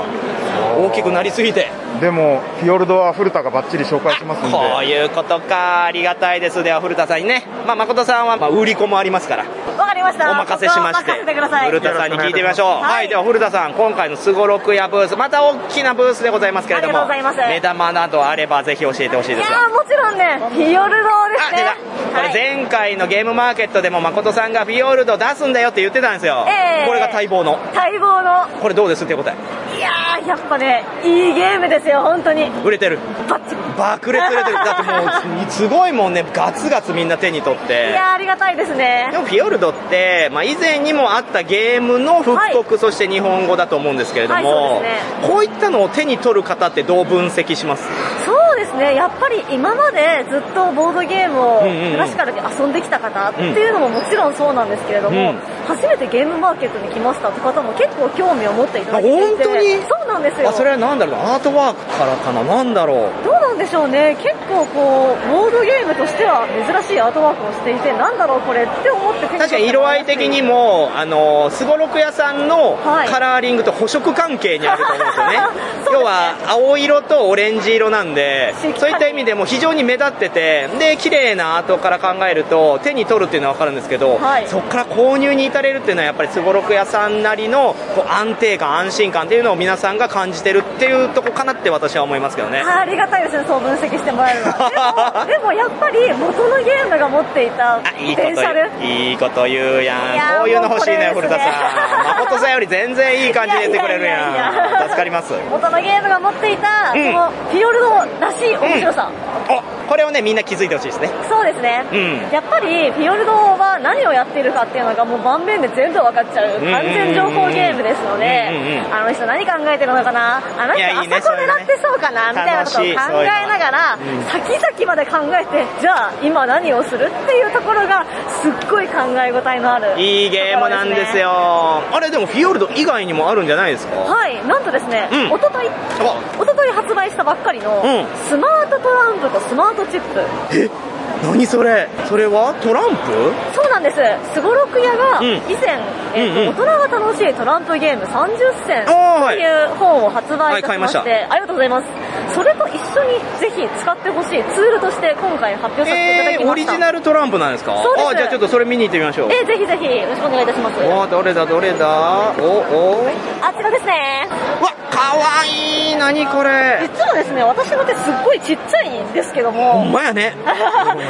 C: 大きくなりすぎて。
U: でも、フィヨルドは古田がバッチリ紹介しますんで。
C: こういうことか、ありがたいです。では、古田さんにね、まあ、誠さんは、まあ、売り子もありますから、
V: お願いしますわかりました。
C: お任せしまし
V: ここは任せてください。
C: 古田さんに聞いてみましょう。はい、では、古田さん、今回のすごろくやブース、また大きなブースでございますけれども、
V: ありがとうございます
C: 目玉などあれば、ぜひ教えてほしい
V: い
C: で
V: や
C: す。
V: ーもちろんね、フィヨルドですね。
C: これ前回のゲームマーケットでも誠さんがフィヨルド出すんだよって言ってたんですよ、
V: ええ
C: これが待望の
V: 待望の、
C: これどうですって答え
V: いやーやっぱね、いいゲームですよ、本当に。
C: 売れてる爆裂売れてるだって もうすごいもんねガツガツみんな手に取って
V: いやーありがたいですね。
C: でもフィヨルドって、まあ、以前にもあったゲームの復刻、そして日本語だと思うんですけれども、
V: はいそうです
C: こういったのを手に取る方ってどう分析します
V: そうですね、やっぱり今までずっとボードゲームを
C: うんうんうん
V: 昔から遊んできた方っていうのももちろんそうなんですけれども、
C: うん
V: 初めてゲームマーケットに来ましたって方も結構興味を持っていただいていて
C: あ本当に
V: そうなんですよ
C: あそれは何だろうなアートワークからかな何だろう
V: どうなんなんでしょうね、結構こう、ボードゲームとしては珍しいアートワークをしていて、なんだろうこれって思って
C: 確かに色合い的にもあのすごろく屋さんの
V: はい
C: カラーリングと補色関係にあると思うんです よね要は青色とオレンジ色なんでそういった意味でも非常に目立っててで綺麗なアートから考えると手に取るっていうのは分かるんですけど、
V: はい
C: そこから購入に至れるっていうのはやっぱりすごろく屋さんなりのこう安定感安心感っていうのを皆さんが感じてるっていうとこかなって私は思いますけどね
V: あーありがたいですね、そう分析してもらえるの は。でも、でもやっぱり元のゲームが持っていた
C: い
V: ポ
C: いこ
V: テ
C: と
V: ンシャル。
C: 言ういいこと言う
V: い
C: や
V: や
C: ん
V: ー
C: こういうの欲しいね
V: もうこ
C: 古
V: れ
C: 田
V: ですね
C: さん誠さんより全然いい感じで言ってくれる
V: いやいやい
C: やん
V: や
C: 助かります
V: 元のゲームが持っていた、
C: うん
V: そのフィヨルドらしい面白さ、
C: これをねみんな気づいてほしいですね
V: そうですね、
C: うん
V: やっぱりフィヨルドは何をやっているかっていうのがもう盤面で全部分かっちゃう
C: うん
V: 完全情報ゲームですので
C: うんうんうん
V: あの人何考えてるのかなあの
C: い
V: 人
C: やいいね
V: あそこ狙ってそうかなみたいなことを
C: 楽しいそう
V: 考
C: いうの
V: えながら
C: うん
V: 先々まで考えてじゃあ今何をするっていうところがすっごい考え応えのある
C: いいゲームなんですよあれでもフィヨルド以外にもあるんじゃないですか
V: はいなんとですね、
C: うん
V: おとといおととい発売したばっかりの、
C: うん
V: スマートトランプとスマートチップ
C: え何それそれはトランプ
V: そうなんですすごろく屋が
C: うん
V: 以前、えーと
C: うんうん
V: 大人が楽しいトランプゲーム30選
C: あー
V: と
C: はい
V: いう本を発売いた
C: はい買
V: し
C: い
V: ま
C: ま
V: し、
C: してた
V: ありがとうございますそれと一緒にぜひ使ってほしいツールとして今回発表させていただ
C: えー、
V: き
C: オ
V: まし
C: リ
V: た、
C: ジナルトランプなんですか
V: そうです
C: あじゃあちょっとそれ見に行ってみましょう
V: えーぜひぜひよろしくお願いいたします
C: おーどれだどれだおお
V: あちらですね
C: わかわいい何これ
V: 実はですね私の手すっごいちっちゃいんですけども
C: ほんまや ね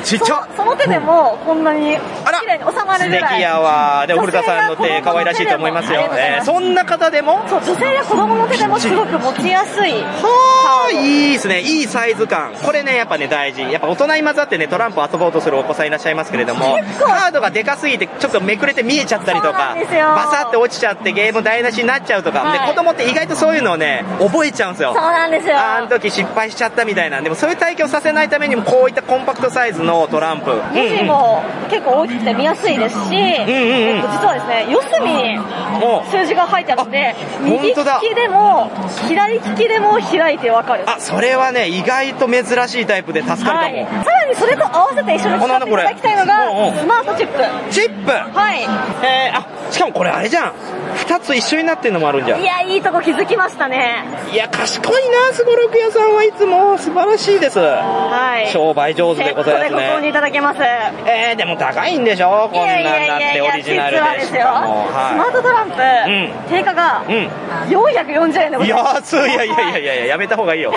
C: ちっちゃ
V: その手でもこんなに綺麗に収まる
C: 素
V: ぐらい
C: 敵やわでも古田さんの手可愛らしいと思いますよえーそんな方でも
V: そう女性や子供の手でもすごく持ちやすい
C: はあいいですねいいサイズ感これねやっぱね大事やっぱ大人に混ざってねトランプを遊ぼうとするお子さんいらっしゃいますけれどもカードがでかすぎてちょっとめくれて見えちゃったりとか
V: ですよ
C: バサって落ちちゃってゲーム台無しになっちゃうとか、
V: はい
C: で子供って意外とそういうのをね覚えちゃうんですよ
V: そうなんですよ
C: あの時失敗しちゃったみたいなでもそういう体験をさせないためにもこういったコンパクトサイズのトランプ、
V: 文字も結構大きくて見やすいですし、えっと、実はですね四隅に数字が書いてあって右利きでも左利きでも開いてわかるあ
C: それはね意外と珍しいタイプで助かるかも、
V: はい、さらにそれと合わせて一緒に使っていただきたいの
C: おなんだこれうんう
V: が
C: ん
V: スマートチップ
C: チップ
V: はい
C: えーあしかもこれあれじゃん2つ一緒になってるのもあるんじゃん
V: いやいいとこ気づきましたね
C: いや賢いなすごろく屋さんはいつも素晴らしいです、
V: はい
C: 商売上手でございま
V: セットでご
C: す
V: 購入い
C: ね
V: ただけます
C: えー、でも高いんでしょこんなんだってオリジナル
V: 実は
C: で
V: で
C: し
V: すよ、
C: かも
V: スマートトランプ、
C: う
V: 定価が
C: うん
V: 440円でございます
C: 安いいやいやいやいややめた方がいいよ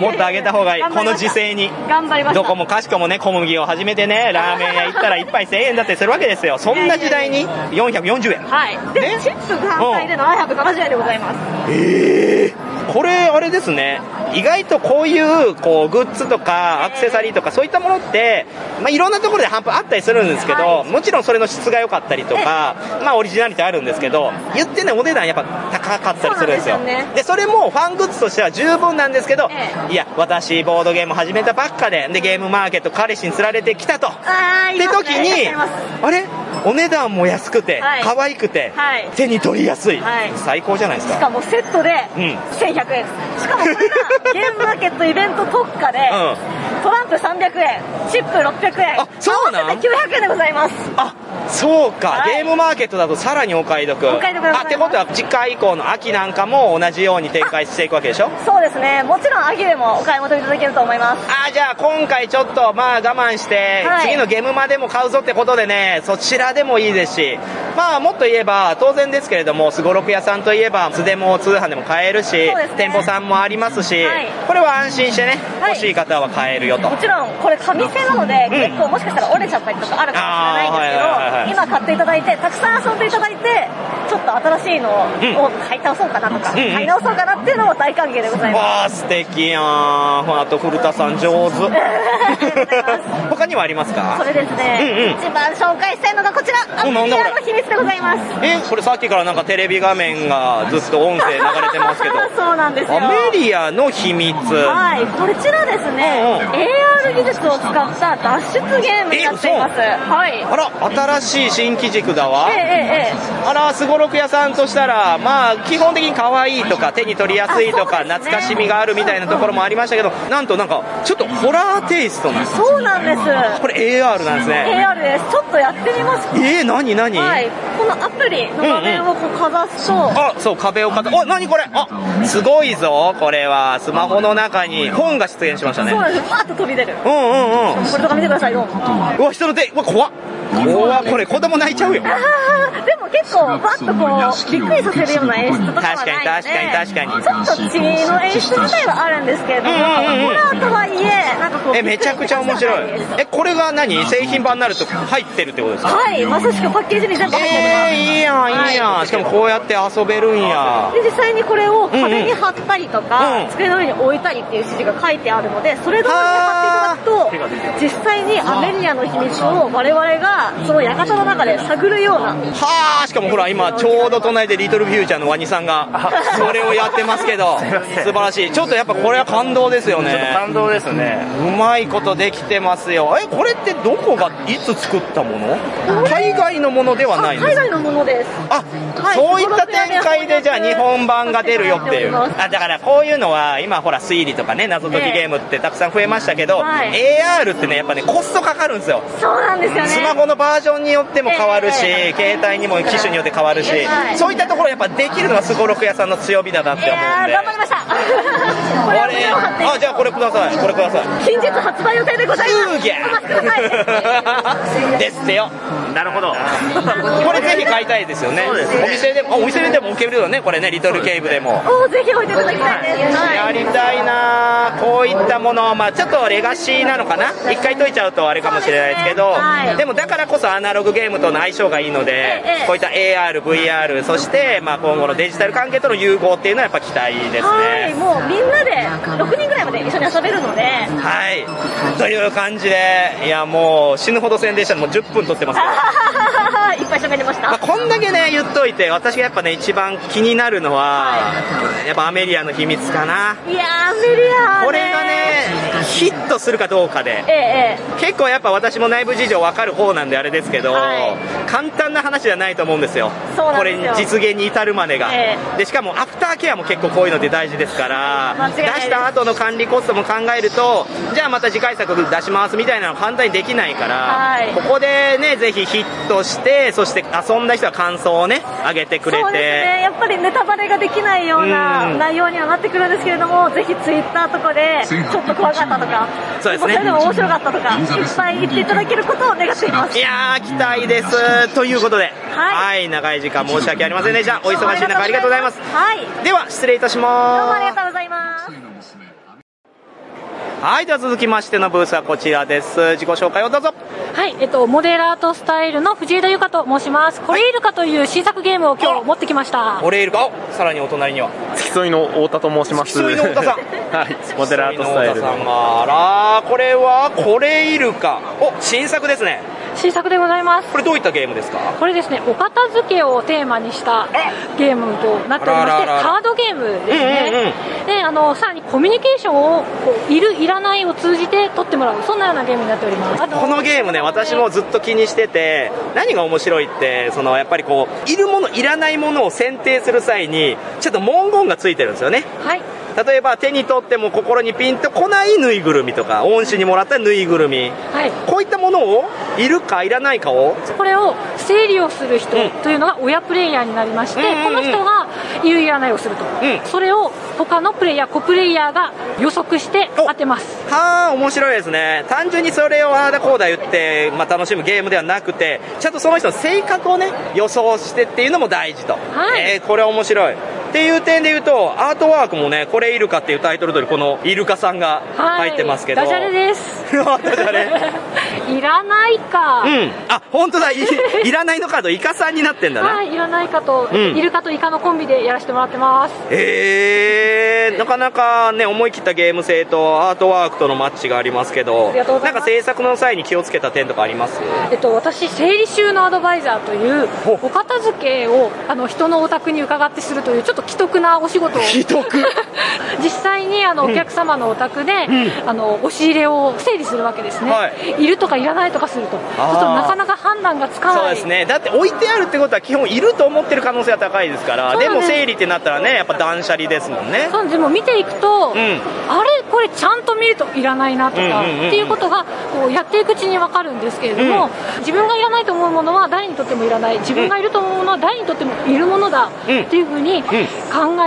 C: もっと上げた方がいい
V: 頑張
C: こ
V: り
C: の
V: ました
C: 時勢に
V: 頑張りました
C: どこもかしこもね小麦を始めてねラーメン屋行ったら1杯1000円だってするわけですよそんな時代に440円
V: はいで、チップ単体で770円でございます
C: ええこれあれですね意外とこういうこうグッズとかアクセサリーとかそういったものって、まあ、いろんなところで販売あったりするんですけど、もちろんそれの質が良かったりとか、まあ、オリジナリティあるんですけど言ってねお値段やっぱ高かったりするんですよ
V: そ
C: で
V: うなんですよね
C: それもファングッズとしては十分なんですけど、いや私ボードゲーム始めたばっかででゲームマーケット彼氏に釣られてきたと
V: あー
C: って
V: います
C: 時
V: ねい
C: に、
V: らっしゃいます
C: あれお値段も安くて、
V: はい
C: 可愛くて、
V: はい
C: 手に取りやすい、
V: はい
C: 最高じゃないですか
V: しかもセットで
C: うん
V: 1100円ですしかもこれがゲームマーケットイベント特価で、トランプ300円チップ600円あ
C: そうなん
V: 合わせて900円でございます
C: あそうか、ゲームマーケットだとさらにお買い得
V: お買い得でございます
C: あってことは次回以降の秋なんかも同じように展開していくわけでしょ
V: そうですねもちろん秋でもお買い求めいただけると思います
C: あじゃあ今回ちょっとまあ我慢して、
V: はい
C: 次のゲームマでも買うぞってことでねそちらでもいいですしまあもっと言えば当然ですけれどもすごろく屋さんといえばいつでも通販でも買えるし、
V: そうですね
C: 店舗さんもありますし、
V: はい
C: これは安心してね、欲しい方は買えるよと
V: もちろんこれ紙製なので、結構もしかしたら折れちゃったりとかあるかもしれないん
C: あーはいはいはいはい
V: ですけど、今買っていただいてたくさん遊んでいただいてちょっと新しいのを買い倒そうかなとか、
C: うんうん
V: 買い直そうかなっていうのも大歓迎でござい
C: わ
V: ま
C: あ
V: す
C: 素敵やんあと古田さん上 手 他にはありますか
V: それですね、
C: うんうん
V: 一番紹介したいのがこちらア
C: お
V: プ
C: なん
V: リ
C: だこ
V: ア
C: れ
V: の秘密でございます
C: えこれさっきからなんかテレビ画面がずっと音声流れて ますけど
V: そうなんですよ
C: アメリアの秘密
V: はい、こちらですね、AR ゲ技術を使った脱出ゲームになっています。はい。
C: あら、新しい新機軸だわ。
V: ええええ
C: あら、すごろく屋さんとしたら、まあ、基本的に可愛いとか、手に取りやすいとか、懐かしみがあるみたいなところもありましたけど、なんとなんか、ちょっとホラーテイストなんです。
V: そうなんです。
C: これ AR なんですね。
V: AR です。ちょっとやってみますか。
C: えー何何
V: はい。このアプリの画面をこうかざすと、
C: あ、そう、壁をかた、お、何これあ、すごいぞ、これは。スマホの中に本が出現しましたね
V: そう。なんです。パーッと飛び出る。
C: うんうんうん
V: これとか見てください、どう
C: うわ、人の手、うわ、怖っ。怖っ、これ子供泣いちゃうよ。
V: あーでも結構わっとこうびっくりさせるような演出とかはないの
C: 確
V: で
C: かに確かに確
V: ちょっと血の演出自体はあるんですけれども、
C: うんうんうん
V: ホラーとはいえなんかこう
C: え、めちゃくちゃ面白い。え、これが何製品版になると入ってるってことですか
V: はいまさしくパッケージに全部入ってます、
C: えー、いいやん、いいやん。しかもこうやって遊べるんや。
V: で実際にこれを壁に貼ったりとか、机の上に置いたりっていう指示が書いてあるのでそれ通りに貼っていただくと実際にアメリアの秘密を我々がその館の中で探るような
C: はあ、しかもほら、今、ちょうど隣でリトルフューチャーのワニさんが、それをやってますけど、素晴らしい。ちょっとやっぱこれは感動ですよね。
D: ちょっと感動ですね。
C: うまいことできてますよ。え、これってどこが、いつ作ったもの海外のものではないんで
V: 海
C: すか
V: 外のものです
C: あ、そういった展開でじゃあ日本版が出るよっていう。あ、だからこういうのは今ほら推理とかね、謎解きゲームってたくさん増えましたけど、
V: はい
C: AR ってね、やっぱね、コストかかるんですよ。
V: そうなんですよね
C: スマホのバージョンによっても変わるし、携帯にも機種によって変わるし、
V: はい
C: そういったところやっぱできるのがスゴロク屋さんの強みだなって思うん
V: あー
C: で。
V: 頑張りましたこれは胸を張って
C: あ、じゃあこれください。これください。
V: 近日発売予定でございます
C: すげえ
V: お待ちください
C: ですってよ。なるほど。これぜひ買いたいですよね。
N: そうですね
C: お店でも、あお店でも置けるよね、これね、リトルケーブでも。
V: おーぜひ置いていただきたいです、
C: やりたいなぁこういったもの、まあちょっとレガシーなのかな一回解いちゃうとあれかもしれないですけど、でもだからこそアナログゲームとの相性がいいので、こういった AR、VR、そして、まあ今後のデジタル関係との融合っていうのはやっぱ期待ですね。
V: はいもうみんなで6人ぐらいまで一緒に遊べるので
C: はい。という感じで、いやもう死ぬほど宣伝したのもう10分撮ってますけど。
V: いっぱい喋りました、
C: まあ、こんだけね言っといて私がやっぱね一番気になるのは、やっぱアメリアの秘密かない
V: やーアメリアこれが
C: ねヒットするかどうかで
V: ええ
C: 結構やっぱ私も内部事情分かる方なんであれですけど、簡単な話じゃないと思うんですよ
V: そうなんですよ
C: これ実現に至るまでが、
V: え
C: でしかもアフターケアも結構こういうのって大事ですから
V: 間違いないです
C: 出した後の管理コストも考えるとじゃあまた次回作出しますみたいなの簡単にできないから、
V: はい
C: ここでねぜひヒットしてそして遊んだ人は感想をね上げてくれて
V: そうですねやっぱりネタバレができないような
C: うん
V: 内容にはなってくるんですけれども、ぜひツイッターとかでちょっと怖かったとか
C: そうですね
V: れでも面白かったとかいっぱい言っていただけることを願っています
C: いやー期待ですということではい長い時間申し訳ありませんでしたお忙しい中ありがとうございます
V: はい
C: では失礼いたします
V: どうもありがとうございます
C: はいでは続きましてのブースはこちらです自己紹介をどうぞ
A: はい、えっと、モデラートスタイルの藤枝由香と申します。コレイルカという新作ゲームを今日持ってきました。
C: オレイルかおさらにお隣には
B: 付き添いの太田と申します
C: 付き添いの太田さん
B: はいモデラートスタイル
C: さんがあらーこれはコレイルかお新作ですね
A: 新作でございます。
C: これどういったゲームですか
A: これですね、お片付けをテーマにしたゲームとなっておりま
C: あら
A: し
C: あ
A: て、
C: らあら
A: カードゲームですね。で、あの、さらにコミュニケーションを、こう、いる、いらないを通じて取ってもらう、そんなようなゲームになっております。あと
C: このゲームね私もずっと気にしてて何が面白いってそのやっぱりこういるものいらないものを選定する際にちょっと文言がついてるんですよね
A: はい
C: 例えば手に取っても心にピンとこないぬいぐるみとか恩師にもらったぬいぐるみ
A: はい、
C: こういったものをいるかいらないかを
A: これを整理をする人というのが親プレイヤーになりまして、この人がいるいらないをすると、それを他のプレイヤー、子プレイヤーが予測して当てます。
C: はあ面白いですね単純にそれをああだこうだ言って、まあ、楽しむゲームではなくてちゃんとその人の性格をね予想してっていうのも大事と、えーこれは面白いっていう点で言うとアートワークもね「これイルカ」っていうタイトル通りこのイルカさんが入ってますけど、
A: ダジャレです。
C: ダジャレ
A: いらないか。
C: うん。あ、本当だ。いいらないのカード、イカさんになってんだ
A: は
C: な。
A: い、いらないかと、
C: うん
A: イルカとイカのコンビでやらせてもらってます。
C: えー、なかなかね、思い切ったゲーム性とアートワークとのマッチがありますけど、
A: ありがとうござ
C: ないん
A: ます
C: か制作の際に気をつけた点とかあります
A: えっと、私、整理収納アドバイザーという、お片付けをあの人のお宅に伺ってするという、ちょっと奇特なお仕事を、
C: 既得
A: 実際にあの、
C: うん
A: お客様のお宅で、
C: うん
A: あの押し入れを整理するわけですね、、
C: はい
A: るとかいらないとかすると、ちょ
C: あー
A: っとなかなか判断がつか
C: そう
A: な
C: で
A: い
C: すね。だって置いてあるってことは基本いると思ってる可能性は高いですから、
A: そう
C: で
A: なんで
C: も
A: す
C: 整理ってなったらね、やっぱ断捨離ですもんね。
A: そうなんですでも見ていくと、
C: うん
A: あれ、これちゃんと見るといらないなとか、
C: うんうんうんうん
A: っていうことがこうやっていくうちに分かるんですけれども、自分がいらないと思うものは誰にとってもいらない自分がいると思うものは誰にとってもいるものだっていうふうに考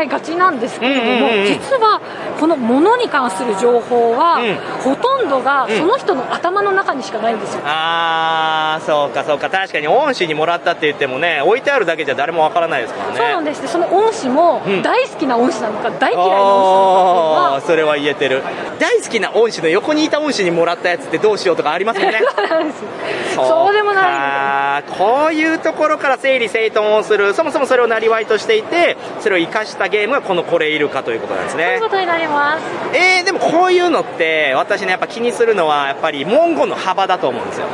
A: えがちなんですけれども、
E: うんうんうんうん
A: 実はこのものに関する情報は、ほとんどがその人の頭の中にしかないんですよ。
C: あー、そうかそうか。確かに恩師にもらったって言ってもね、置いてあるだけじゃ誰もわからないですからね。
A: そうなんですでその恩師も
C: うん
A: 大好きな恩師なのか大嫌いな
C: あ
A: 恩
C: あーそれは言えてる大好きな恩師の横にいた恩師にもらったやつってどうしようとかあります
A: 師
C: よ
A: なの
C: ね
A: か そうなんですそうでもない
C: んこういうところから整理整頓をするそもそもそれをなりわいとしていてそれを生かしたゲームがこの「これいるか」ということなんです
A: という
C: ね
A: ことになります
C: えー、でもこういうのって私ねやっぱ気にするのはやっぱり文言の幅だと思うんですよ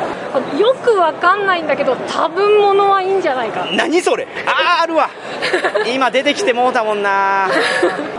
A: よくわかんないんだけど多分ものはいいんじゃないか
C: 何それ あーあるわ今出てきてもうたもんな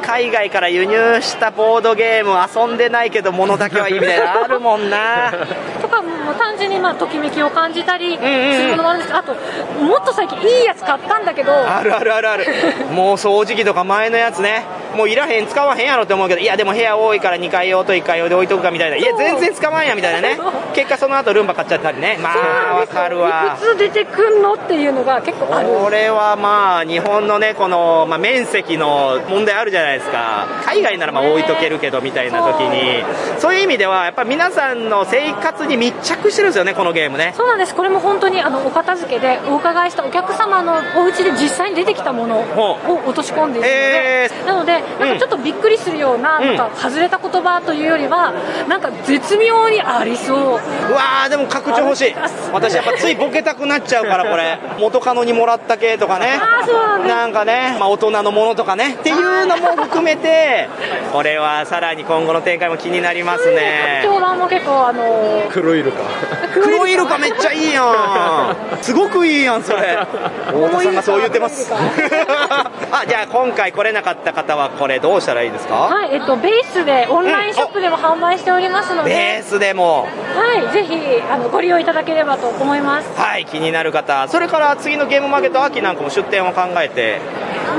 C: 海外から輸入したボードゲーム遊んでないけど物だけはいいみたいなあるもんな
A: とかもう単純にまあときめきを感じたりす
C: うん
A: るものもあるんですけどあともっと最近いいやつ買ったんだけど
C: あるあるあるあるもう掃除機とか前のやつねもういらへん使わへんやろって思うけどいやでも部屋多いから2階用と1階用で置いとくかみたいないや全然使わんやみたいなね結果その後ルンバ買っちゃったりねまあわかるわ
A: いくつ出てくんのっていうのが結構ある
C: これはまあ日本のねこの、まあ、面積の問題あるじゃないですか海外ならまあ置いとけるけどみたいな時にそういう意味ではやっぱ皆さんの生活に密着してるんですよねこのゲームね
A: そうなんですこれも本当にあのお片付けでお伺いしたお客様のお家で実際に出てきたものを落とし込んでいるので、なのでなんかちょっとびっくりするような,、
C: うん
A: なんか外れた言葉というよりはなんか絶妙にありそう
C: うわーでも拡張欲しい私やっぱついボケたくなっちゃうからこれ元カノにもらった系とかねなんかね、まあ、大人のものとかねっていうのも含めてこれはさらに今後の展開も気になりますね
A: 評判も結構あの
C: 黒イルカ黒イルカめっちゃいいやんすごくいいやんそれ太田さんがそう言ってます あじゃあ今回来れなかった方はこれどうしたらいいですか、
A: はい、えっと、ベースで、オンラインショップでも販売しておりますの
C: ベ
A: で
C: ー、スでも
A: はい、ぜひ、あの、ご利用いただければと思います。
C: はい気になる方それから次のゲームマーケット秋なんかも出店を考えて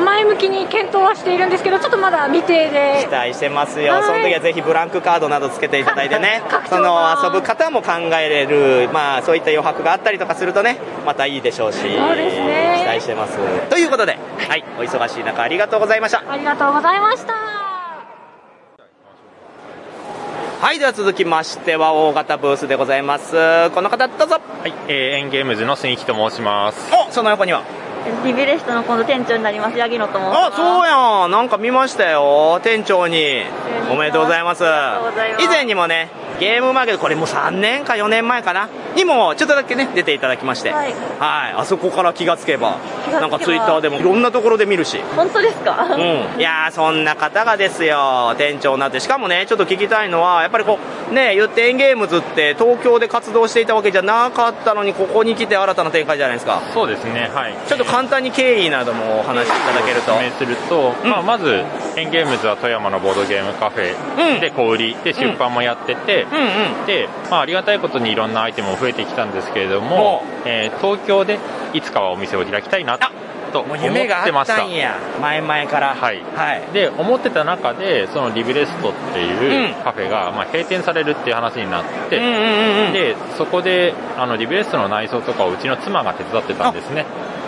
A: 前向きに検討はしているんですけど、ちょっとまだ未定
C: 期
A: で、
C: 待してますよ、
A: はい
C: その時はぜひブランクカードなどつけていただい てねその遊ぶ方も考えれる、まあ、そういった余白があったりとかするとねまたいいでしょうし
A: そうですね
C: 期待してますということで、はい、お忙しい中ありがとうございました
A: ありがとうございました。
C: はいでは続きましては大型ブースでございますこの方どうぞ
B: はい、えー、エンゲームズの新規と申します。
C: おその横には
F: リビレストの今度店長になります、ヤギノと申します。
C: あそうやんなんか見ましたよ店長におめでとうございます
F: りがとうございます
C: 以前にもねゲームマーケットこれもう3年か4年前かなにもちょっとだけね出ていただきまして
F: はい
C: はいあそこから気がつけば
F: 気がつけば
C: なんかツイッターでもいろんなところで見るし
F: 本当ですか、
C: うん、いやーそんな方がですよ店長になってしかもねちょっと聞きたいのはやっぱりこうね言ってエンゲームズって東京で活動していたわけじゃなかったのにここに来て新たな展開じゃないですか
B: そうですね、はい。
C: ちょっと簡単に経緯などもお話しいただけると
B: 説明すると、まあ、まず、エンゲームズは富山のボードゲームカフェで小売り、で出版もやってて、で、まあ、ありがたいことにいろんなアイテムも増えてきたんですけれども、えー東京でいつかはお店を開きたいなと思っ
C: 夢が
B: て
C: あ
B: ま
C: っ
B: した
C: たんや前々から
B: はい、で思ってた中でそのリブレストっていうカフェが、まあ、閉店されるっていう話になって、
C: うんうんうんうん
B: でそこであのリブレストの内装とかをうちの妻が手伝ってたんですね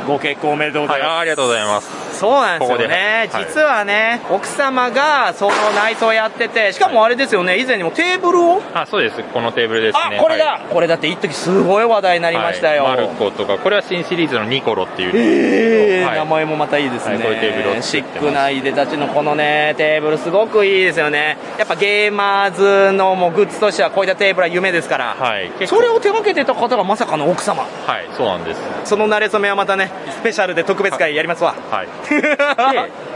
C: ご結婚おめでとう
B: ございます、あありがとうございます
C: そうなんですよね
B: ここではい
C: 実はね、奥様がその内装やっててしかもあれですよね以前にもテーブルを
B: あそうですこのテーブルですね
C: あこれだ
B: はい
C: これだって一時すごい話題になりましたよ
B: はいマルコとかこれは新シリーズのニコロっていう、
C: えー
B: 名
C: 前もまたいいですね
B: こういうテーブルを
C: シックないでたちのこのねテーブルすごくいいですよねやっぱゲーマーズのもうグッズとしてはこういったテーブルは夢ですから、それを手掛けてた方がまさかの奥様
B: はいそうなんです
C: その慣れ初めはまたねスペシャルで特別会やりますわ
B: はいで、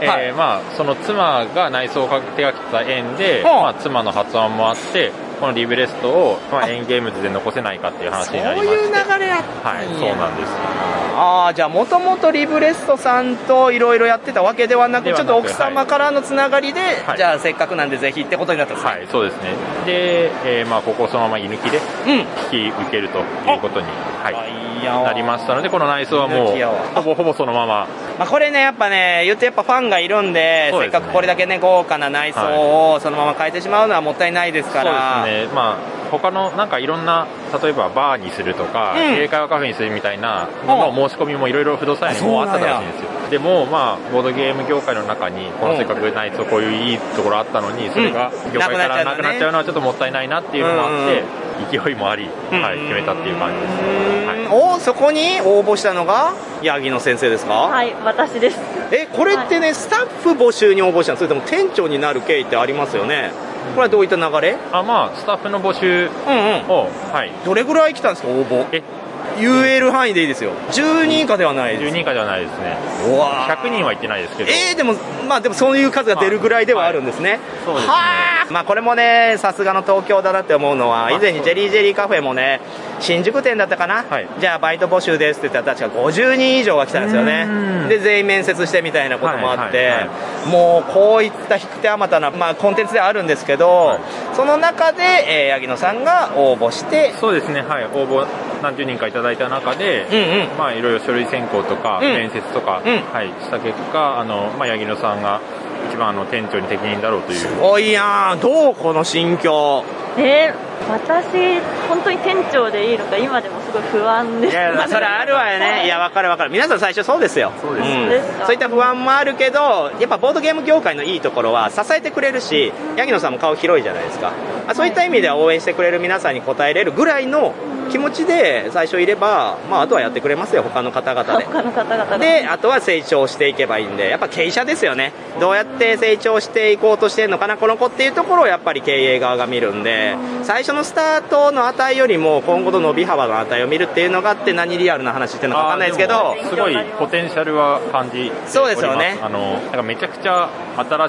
B: えーまあ、その妻が内装を手がけた縁で、まあ、妻の発案もあってこのリブレストを、まあ、エンゲームズで残せないかっていう 話になりまして
C: 流れやっ
B: はいそうなんです
C: ああじゃあもともとリブレストさんといろいろやってたわけではなく
B: では
C: ちょ
B: な
C: っ
B: く
C: と奥様からのつながりで、
B: はい
C: じゃあせっかくなんでぜひってことになったんですね、
B: はいそうですねで、えーまあ、ここをそのまま居抜きで引き受けるということに、はい、なりましたのでこの内装はも
C: 居抜きやわ
B: うほぼほぼそのまま
C: まあ、これねやっぱね言ってやっぱファンがいるんで
B: そう
C: せ
B: ですね
C: っかくこれだけね豪華な内装をそのまま変えてしまうのはもったいないですか
B: そ
C: ら
B: うですねまあ他のなんかいろんな例えばバーにするとか、
C: うん
B: 英会話カフェにするみたいなのの申し込みもいろいろ不動産屋にもあったらしいんですよでもまあボードゲーム業界の中にこのせっかくないとこういういいところあったのにそれが業界からなくなっちゃうのはちょっともったいないなっていうのもあって、勢いもあり、はい、決めたっていう感じです
C: おそこに応募したのがヤギの先生ですか、
F: はい、私です。
C: えこれってね、スタッフ募集に応募したのそれとも店長になる経緯ってありますよねこれはどういった流れ
B: あまあスタッフの募集を、はい
C: どれぐらい来たんですか応募
B: え
C: UL 範囲でいいですよ10人以下ではないです
B: 10人以下ではないですね100人は行ってないですけど
C: えー、でもまあでもそういう数が出るぐらいではあるんですね、
B: そうですね
C: はあまあこれもねさすがの東京だなって思うのは以前にジェリージェリーカフェもね新宿店だったかな、じゃあバイト募集ですって言ったら確か50人以上が来たんですよねで全員面接してみたいなこともあって、
B: はいはい
C: もうこういった引く手あまたな、まあ、コンテンツではあるんですけど、その中で、えー、八木野さんが応募して
B: そうですね、はい、応募何十人かいただいた中で、まあ、いろいろ書類選考とか、
C: うん
B: 面接とか、はい、した結果、あの、まあ、八木野さんが一番あの店長に適任だろうという。
C: おいやーどうこの心境
F: えー、私、本当に店長でいいのか、今でもすごい不安です。
C: まあ、それあるわよね、いや、わかるわかる、皆さん最初そうですよ、そう
F: です
C: ん
F: そうですか
C: そういった不安もあるけど、やっぱボードゲーム業界のいいところは、支えてくれるし、ヤギ野さんも顔広いじゃないですか、あそういった意味では応援してくれる皆さんに応えれるぐらいの気持ちで最初いれば、まあ、あとはやってくれますよ、他の方々で。
F: 他の方 々が。
C: で、あとは成長していけばいいんで、やっぱ経営者ですよね。どうやって成長していこうとしてるのかな、この子っていうところをやっぱり経営側が見るんで、最初のスタートの値よりも今後の伸び幅の値を見るっていうのがあって何リアルな話してるのかわかんないですけど
B: あ、ーもすごいポテンシャルは感じております
C: そうですよね
B: あのなんかめちゃくちゃ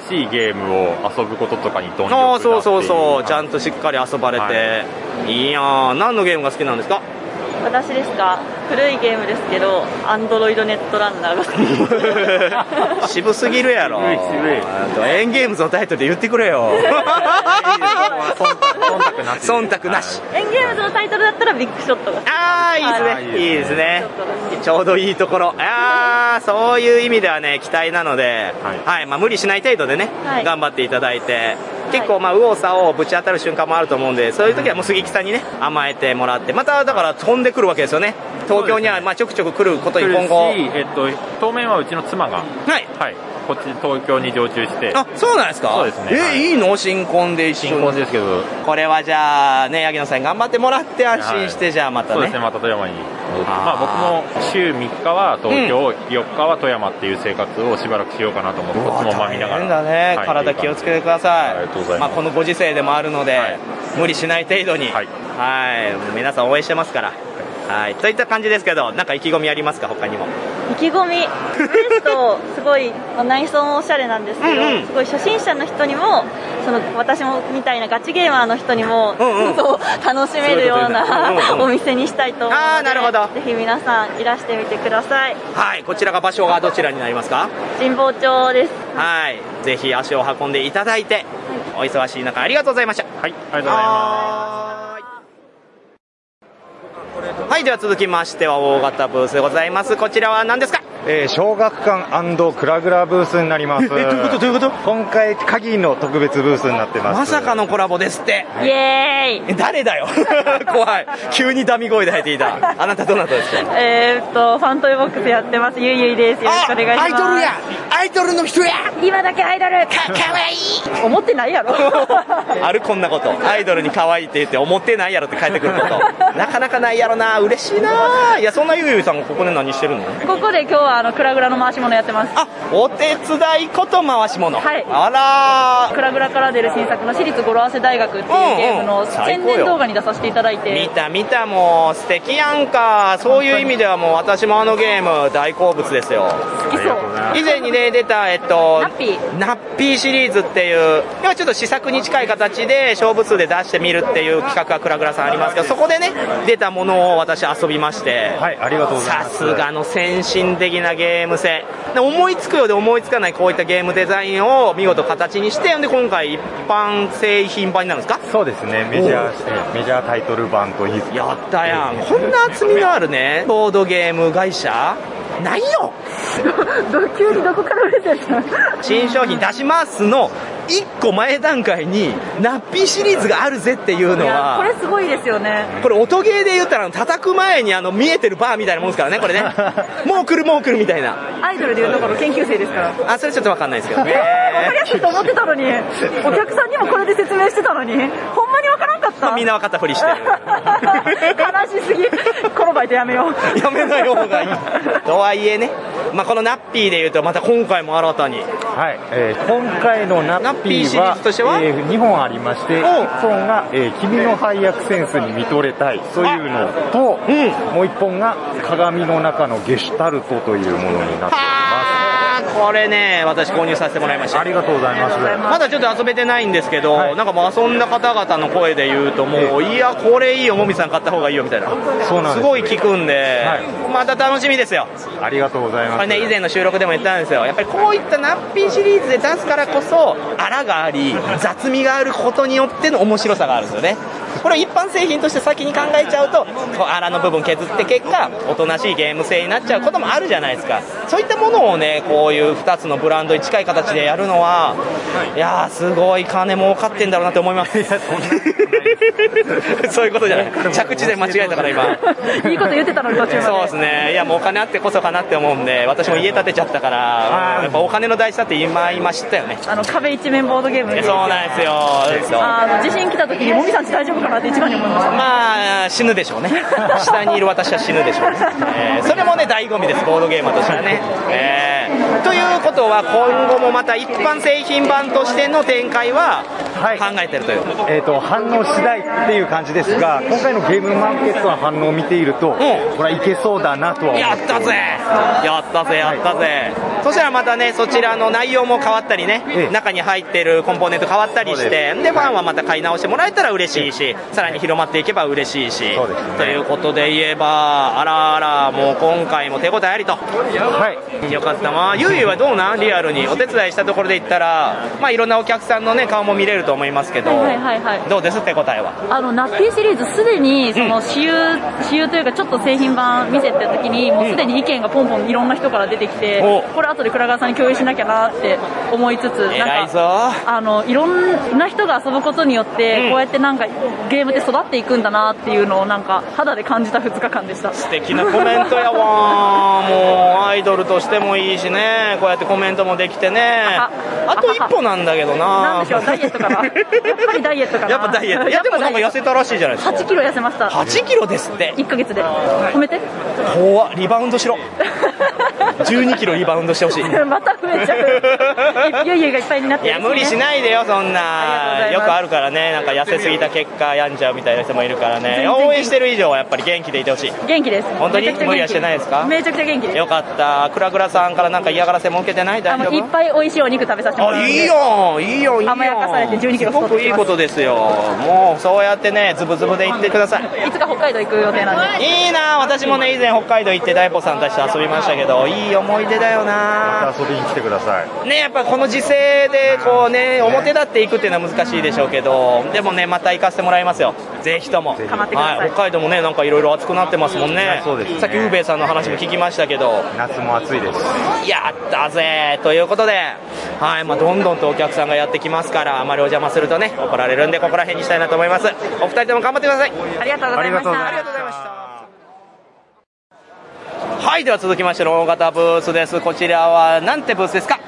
B: 新しいゲームを遊ぶこととかにどん
C: あ
B: ど
C: あ
B: ん
C: そうそうそう、ちゃんとしっかり遊ばれて。い、やー、何のゲームが好きなん ですか
F: 私ですか、古いゲームですけど、アンドロイドネットランナーが好きです。
C: 渋すぎるやろ。あとエンゲームズのタイトルで言ってくれ よ。忖度なし。
F: エンゲームズのタイトルだったらビッグショットが好き。
C: ああ、いいですね。いいですね。ちょうどいいところ。ああ、そういう意味ではね、期待なので、はい、まあ無理しない程度でね、
F: はい
C: 頑張っていただいて、結構まあ右往左往ぶち当たる瞬間もあると思うんで、そういう時はもう杉木さんにね、甘えてもらって、まただから飛んでくるわけですよね。東京にはまあちょくちょく来ることに今後。
B: 来るしえっと、当面はうちの妻が、
C: はい。
B: こっち東京に常駐して。
C: あ、そうなんですか
B: そうですね。
C: え、い、いの新婚で一緒に
B: 新婚ですけど。
C: これはじゃあね、八木野さんに頑張ってもらって安心して、じゃあまたね。
B: そうですね、また富山に戻って。まあ僕も週3日は東京、4日は富山っていう生活をしばらくしようかなと思って、こっちもまあ見ながら。
C: だね、
B: はい
C: 体気をつけてください。
B: ありがとうございま
C: まあ、
B: す。、
C: このご時世でもあるので、無理しない程度に、はい、皆さん応援してますから。はい、といった感じですけど、なんか意気込みありますか、他にも。
F: 意気込み、ベスト、すごい、まあ内装もおしゃれなんですけど、
C: うんうん
F: すごい初心者の人にも、その私もみたいなガチゲーマーの人にも、そう楽しめるような
C: そういうことねうんうん
F: お店にしたいと思うので、
C: あーなるほど
F: ぜひ皆さんいらしてみてください。
C: はい、こちらが場所がどちらになりますか。
F: 神保町です。
C: はい、ぜひ足を運んでいただいて、お忙しい中、ありがとうございました。は
B: ありが
C: い
B: とうございます。
C: はい、では続きましては大型ブースでございます。こちらは何ですか。
E: えー小学館クラグラブースになります。
C: ええどういうことどういうこと
E: 今回、限りの特別ブースになってます。
C: まさかのコラボですって。
F: イエーイ
C: 誰だよ 怖い急にダミ声で入っていたあなたどなたですか
F: えーっと、ファントイボックスやってます、ゆいゆいです。よろしくお願いします。
C: あアイドルやイドルの人や
V: 今だけアイドルかかわいい思ってないや ろ
C: あるこんなことアイドルに可愛いって言って思ってないやろって返ってくる ことなかなかないやろな嬉しいないやそんなゆうゆうさんがここで何してるの
S: ここで今日はあのクラグラの回し物やってます
C: あお手伝いこと回し物、
S: はい
C: あ
S: クラグラから出る新作の私立語呂合わせ大学っていうゲームの
C: 最
S: 宣
C: 高よ
S: 伝動画に出させていただい
C: ら見
S: て
C: た見たもう素敵やんかそういう意味ではもう私もあのゲーム大好物ですよ
S: 好きそう
C: 以前にね出た、えっと、
S: ナッピー
C: ナッピーシリーズっていう今ちょっと試作に近い形で勝負数で出してみるっていう企画がくらぐらさんありますけどそこでね出たものを私遊びましてはいありがとうございますさすがの先進的なゲーム性で思いつくようで思いつかないこういったゲームデザインを見事形にしてで今回一般製品版になるんですかそうですね
H: メジャー、メジャータイトル版といい
C: やったやんこんな厚みのあるねボードゲーム会社ないよ
V: ど急にどこから売れてるの
C: 新商品出しますの1個前段階にナッピーシリーズがあるぜっていうの
S: これ
C: は
S: すごいですよね
C: これ音ゲーで言ったらあの叩く前にあの見えてるバーみたいなもんですからね これねもう来るもう来るみたいな
S: アイドルでいうところ研究生ですから
C: あそれちょっと分かんないですけどね
S: わかりやすいと思ってたのにお客さんにもこれで説明して たのにほんまにわからんかった
C: みんな分かったふりしてる
S: 悲しすぎこのバイトやめよう
C: やめない方がいいとはいえね、まあ、このナッピーで言うとまた今回も新たに
H: はい、えー今回のナッピ
C: ナッピーシリ
H: ーは
C: ーズとしては
H: え2本ありまして1本が、えー君の配役センスに見とれたい」というのと、もう1本が「鏡の中のゲシュタルト」というものになって
C: あーこれね私購入させてもらいましたあり
H: がとうございます
C: まだちょっと遊べてないんですけど、なんかもう遊んだ方々の声で言うともう、いやこれいいよもみさん買った方がいいよみたいな
H: そうなんで
C: す
H: す
C: ごい聞くんで、また楽しみですよ
H: ありがとうございます
C: これね以前の収録でも言ったんですよやっぱりこういったナッピーシリーズで出すからこそあらがあり雑味があることによっての面白さがあるんですよねこれを一般製品として先に考えちゃうとこうあらの部分削って結果おとなしいゲーム性になっちゃうこともあるじゃないですかそういったものをねこういう2つのブランドに近い形でやるのはいやーすごい金儲かってんだろうなって思います そういうことじゃない着地で間違えたから今
S: いいこと言ってたのに途中まで
C: そうですねいやもうお金あってこそかなって思うんで私も家建てちゃったからやっぱお金の大事さって今今知ったよね
S: あの壁一面ボードゲーム
C: いやそうなんですよ
S: あの地震来た時にもみさんち大丈夫かなって一番に思いました
C: まあ死ぬでしょう ね下にいる私は死ぬでしょうね、えーそれもね醍醐味ですボードゲーマーとしては ね、えーということは今後もまた一般製品版としての展開は考えてるという、
H: えー、と反応次第っていう感じですが今回のゲームマーケットの反応を見ていると、これはいけそうだなとは思
C: やったぜやったぜやったぜ、そしたらまたねそちらの内容も変わったりね、中に入ってるコンポーネント変わったりしてでファンはまた買い直してもらえたら嬉しいし、さらに広まっていけば嬉しいし、ということで言えばあらあらもう今回も手応えありとはいよかったまあゆいゆいはどうなんリアルにお手伝いしたところで言ったらまあいろんなお客さんのね顔も見れると思いますけど、
S: はいはいはいはい
C: どうです手応えは
S: あのナッピーシリーズすでにその私有、私有というかちょっと製品版見せた時にもうすでに意見がポンポンいろんな人から出てきて、
C: お
S: これ後で倉川さんに共有しなきゃなって思いつつ
C: 偉
S: なん
C: いぞ
S: かあのいろんな人が遊ぶことによって、こうやってなんかゲームって育っていくんだなっていうのをなんか肌で感じた2日間でした素
C: 素敵なコメン トやわもうアイドルとしてもいいしねこうやってコメントもできてねあと一歩なんだけどな
S: ダイエット かなやっぱりダイエットかな
C: やっぱダイエットいやでもなんか痩せたらしいじゃないですか
S: 8キロ痩せました
C: 8キロですって
S: 1ヶ月で褒めて
C: 怖っリバウンドしろ12キロリバウンドしてほしい
S: また増 えちゃういやいやがいっぱいになっ
C: い
S: て
C: や
S: るね
C: 無理しないでよそんな
S: あり
C: よ
S: がとうございます
C: くあるからねなんか痩せすぎた結果病んじゃうみたいな人もいるから
S: 全
C: ね
S: 然
C: 応援してる以上はやっぱり元気でいてほしい
S: 元気です
C: 本当に
S: めちゃくちゃ元気
C: 無理はしてないですか
S: めちゃくちゃ元気で す
C: よかったくらくらさんからなんか嫌がらせも受けてない
S: あ
C: 大丈
S: の
C: 夫
S: いっぱい美味しいお肉食べさせてもら
C: あ
S: うんで
C: いいよいいよいいよ
S: 甘やかされて12キロ
C: すご
S: 太
C: く
S: って
C: いい
S: きま
C: ことですよもうそうやってねズブズブで行ってください
S: すいつか北海道行く予定なんで
C: いいな私もね以前北海道行って大ポさんたちと遊びましたけどいい思い出だよな
H: また遊びに来てください
C: ねやっぱこの時勢でこうね表立っていくっていうのは難しいでしょうけどでもねまた行かせてもらいますよぜひとも
H: 頑張ってください
C: はい、北海道もねなんかいろいろ暑くなってますもんね
H: そうですね
C: さっきウーベイさんの話も聞きましたけど
H: 夏も暑いです
C: やったぜということで、はいまあ、どんどんとお客さんがやってきますからあまりお邪魔するとね怒られるんでここら辺にしたいなと思いますお二人とも頑張ってください
S: ありがとうございました
C: はいでは続きましての大型ブースですこちらはなんてブースですか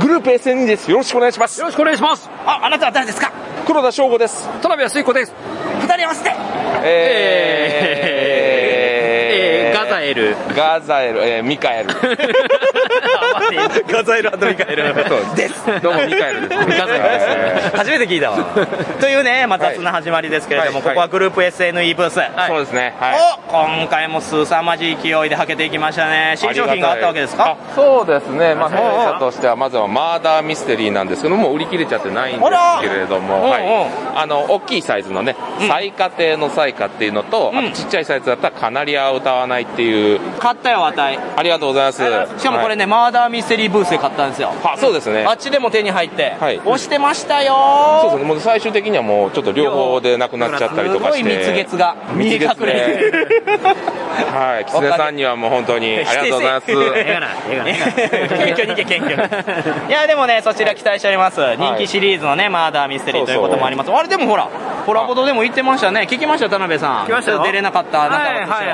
N: グループ SN です。よろしくお願いします。よろしくお願いします。あ、あなたは誰ですか黒田翔吾です。田辺康彦です。
I: 二人合わせて
N: えー、ガザエル。ガザエル、えー、ミ カエル。
C: ガザエルミカエル
N: です。どうも、ミカエルです。ガザエルです。
C: 初めて聞い たわというねまたそんな始まりですけれども、
N: はいはい
C: ここはグループ SNE ブース、
N: そうですね。はい。
C: お今回も凄まじい勢いではけていきましたね新商品があったわけですか
N: あそうですね、まあ、弊社としてはまずはマーダーミステリーなんですけどもう売り切れちゃってないんですけれども、はいあの大きいサイズのね最下艇の最下っていうのと、あとちっちゃいサイズだったらカナリアを歌わないっていう
C: 買ったよ値
N: ありがとうございます
C: しかもこれね、マーダーミステリーブースで買ったんですよ
N: あそうですね
C: あっちでも手に入って、
N: はい
C: 押してましたよ
N: そうですねもう最終的にはもうちょっと両方でなくなっちゃったりとかして
C: すごい蜜月が見え隠
N: 蜜月ではい狐さんにはもう本当にありがとうございます
C: 謙虚にいけ謙虚 いやでもねそちら期待しております、人気シリーズのねマーダーミステリーということもありますあれでもほらコラボとでも言ってましたね聞きました田辺さん
E: 聞きましたよ
C: 出れなかったあなたは
E: はいはいはいはい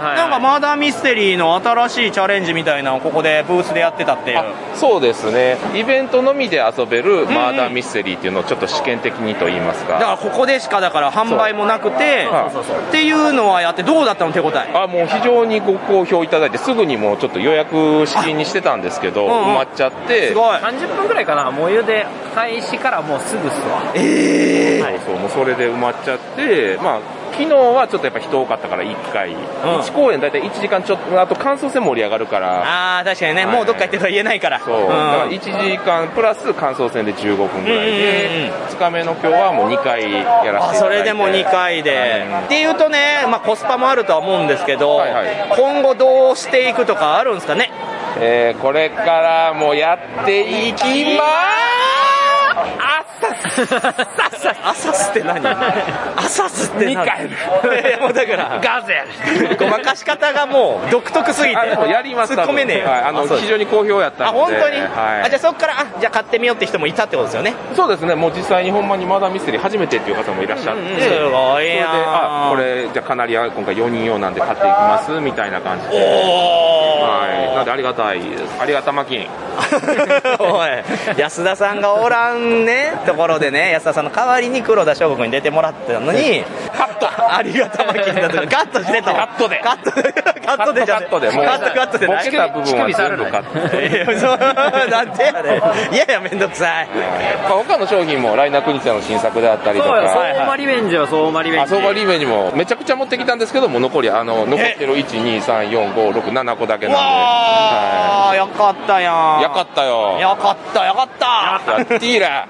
E: はい
C: なんかマーダーミステリーの新しいチャレンジみたいなのをここでブースでやってたっていう
N: そうですねイベントのみで遊べるマーダーミステリーっていうのをちょっと試験的にと言います
C: だ
N: か
C: からここでしかだから販売もなくて
N: そう
C: っていうのはやってどうだったの手応え
N: あもう非常にご好評いただいてすぐにもうちょっと予約式にしてたんですけど
E: うんうん
N: 埋まっちゃって
E: 30分ぐらいかなもう湯で開始からもうすぐっすわ
N: ええそうそうもうそれで埋まっちゃってまあ昨日はちょっとやっぱ人多かったから1回、1公演大体1時間ちょっとあと感想戦盛り上がるから
C: ああ確かにね、
N: はい
C: もうどっか行ってると言えないから
N: そう、だから1時間プラス感想戦で15分ぐらいで、2日目の今日はもう2回やらせていただいて
C: あそれでも2回で、っていうとね、まあ、コスパもあるとは思うんですけど、今後どうしていくとかあるんですかね
N: えーこれからもやっていき
C: アサスアサスって何アサスって何
N: ミカエル
C: いやもうだから
N: ガ
C: ゼルごまかし方がもう独特すぎて
N: あでもやります
C: 突っ込めねえよ
N: はいあの
C: そうです
N: 非常に好評やったんで
C: あ本当に、
N: は
C: あ
N: い
C: じゃあそっからあじゃあ買ってみようって人もいたってことですよね
N: そうですねもう実際にほんまにマダーミステリー初めてっていう方もいらっしゃって、
C: うんうんうんすごいな
N: それであこれじゃあカナリア今回4人用なんで買っていきますみたいな感じではいなんでありがたいですありがたまきん
C: おい安田さんがおらんねところでね安田さんの代わりに黒田翔吾君に出てもらってたのにカットありがたまきんだとかカットしてたカットでカットでカットでじゃね
N: カットでもう
C: カットカットで
N: ボケた部分は全部カット
C: いやそう なんでやねんいやいやめんどくさい
N: まあ他の商品もライナークニチャの新作であったりとか
C: そうよ相馬
E: リベンジは相馬リベンジ
N: 相馬リベンジもめちゃくちゃ持ってきたんですけどもう残りあの残ってる1234567個だけなんで
C: ああよかったやん
N: よかったよ
C: よかったよかった
N: やっていら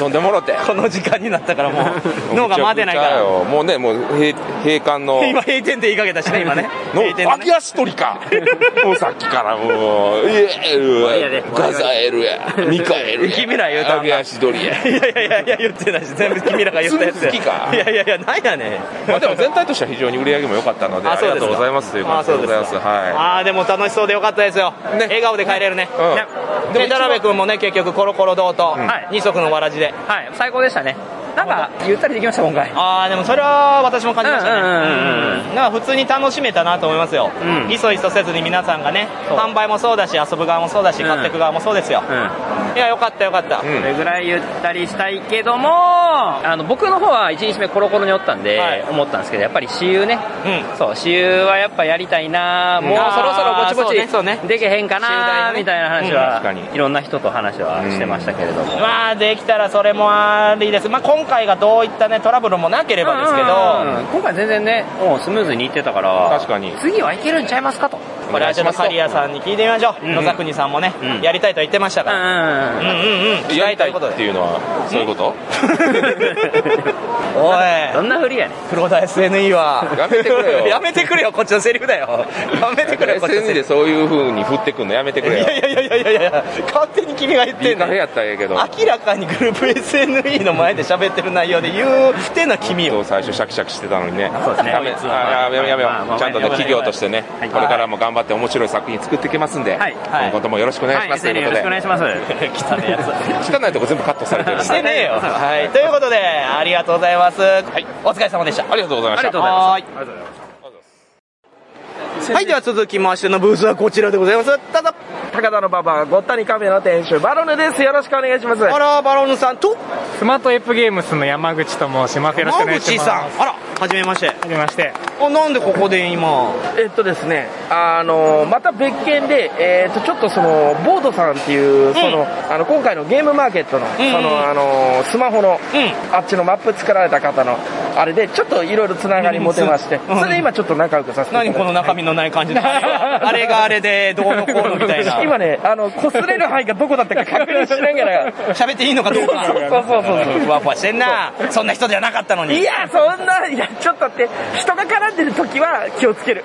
N: 遊んでもろて
C: この時間になったからも う脳が待てないか
N: めちゃくちゃ
C: ら
N: よもうねもう閉閉館の
C: 今閉店って言いかけたしね今ね
N: の
C: 閉店だね
N: 秋足取 りかもうさっきからもう「イエルガザエルやミカエル や
C: 君ら言うたん
N: 揚げ足取りや」
C: いやいやいやいや言ってないし全部君らが言ったやつや
N: 好きか
C: いやいやいやないやね
N: まあでも全体としては非常に売り上げも良かったので
C: あ
N: あ
C: そ
N: り
C: うで
N: が
C: すか
N: とうございますという感じでございますは
C: ああでも楽しそうでよかったですよ、笑顔で帰れるね、ねで田辺君もね結局コロコロ堂と二足のわらじで、
E: はい最高でしたねなんかゆったりできました今回
C: ああでもそれは私も感じましたねなんか普通に楽しめたなと思いますよ、いそいそせずに皆さんがね販売もそうだし遊ぶ側もそうだし、
E: うん
C: 買っていく側もそうですよ、いやよかったよかった、
E: それぐらいゆったりしたいけどもあの僕の方は1日目コロコロにおったんで、思ったんですけどやっぱり私有ね、そう私有はやっぱやりたいなもう
C: あー
E: そろそろぼちぼ
C: そう
E: ち
C: ねそうね
E: でけへんかなみたいな話
C: うん確か
E: はいろんな人と話はしてましたけれども、
C: まあできたらそれもありです、まあ、今回がどういった、ね、トラブルもなければですけど、
E: うん今回全然ねもうスムーズにいってたから確かに次はいけるんちゃいますかと
C: これはちょっと刈谷さんに聞いてみましょう、野崎さんもね、やりたいと言ってましたから、うんうんうん
N: いやりたいっていうのはそういうこと
C: おいどんなふりやね黒田 SNE は
N: やめてくれ よ
C: やめてくれよこっちのセリフだよやめてくれよこっちの
N: SN
C: セリ
N: で
C: フ
N: そういう風に振ってくんのやめてく
C: い
N: れよ
C: やいやいやいやいやいや勝手に君が言ってんの
N: いいカフェやったらええけど
C: 明らかにグループ SNE の前で喋ってる内容で言うてな君よ
N: 最初シャキシャキしてたのにね
C: そうですね
N: ダメあやめようやめよ
C: まあまあ
N: うちゃんとね
C: まあ
N: 企業としてね
C: はい
N: これからも頑張って面白い作品作っていきますんで
C: はい
N: 今後ともよろしくお願いしますというこ
C: は
N: とで
C: いよろしくお願いします汚ねや
N: つ汚いとこ全部カットされてる
C: してねえよ、はい、ということでありがとうございます、お疲れ様でしたあ
N: りがとうございました
C: はーいはい、では続きましてのブースはこちらでございます。ただ、
I: 高田の馬場、ごったにカフェの店主、バロヌです。よろしくお願いします。
C: あら、バロヌさんと
J: スマートエップゲームスの山口と申します。よろしくお願いします。
C: 山口さんあらはじめましては
J: じめまして
C: あなんでここで今
I: えっとですね、あの、また別件で、えっと、ちょっとその、ボードさんっていう、その、あの、今回のゲームマーケットの、
P: うんうん
I: その、あの、スマホの、あっちのマップ作られた方の、あれで、ちょっといろいろつながり持てまして、
C: うん
I: それで今ちょっと仲良くさせていただい
C: 何
I: て。
C: この中身のない感じのあれがあれでどうのこうのみたいな
I: 今ね、あの、擦れる範囲がどこだったか確認しながら、
C: 喋っていいのかどうか
I: そうそうそうそう
C: ふわふわしてんなそんな人じゃなかったのに
I: いや、そんな、いや、ちょっと待って、人が絡んでる時は気をつける。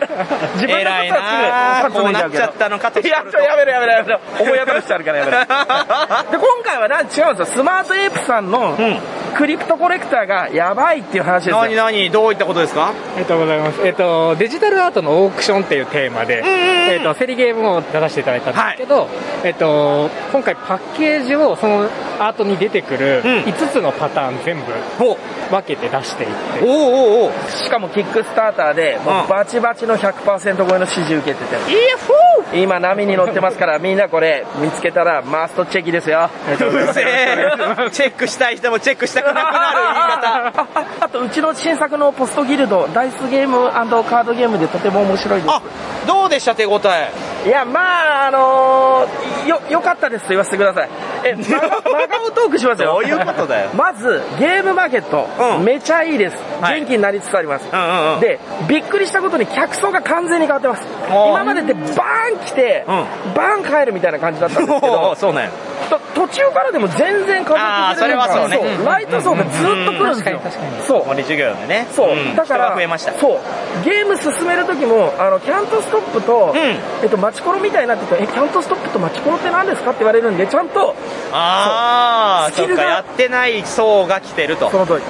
I: 自分のことはすぐ
C: 偉いなあ
I: パッと脱いじゃうけど
C: こうなっちゃったのかと
I: いや、ちょ、やめろやめろやめ ろ。思い当たる人あるからやめろ。で、今回はな、違うんですよ。スマートエープさんの、クリプトコレクターがやばいっていう話ですよ。
C: 何何どういったことですか
J: ありがとうございます。えっと、デジタルアートのオークションっていうテーマで、えっと、セリゲームを出させていただいたんですけど、えっと、今回パッケージをそのアートに出てくる5つのパターン全部分けて出していって、
I: おおおしかもキックスターターで、もうバチバチの100%超えの支持受けてて。今波に乗ってますから、みんなこれ、見つけたらマストチェキですよ。
C: うるせえチェックしたい人もチェックし たくなくなる
I: あとうちの新作のポストギルドダイスゲームカードゲームでとても面白いです
C: どうでした手応え
I: いやまああのーよよかったですと言わせてくださいえ真顔真顔トークしますよ
C: どういうことだよ
I: まずゲームマーケット、めちゃいいです元気になりつつあります、でびっくりしたことに客層が完全に変わってます今までってバーン来て、バーン帰るみたいな感じだったんですけ
C: お
I: ど
C: おそうね
I: と途中からでも全然変わってくる
C: あーそれはそうねうん
I: ライト層がずっと来るんですよ、そう
C: 森授業でね
I: そう、
C: ん
I: だか
C: 人
I: ら
C: が増えました
I: そうゲーム進める時もあのキャントストップと、えっと、マチコロみたいになっててえキャントストップとマチコロって何ですかって言われるんでちゃんと
C: ああ
I: そう
C: そ
I: スキ
C: っ
I: ル
C: か
I: が
C: やってない層が来てると
I: その通り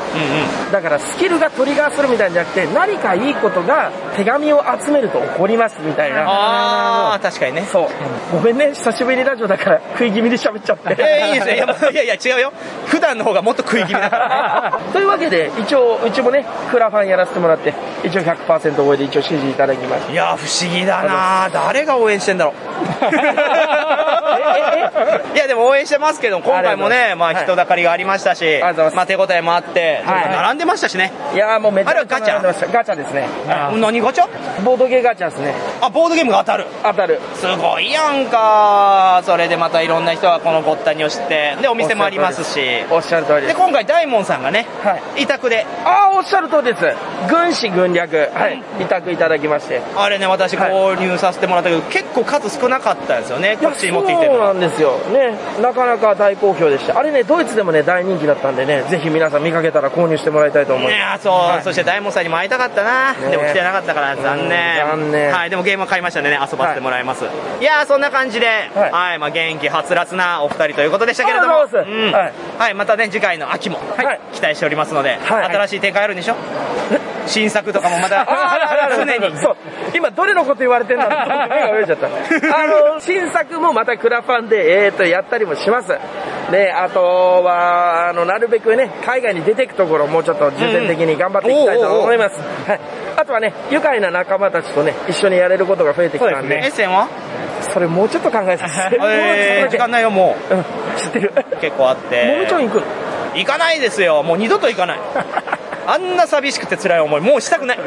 I: だからスキルがトリガーするみたいじゃなくて何かいいことが手紙を集めると起こりますみたいな
C: ああ確かにね
I: そうごめんね久しぶりにラジオだから食い気味で喋っちゃ って
C: えーいいですねいやいやいや違うよ普段の方がもっと食い気味だからね
I: というわけで一応うちもねクラファンやらせてもらって一応100%超えで一応支持いただきました
C: いや不思議だな誰が応援してんだろういやでも応援してますけど今回もねまあ人だかりがありましたしまあ手応えもあって並んでましたしね
I: いやもうめちゃくちゃ
C: あれはガチ
I: ャガチャですね
C: 何ガチャ
I: ボードゲーガチャですね
C: あボードゲームが当たる
I: 当たる
C: すごいやんかそれでまたいろんな人がこのごったにを知ってでお店もありますし
I: おっしゃる通りです
C: で今回大門さんがね委託で
I: ああおっしゃる通りです軍師軍略はい委託いただきまして
C: あれね私購入させてもらったけど結構数少なかったんですよねこっちに持ってきてる
I: そう
C: の
I: なんですよねなかなか大好評でしたあれねドイツでもね大人気だったんでねぜひ皆さん見かけたら購入してもらいたいと思い
C: い
I: ます
C: やーそう、そして大門さんにも会いたかったな、
I: ね
C: でも来てなかったから残念
I: うん残念
C: はい、でもゲームは買いましたんでね遊ばせてもらいます、い、やーそんな感じで、はいまあ、元気はつらつなお二人ということでしたけれども
I: ありがとうございます
C: ん
I: はい
C: はいまたね次回の秋も、期待しておりますので、新しい展開あるんでしょ新作とかもまた常に
I: そう今どれのこと言われてんだろうと 思って目が泳いじゃったあの新作もまたクラファンで、えー、とやったりもしますねあとはあのなるべくね海外に出ていくところをもうちょっと重点的に頑張っていきたいと思います、はい、あとはね愉快な仲間たちとね一緒にやれることが増えてきたんで
C: エッセンは
I: それもうちょっと考えさせて
C: えー時間ないよもう、
I: 知っ てる
C: 結構あって
I: もみちょん行くの
C: 行かないですよもう二度と行 かないあんな寂しくて辛い思いもうしたくない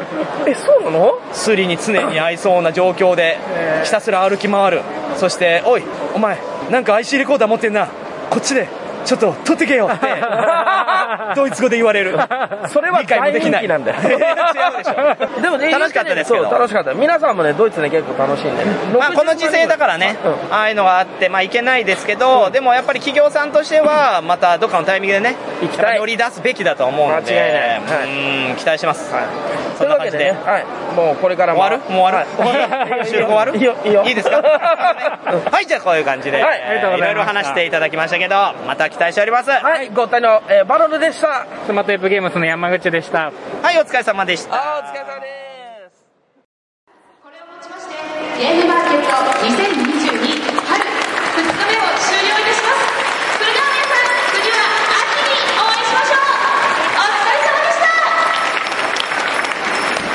I: えそうなの
C: スリに常に会いそうな状況でひたすら歩き回るそして「おいお前なんか IC レコーダー持ってんなこっちでちょっと取ってけよ」 ってドイツ語で言われる
I: それは
C: 理解もできない
I: 大人気なんだ
C: 違う でし ょ
I: でもね
C: 楽しかったですけど
I: そう楽しかった皆さんもねドイツね結構楽しいんでね
C: まあ、この時勢だからね、ああいうのがあって、まあ、いけないですけど、でもやっぱり企業さんとしては、またどっかのタイミングでね、行きたい乗り出すべきだと思うんで、
I: 間違いない
C: うん期待してます。そんな感じで、
I: はい、もうこれからも
C: 終わるもう終わる、
I: はい
C: 収録 終わる
I: いいよいいよ
C: いですかはい、じゃあこういう感じで、
I: はいありがとうございました
C: ろいろ話していただきましたけど、また期待しております。
I: はい、ご体の、えー、バロルでした。
J: スマートウェブゲームスの山口でした。
C: はい、お疲れ様でした。
I: あお疲れ様です。
W: ゲームマーケット2022春2日目を終了いたします。それでは皆さん、次は秋にお会いしましょ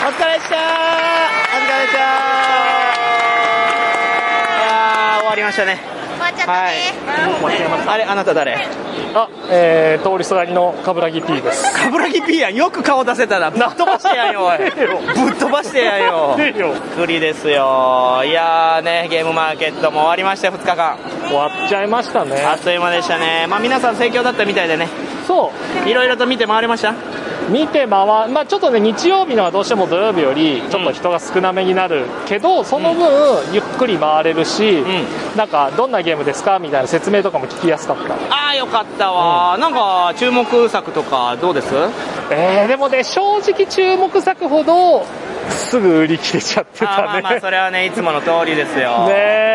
W: う。お疲
C: お疲れ
W: れ様でした。
C: でしたお疲れでしたいやー終わりましたしたね。
J: わっちゃった
C: はい。あれ、あなた誰
W: あ、えー、通りすがりの冠城 P です。
C: 冠城 P やん、よく顔出せたな。ぶっ飛ばしてやんよ、おい。ぶっ飛ばしてやんよ。びっくりですよ。いやーね、ゲームマーケットも終わりましたよ、2日間。終わっちゃいましたね。あっという間でしたね。まあ皆さん盛況だったみたいでね。そう。いろいろと見て回れました
W: 見て回まあちょっとね日曜日のはどうしても土曜日よりちょっと人が少なめになるけど、その分ゆっくり回れるし、なんかどんなゲームですかみたいな説明とかも聞きやすかった
C: ああ、よかったわ。なんか、注目作とかどうです
W: えー、でもね正直注目作ほどすぐ売り切れちゃってたね
C: あーまあまあそれはねいつもの通りですよ
W: ね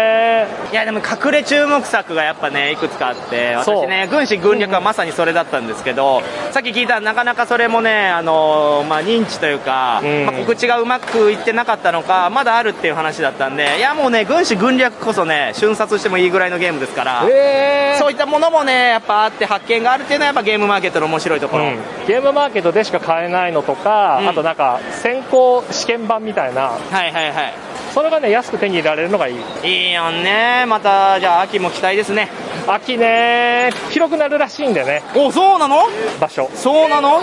C: いやでも隠れ注目作がやっぱねいくつかあって
W: そう
C: 私ね軍師軍略はまさにそれだったんですけど、さっき聞いたらなかなかそれもねあのーまあ認知というか、まあ告知がうまくいってなかったのかまだあるっていう話だったんでいやもうね軍師軍略こそね瞬殺してもいいぐらいのゲームですから、そういったものもねやっぱあって発見があるっていうのはやっぱゲームマーケットの面白いところ、
W: ゲームマーケットでしか買えないのとか、あとなんか先行試験版みたいな
C: はいはいはい
W: それがね安く手に入れられるのがいい
C: いいよねまたじゃあ秋も期待ですね
W: 秋ね広くなるらしいんでね
C: おそうなの
W: 場所
C: そうなの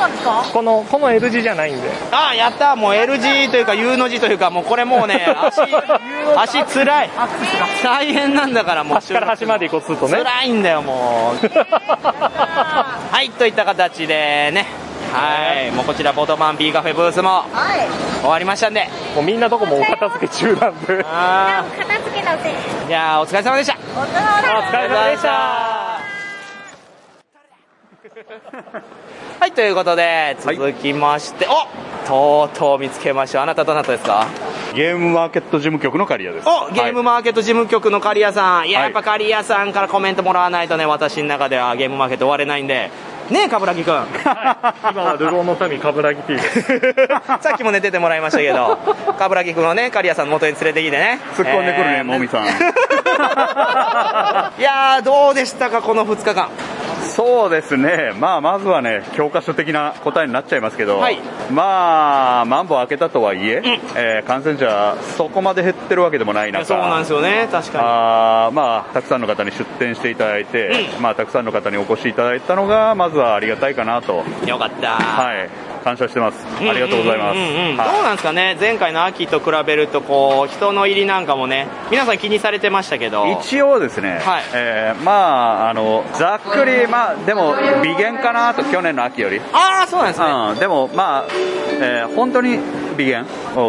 W: このこの L 字じゃないんで
C: ああやったもう L 字というか U の字というかもうこれもうね足 足つらい 大変なんだからもう端から端
W: まで行こうすると
C: ねつらいんだよも うはいといった形でねはいもうこちらボートマン B カフェブースも終わりましたんで
W: もうみんなどこもお片付け中なんで
C: あ
J: 片付けのせい
C: ーじゃあお疲れ様でした
J: お疲れ様
C: お疲れ様でしたはいということで続きまして、おとうとう見つけましたあなたどなたですか
T: ゲームマーケット事務局の刈谷です
C: おゲームマーケット事務局の刈谷さん、いや、やっぱ刈谷さんからコメントもらわないとね、私の中ではゲームマーケット終われないんで、ねえ、冠 城君、
T: 今は流浪の民冠城 P です
C: さっきもね、出てもらいましたけど、冠城君をね、刈谷さんの元に連れてきてね、
T: 突っ込んでくるねもみさん
C: ん。いやー、どうでしたか、この2日間。
T: そうですね、まあ、まずはね、教科書的な答えになっちゃいますけど、
C: はい
T: まあ、マンボウ開けたとはいえ、えー感染者、そこまで減ってるわけでもない中、
C: そうなんですよね確かに
T: あーまあ、たくさんの方に出店していただいて、まあ、たくさんの方にお越しいただいたのが、まずはありがたいかなと、
C: よかった、
T: はい、感謝してます、ありがとうございます。
C: うんうんうんどう
T: はい
C: なんですかね、前回の秋と比べると、こう、人の入りなんかもね、皆さん気にされてましたけど、
T: 一応ですね、
C: はい
T: えーまああのざっくり、まあ、でも微減かなと去年の秋より
C: ああそうなんですね、
T: うんでもまあ、えー本当に微減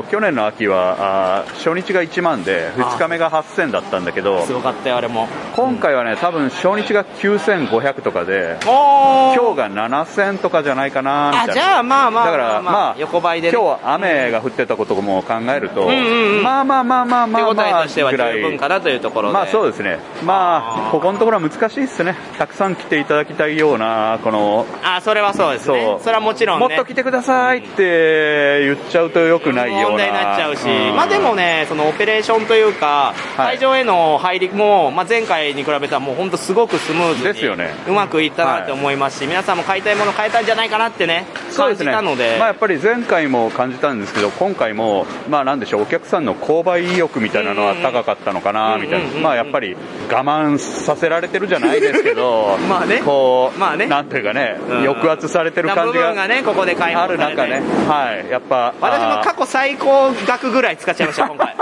T: 去年の秋はあー初日が1万で2日目が8000だったんだけど
C: すごかったよあれも
T: 今回はね多分初日が9500とかで
C: 今
T: 日が7000とかじゃないかなみたいな
C: あじゃあまあまあ
T: だから
C: まあまあ
T: まあ
C: 横ばいでね
T: 今日は雨が降ってたことも考える
C: う
T: と、
C: んうんうん
T: まあまあまあまあまあまあ
C: 手応えとしては
T: ぐらい
C: 十分かなというところで
T: まあそうですねまあここのところは難しいですねたくさん来ていただきたいようなこの
C: あそれはそうですね
T: そう
C: それはもちろんね
T: もっと来てくださいって言っちゃうとよくないような
C: 問題になっちゃうし、まあで
T: ね
C: もね、そのオペレーションというか、会場への入りも、まあ、前回に比べたら、もう本当、すごくスムーズに
T: ですよね
C: うまくいったなって思いますし、皆さんも買いたいもの買えたんじゃないかなってね、
T: そ
C: 感
T: うです
C: じ
T: ね
C: たので、
T: まあ、やっぱり前回も感じたんですけど、今回も、まあ、なんでしょう、お客さんの購買意欲みたいなのは高かったのかなみたいな、まあ、やっぱり我慢させられてるじゃないですけど、
C: まあね
T: こう、なんていうかね、抑圧されてる感じ
C: な部分がねここで解放
T: がある中ね、はい、やっぱ、
C: 私も過
T: 去
C: 去最高額ぐらい使っちゃいました、 今回。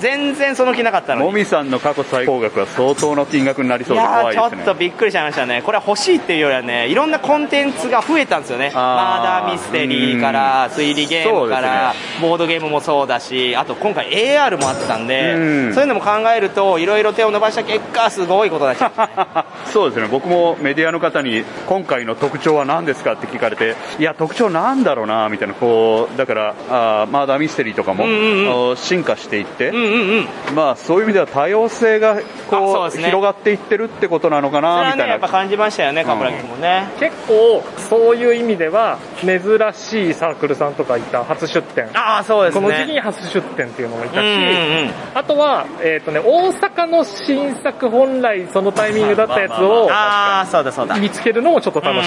C: 全然その気なかったのに。
T: もみさんの過去最高額は相当の金額になり
C: い
T: そうで
C: や
T: 怖
C: ー
T: い
C: ち
T: で
C: ょ
T: すね
C: っ。とびっくりしちゃいましたね、これは欲しいっていうよりはね、いろんなコンテンツが増えたんですよね、マーダーミステリーから、推理ゲームから、ボードゲームもそうだし、あと今回、AR もあったんで、
T: うん
C: そういうのも考えると、いろいろ手を伸ばした結果、すごいことだし、
T: そうですね僕もメディアの方に今回の特徴は何ですかって聞かれていや特徴なんだろうなみたいなこうだからあーマーダーミステリーとかも、
C: うんうんうん
T: あの進化していって、まあ、そういう意味では多様性がこ
C: で
T: う
C: すね
T: 広がっていってるってことなのか
C: それ
T: な
C: は
T: みた
C: ね、やっ
T: い
C: ぱ
T: な。
C: 感じましたよね、冠城君もね。
W: 結構そういう意味では珍しいサークルさんとかいた初出店
C: ああそうですね
W: この時期に初出店っていうのもいたし、
C: うんうんうん
W: あとは、えっとね、大阪の新作本来そのタイミングだったやつを
C: ああそうだそうだ
W: 見つけるのもちょっと楽しい、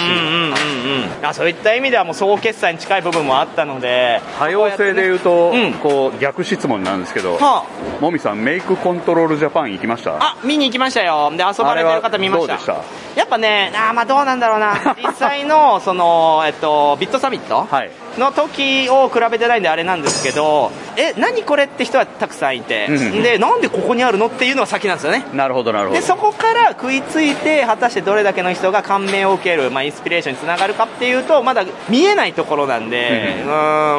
C: あそういった意味ではもう総決済に近い部分もあったので
T: 多様性で言うと、こう逆質問なんですけど、
C: はあ
T: もみさんメイクコントロールジャパン行きました
C: あ見に行きましたよで遊ばれてる方見まし
T: あれはどうでした
C: たやっぱねあーまあどうなんだろうな実際のその、えっと、ビットサミットの時を比べてないんであれなんですけどえ何これって人はたくさんいて、
T: うん
C: でなんでここにあるのっていうのは先なんですよね
T: なるほどなるほど
C: でそこから食いついて果たしてどれだけの人が感銘を受ける、まあ、インスピレーションにつながるかっていうとまだ見えないところなんで、う
T: うん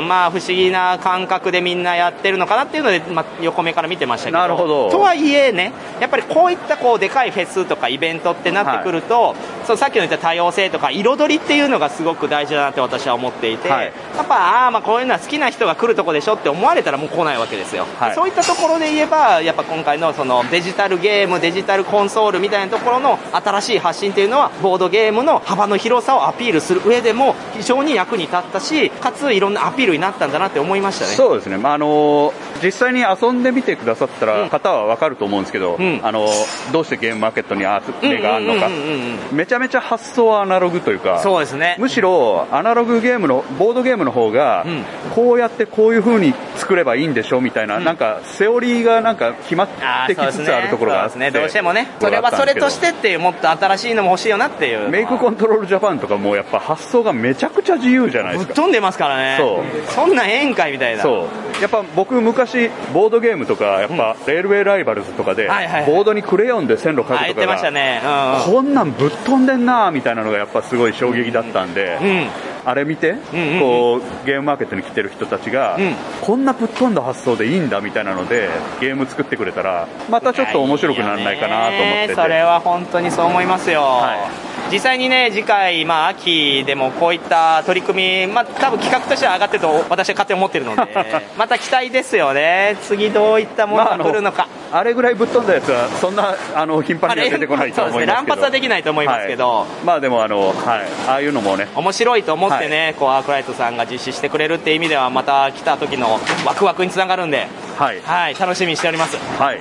C: まあ不思議な感覚でみんなやってるのかなっていうので、まあ、横目から見てましたけど
T: なるほど
C: とはいえねやっぱりこういったこうでかいフェスとかイベントってなってくると、そうさっきの言った多様性とか彩りっていうのがすごく大事だなって私は思っていて、やっぱあーまあこういうのは好きな人が来るとこでしょって思われたらもう来ないわけですよ、
T: はい
C: そういったところで言えばやっぱ今回のそのデジタルゲームデジタルコンソールみたいなところの新しい発信っていうのはボードゲームの幅の広さをアピールする上でも非常に役に立ったしかついろんなアピールになったんだなって思いましたね
T: そうですね、まああの実際に遊んでみてくださったら方は分かると思うんですけど、あのどうしてゲームマーケットにあれがあるのか
C: うんうんうんうんうん、
T: めちゃめちゃ発想はアナログというか、
C: そうですね
T: むしろアナログゲームの、ボードゲームの方が、こうやってこういう風に作ればいいんでしょみたいな、なんかセオリーがなんか決まってき
C: そうで
T: つ
C: すね
T: つあるところがあっ
C: そうで
T: て、
C: すねどうしてもねそれはそれとしてっていうもっと新しいのも欲しいよなっていう
T: メイクコントロールジャパンとかもうやっぱ発想がめちゃくちゃ自由じゃないですか
C: 飛んでますからね
T: そう
C: そんな宴会みたいな
T: そうやっぱ僕昔ボードゲームとかやっぱ、レールウェイライバルズとかで、
C: はいはいはい
T: ボードにクレヨンで線路描くとかが
C: あ言ってましたねうん
T: こんなんぶっ飛んでんなーみたいなのがやっぱすごい衝撃だったんで、あれ見て、
C: うんうん
T: こうゲームマーケットに来てる人たちが、こんなぶっ飛んだ発想でいいんだみたいなのでゲーム作ってくれたらまたちょっと面白くならないかなと思ってて
C: それは本当にそう思いますよ、実際にね次回、まあ、秋でもこういった取り組み、まあ、多分企画としては上がってると私は勝手に思ってる のでまた期待ですよね次どういったものが来るのか、
T: あ、れぐらいぶっ飛んだやつはそんなあの頻繁には出てこないと
C: そうです
T: 思
C: ね
T: います
C: 乱
T: けど
C: 発はできないと思いますけど、
T: はいまあでもあの、はい、ああいうのもね
C: 面白いと思ってね、こうアークライトさんが実施してくれるっていう意味ではまた来た時のワクワクにつながるんで、
T: はい
C: 楽しみにしております
T: はい、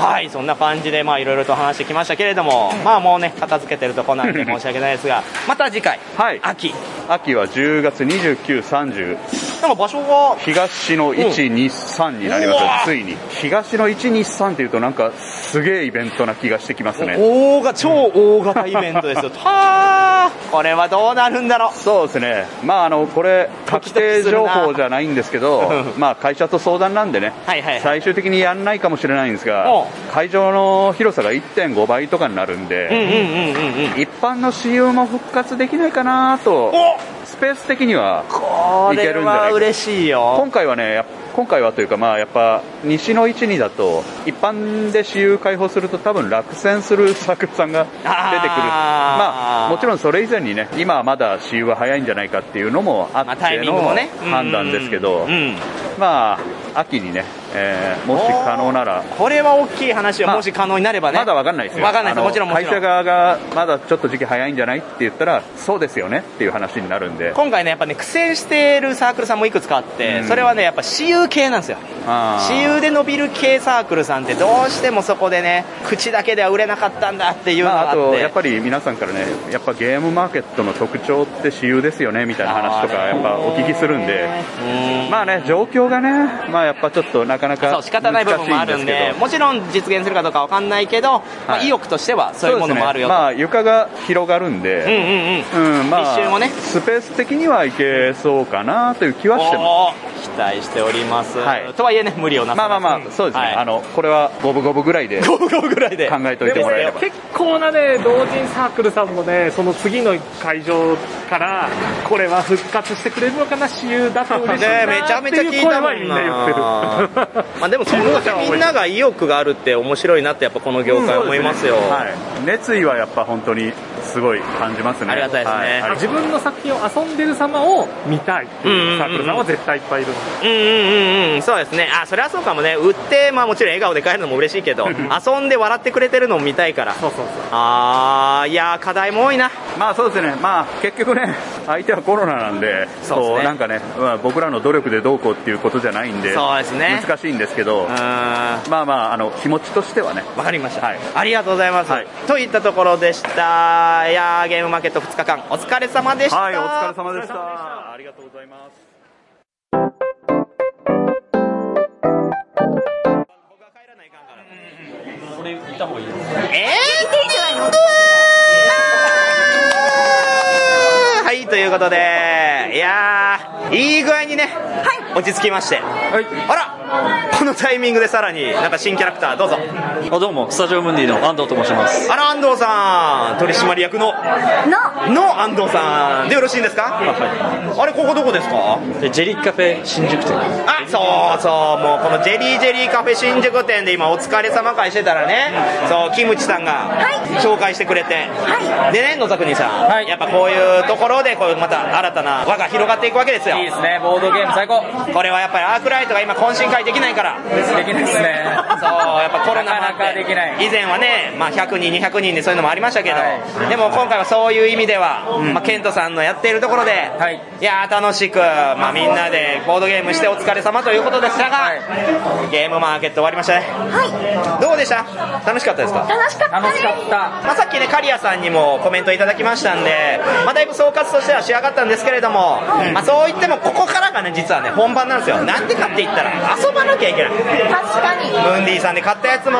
C: はいそんな感じでまあいろいろと話してきましたけれどもまあもうね片付けてるとこなん で申し訳ないですがまた次回、秋
T: 秋は10月2930
C: なんか場所が
T: 東の123になりま
C: うわ
T: すついに東の123っていうとなんかすげえイベントな気がしてきますね
C: 大が超大型イベントですよはあこれはどうなるんだろう
T: そうですねまああのこれ確定情報じゃないんですけどまあ会社と相談なんでね、最終的にやんないかもしれないんですが会場の広さが1.5倍とかになるんで、一般の私有も復活できないかなとスペース的にはいけるんじゃない
C: これは嬉しいよ
T: 今回はねやっ今回はというかまあやっぱ西の位置にだと一般で私有開放すると多分落選する作家さんが出てくるまあもちろんそれ以前にね今はまだ私有は早いんじゃないかっていうのもあ
C: まあ
T: っ
C: タ
T: て
C: イミン
T: の
C: グもね
T: 判断ですけど、まあ秋にね、えーもし可能なら
C: これは大きい話はもし可能になればね、
T: まだわかんないですよ
C: わかんないです
T: あの
C: もちろんもちろん
T: 会社側がまだちょっと時期早いんじゃないって言ったらそうですよねっていう話になるんで
C: 今回ねやっぱね苦戦しているサークルさんもいくつかあって、
T: うん
C: それはねやっぱ私有系なんですよ私
T: 私
C: 有で伸びる系サークルさんってどうしてもそこでね口だけでは売れなかったんだっていうの
T: ま
C: が
T: あ、
C: あ
T: あ
C: っ
T: と
C: て、
T: やっぱり皆さんからねやっぱゲームマーケットの特徴って私有ですよねみたいな話とかやっぱお聞きするんでまあね状況がねまあやっぱちょっとなかなか
C: そう仕方ない部分もあるんで
T: 難しい
C: もちろん実現するかどうかわかんないけど、まあ、意欲としてはそういうものもあるよと
T: そうですねまあ床が広がるんでうんまあ
C: 密集もね
T: スペース的にはいけそうかなという気はしてます
C: 期待しております、とはいえね無理をなさ
T: まあまあまあそうですね、あのこれは五分五分ぐらいで
C: 五分五分ぐらいで
T: 考えといてもらえれば
W: でもね結構なね同人サークルさんもねその次の会場からこれは復活してくれるのかな私有だと嬉しい
C: ね
W: な
C: めちゃ
W: ー
C: め
W: っ
C: ち
W: て
C: ゃ
W: い
C: 聞い
W: う
C: た
W: 声
C: も
W: は
C: ん
W: み
C: なん
W: な言ってる
C: まあでもそのだけみんなが意欲があるって面白いなってやっぱこの業界思いますよ、
T: はい、熱意はやっぱ本当にすごい感じますねありがたいですね、はい
W: 自分の作品を遊んでる様を見たいっていうサークルさんは絶対いっぱいいるんで
C: うんうんうんうんそうですねあそれはそうかもね売ってまあもちろん笑顔で帰るのも嬉しいけど遊んで笑ってくれてるのも見たいからそうそうそうあーいやー課題も多いな
T: まあそうですねまあ結局ね相手はコロナなんで
C: そうですね
T: こなんかね、まあ、僕らの努力でどうこうっていうことじゃないんで
C: そうですね
T: 難しいんですけど
C: ま
T: あまああの気持ちとしてはね
C: わかりました、ありがとうございます、といったところでしたいやーゲームマーケット2日間お疲れ様でした
T: はいお疲れ様でしたありがとうございます
C: いうことで、いやー、いい具合にね、落ち着きまして、あら、このタイミングでさらに、なんか新キャラクター、どうぞ。
G: あどうもスタジオムンディの安藤と申します
C: あら、安藤さん、取締役の、の、の安藤さんでよろしいんですかあれ、ここどこですか
G: でジェリーカフェ新宿店
C: あそうそうもうこのジェリージェリーカフェ新宿店で今お疲れ様会してたらねそうキムチさんが紹介してくれて、でね野沢国さん、やっぱこういうところでこうまた新たな輪が広がっていくわけですよいいですねボードゲーム最高これはやっぱりアークライトが今懇親会できないからできないですねそうやっぱコロナもあって以前はね、まあ、100人200人でそういうのもありましたけど、でも今回はそういう意味では、まあ、ケントさんのやっているところで、い、やー楽しく、まあ、みんなでボードゲームしてお疲れ様ということでしたが、ゲームマーケット終わりましたねはいどうでした楽しかったですか
W: 楽しかった楽しかった
C: まあ、さっきね、刈谷さんにもコメントいただきましたんで、まあ、だいぶ総括としては仕上がったんですけれども、まあ、そう言っても、ここからがね、実はね、本番なんですよ。なんでかって言ったら、遊ばなきゃいけない。
W: 確かに
C: ムンディさんで買ったやつも、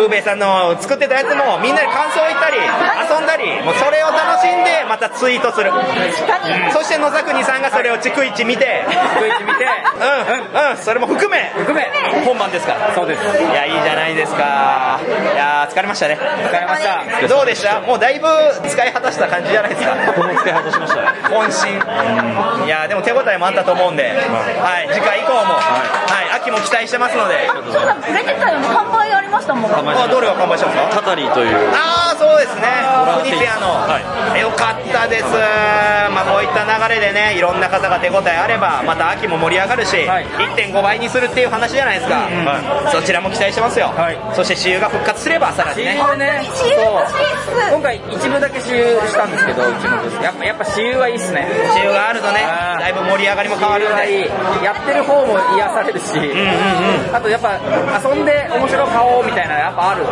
C: ウーベイさんの作ってたやつも、みんなで感想言ったり、遊んだり、もうそれを楽しんで、またツイートする。うんそして野沢国さんがそれを逐一見て、逐一見て、うん、うん、うん、それも含め、含め、本番ですから。そうです。いや、いいじゃないですか。いやー、疲れましたね。疲れました。どうでしたもうだいぶ使い果たした感じじゃないですか使い果たしました渾身いやーでも手応えもあったと思うんで、はい、次回以降も、はい秋も期待してますので
W: そうだ連れてったよね乾杯ありましたもん
C: あどれが乾杯したんですか
G: タタリーという
C: ああそうですね国ニツヤの、よかったですまあこういった流れでねいろんな方が手応えあればまた秋も盛り上がるし、1.5倍にするっていう話じゃないですか、そちらも期待してますよ、そして私有が復活すればさらにね
W: 私有ねそう
M: 今回一部だけ私有したんですけどうちのブースやっぱやっぱ私有はいいっすね
C: 私有があるとねだいぶ盛り上がりも変わるんで
M: 私有はいいやってる方も癒されるし、あとやっぱ遊んで面白い買おうみたいなのやっぱある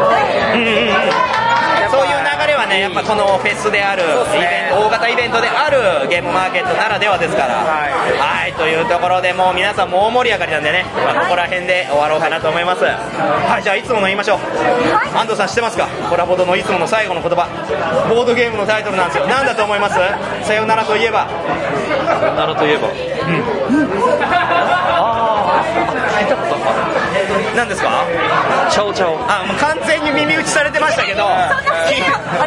C: そういう流れはね、やっぱこのフェスである、イベント大型イベントであるゲームマーケットならではですから、はい、というところでもう皆さん、もう盛り上がりなんでね、まあここら辺で終わろうかなと思います。はい、じゃあ、いつもの言いましょう。安藤さん、知ってますかコラボドのいつもの最後の言葉、ボードゲームのタイトルなんですよ。なんだと思いますさよならといえば。
G: 奈良といえば
C: 何ですかチャオチャオあもう完全に耳打ちされてましたけど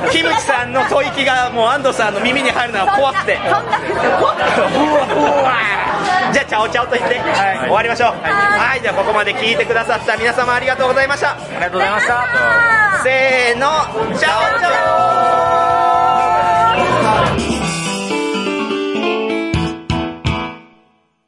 C: キキムチさんの吐息がもう安藤さんの耳に入るのが怖くて怖くてじゃあチャオチャオと言って、終わりましょうはい、じゃあここまで聞いてくださった皆様ありがとうございましたありがとうございましたせーのチャオチャオ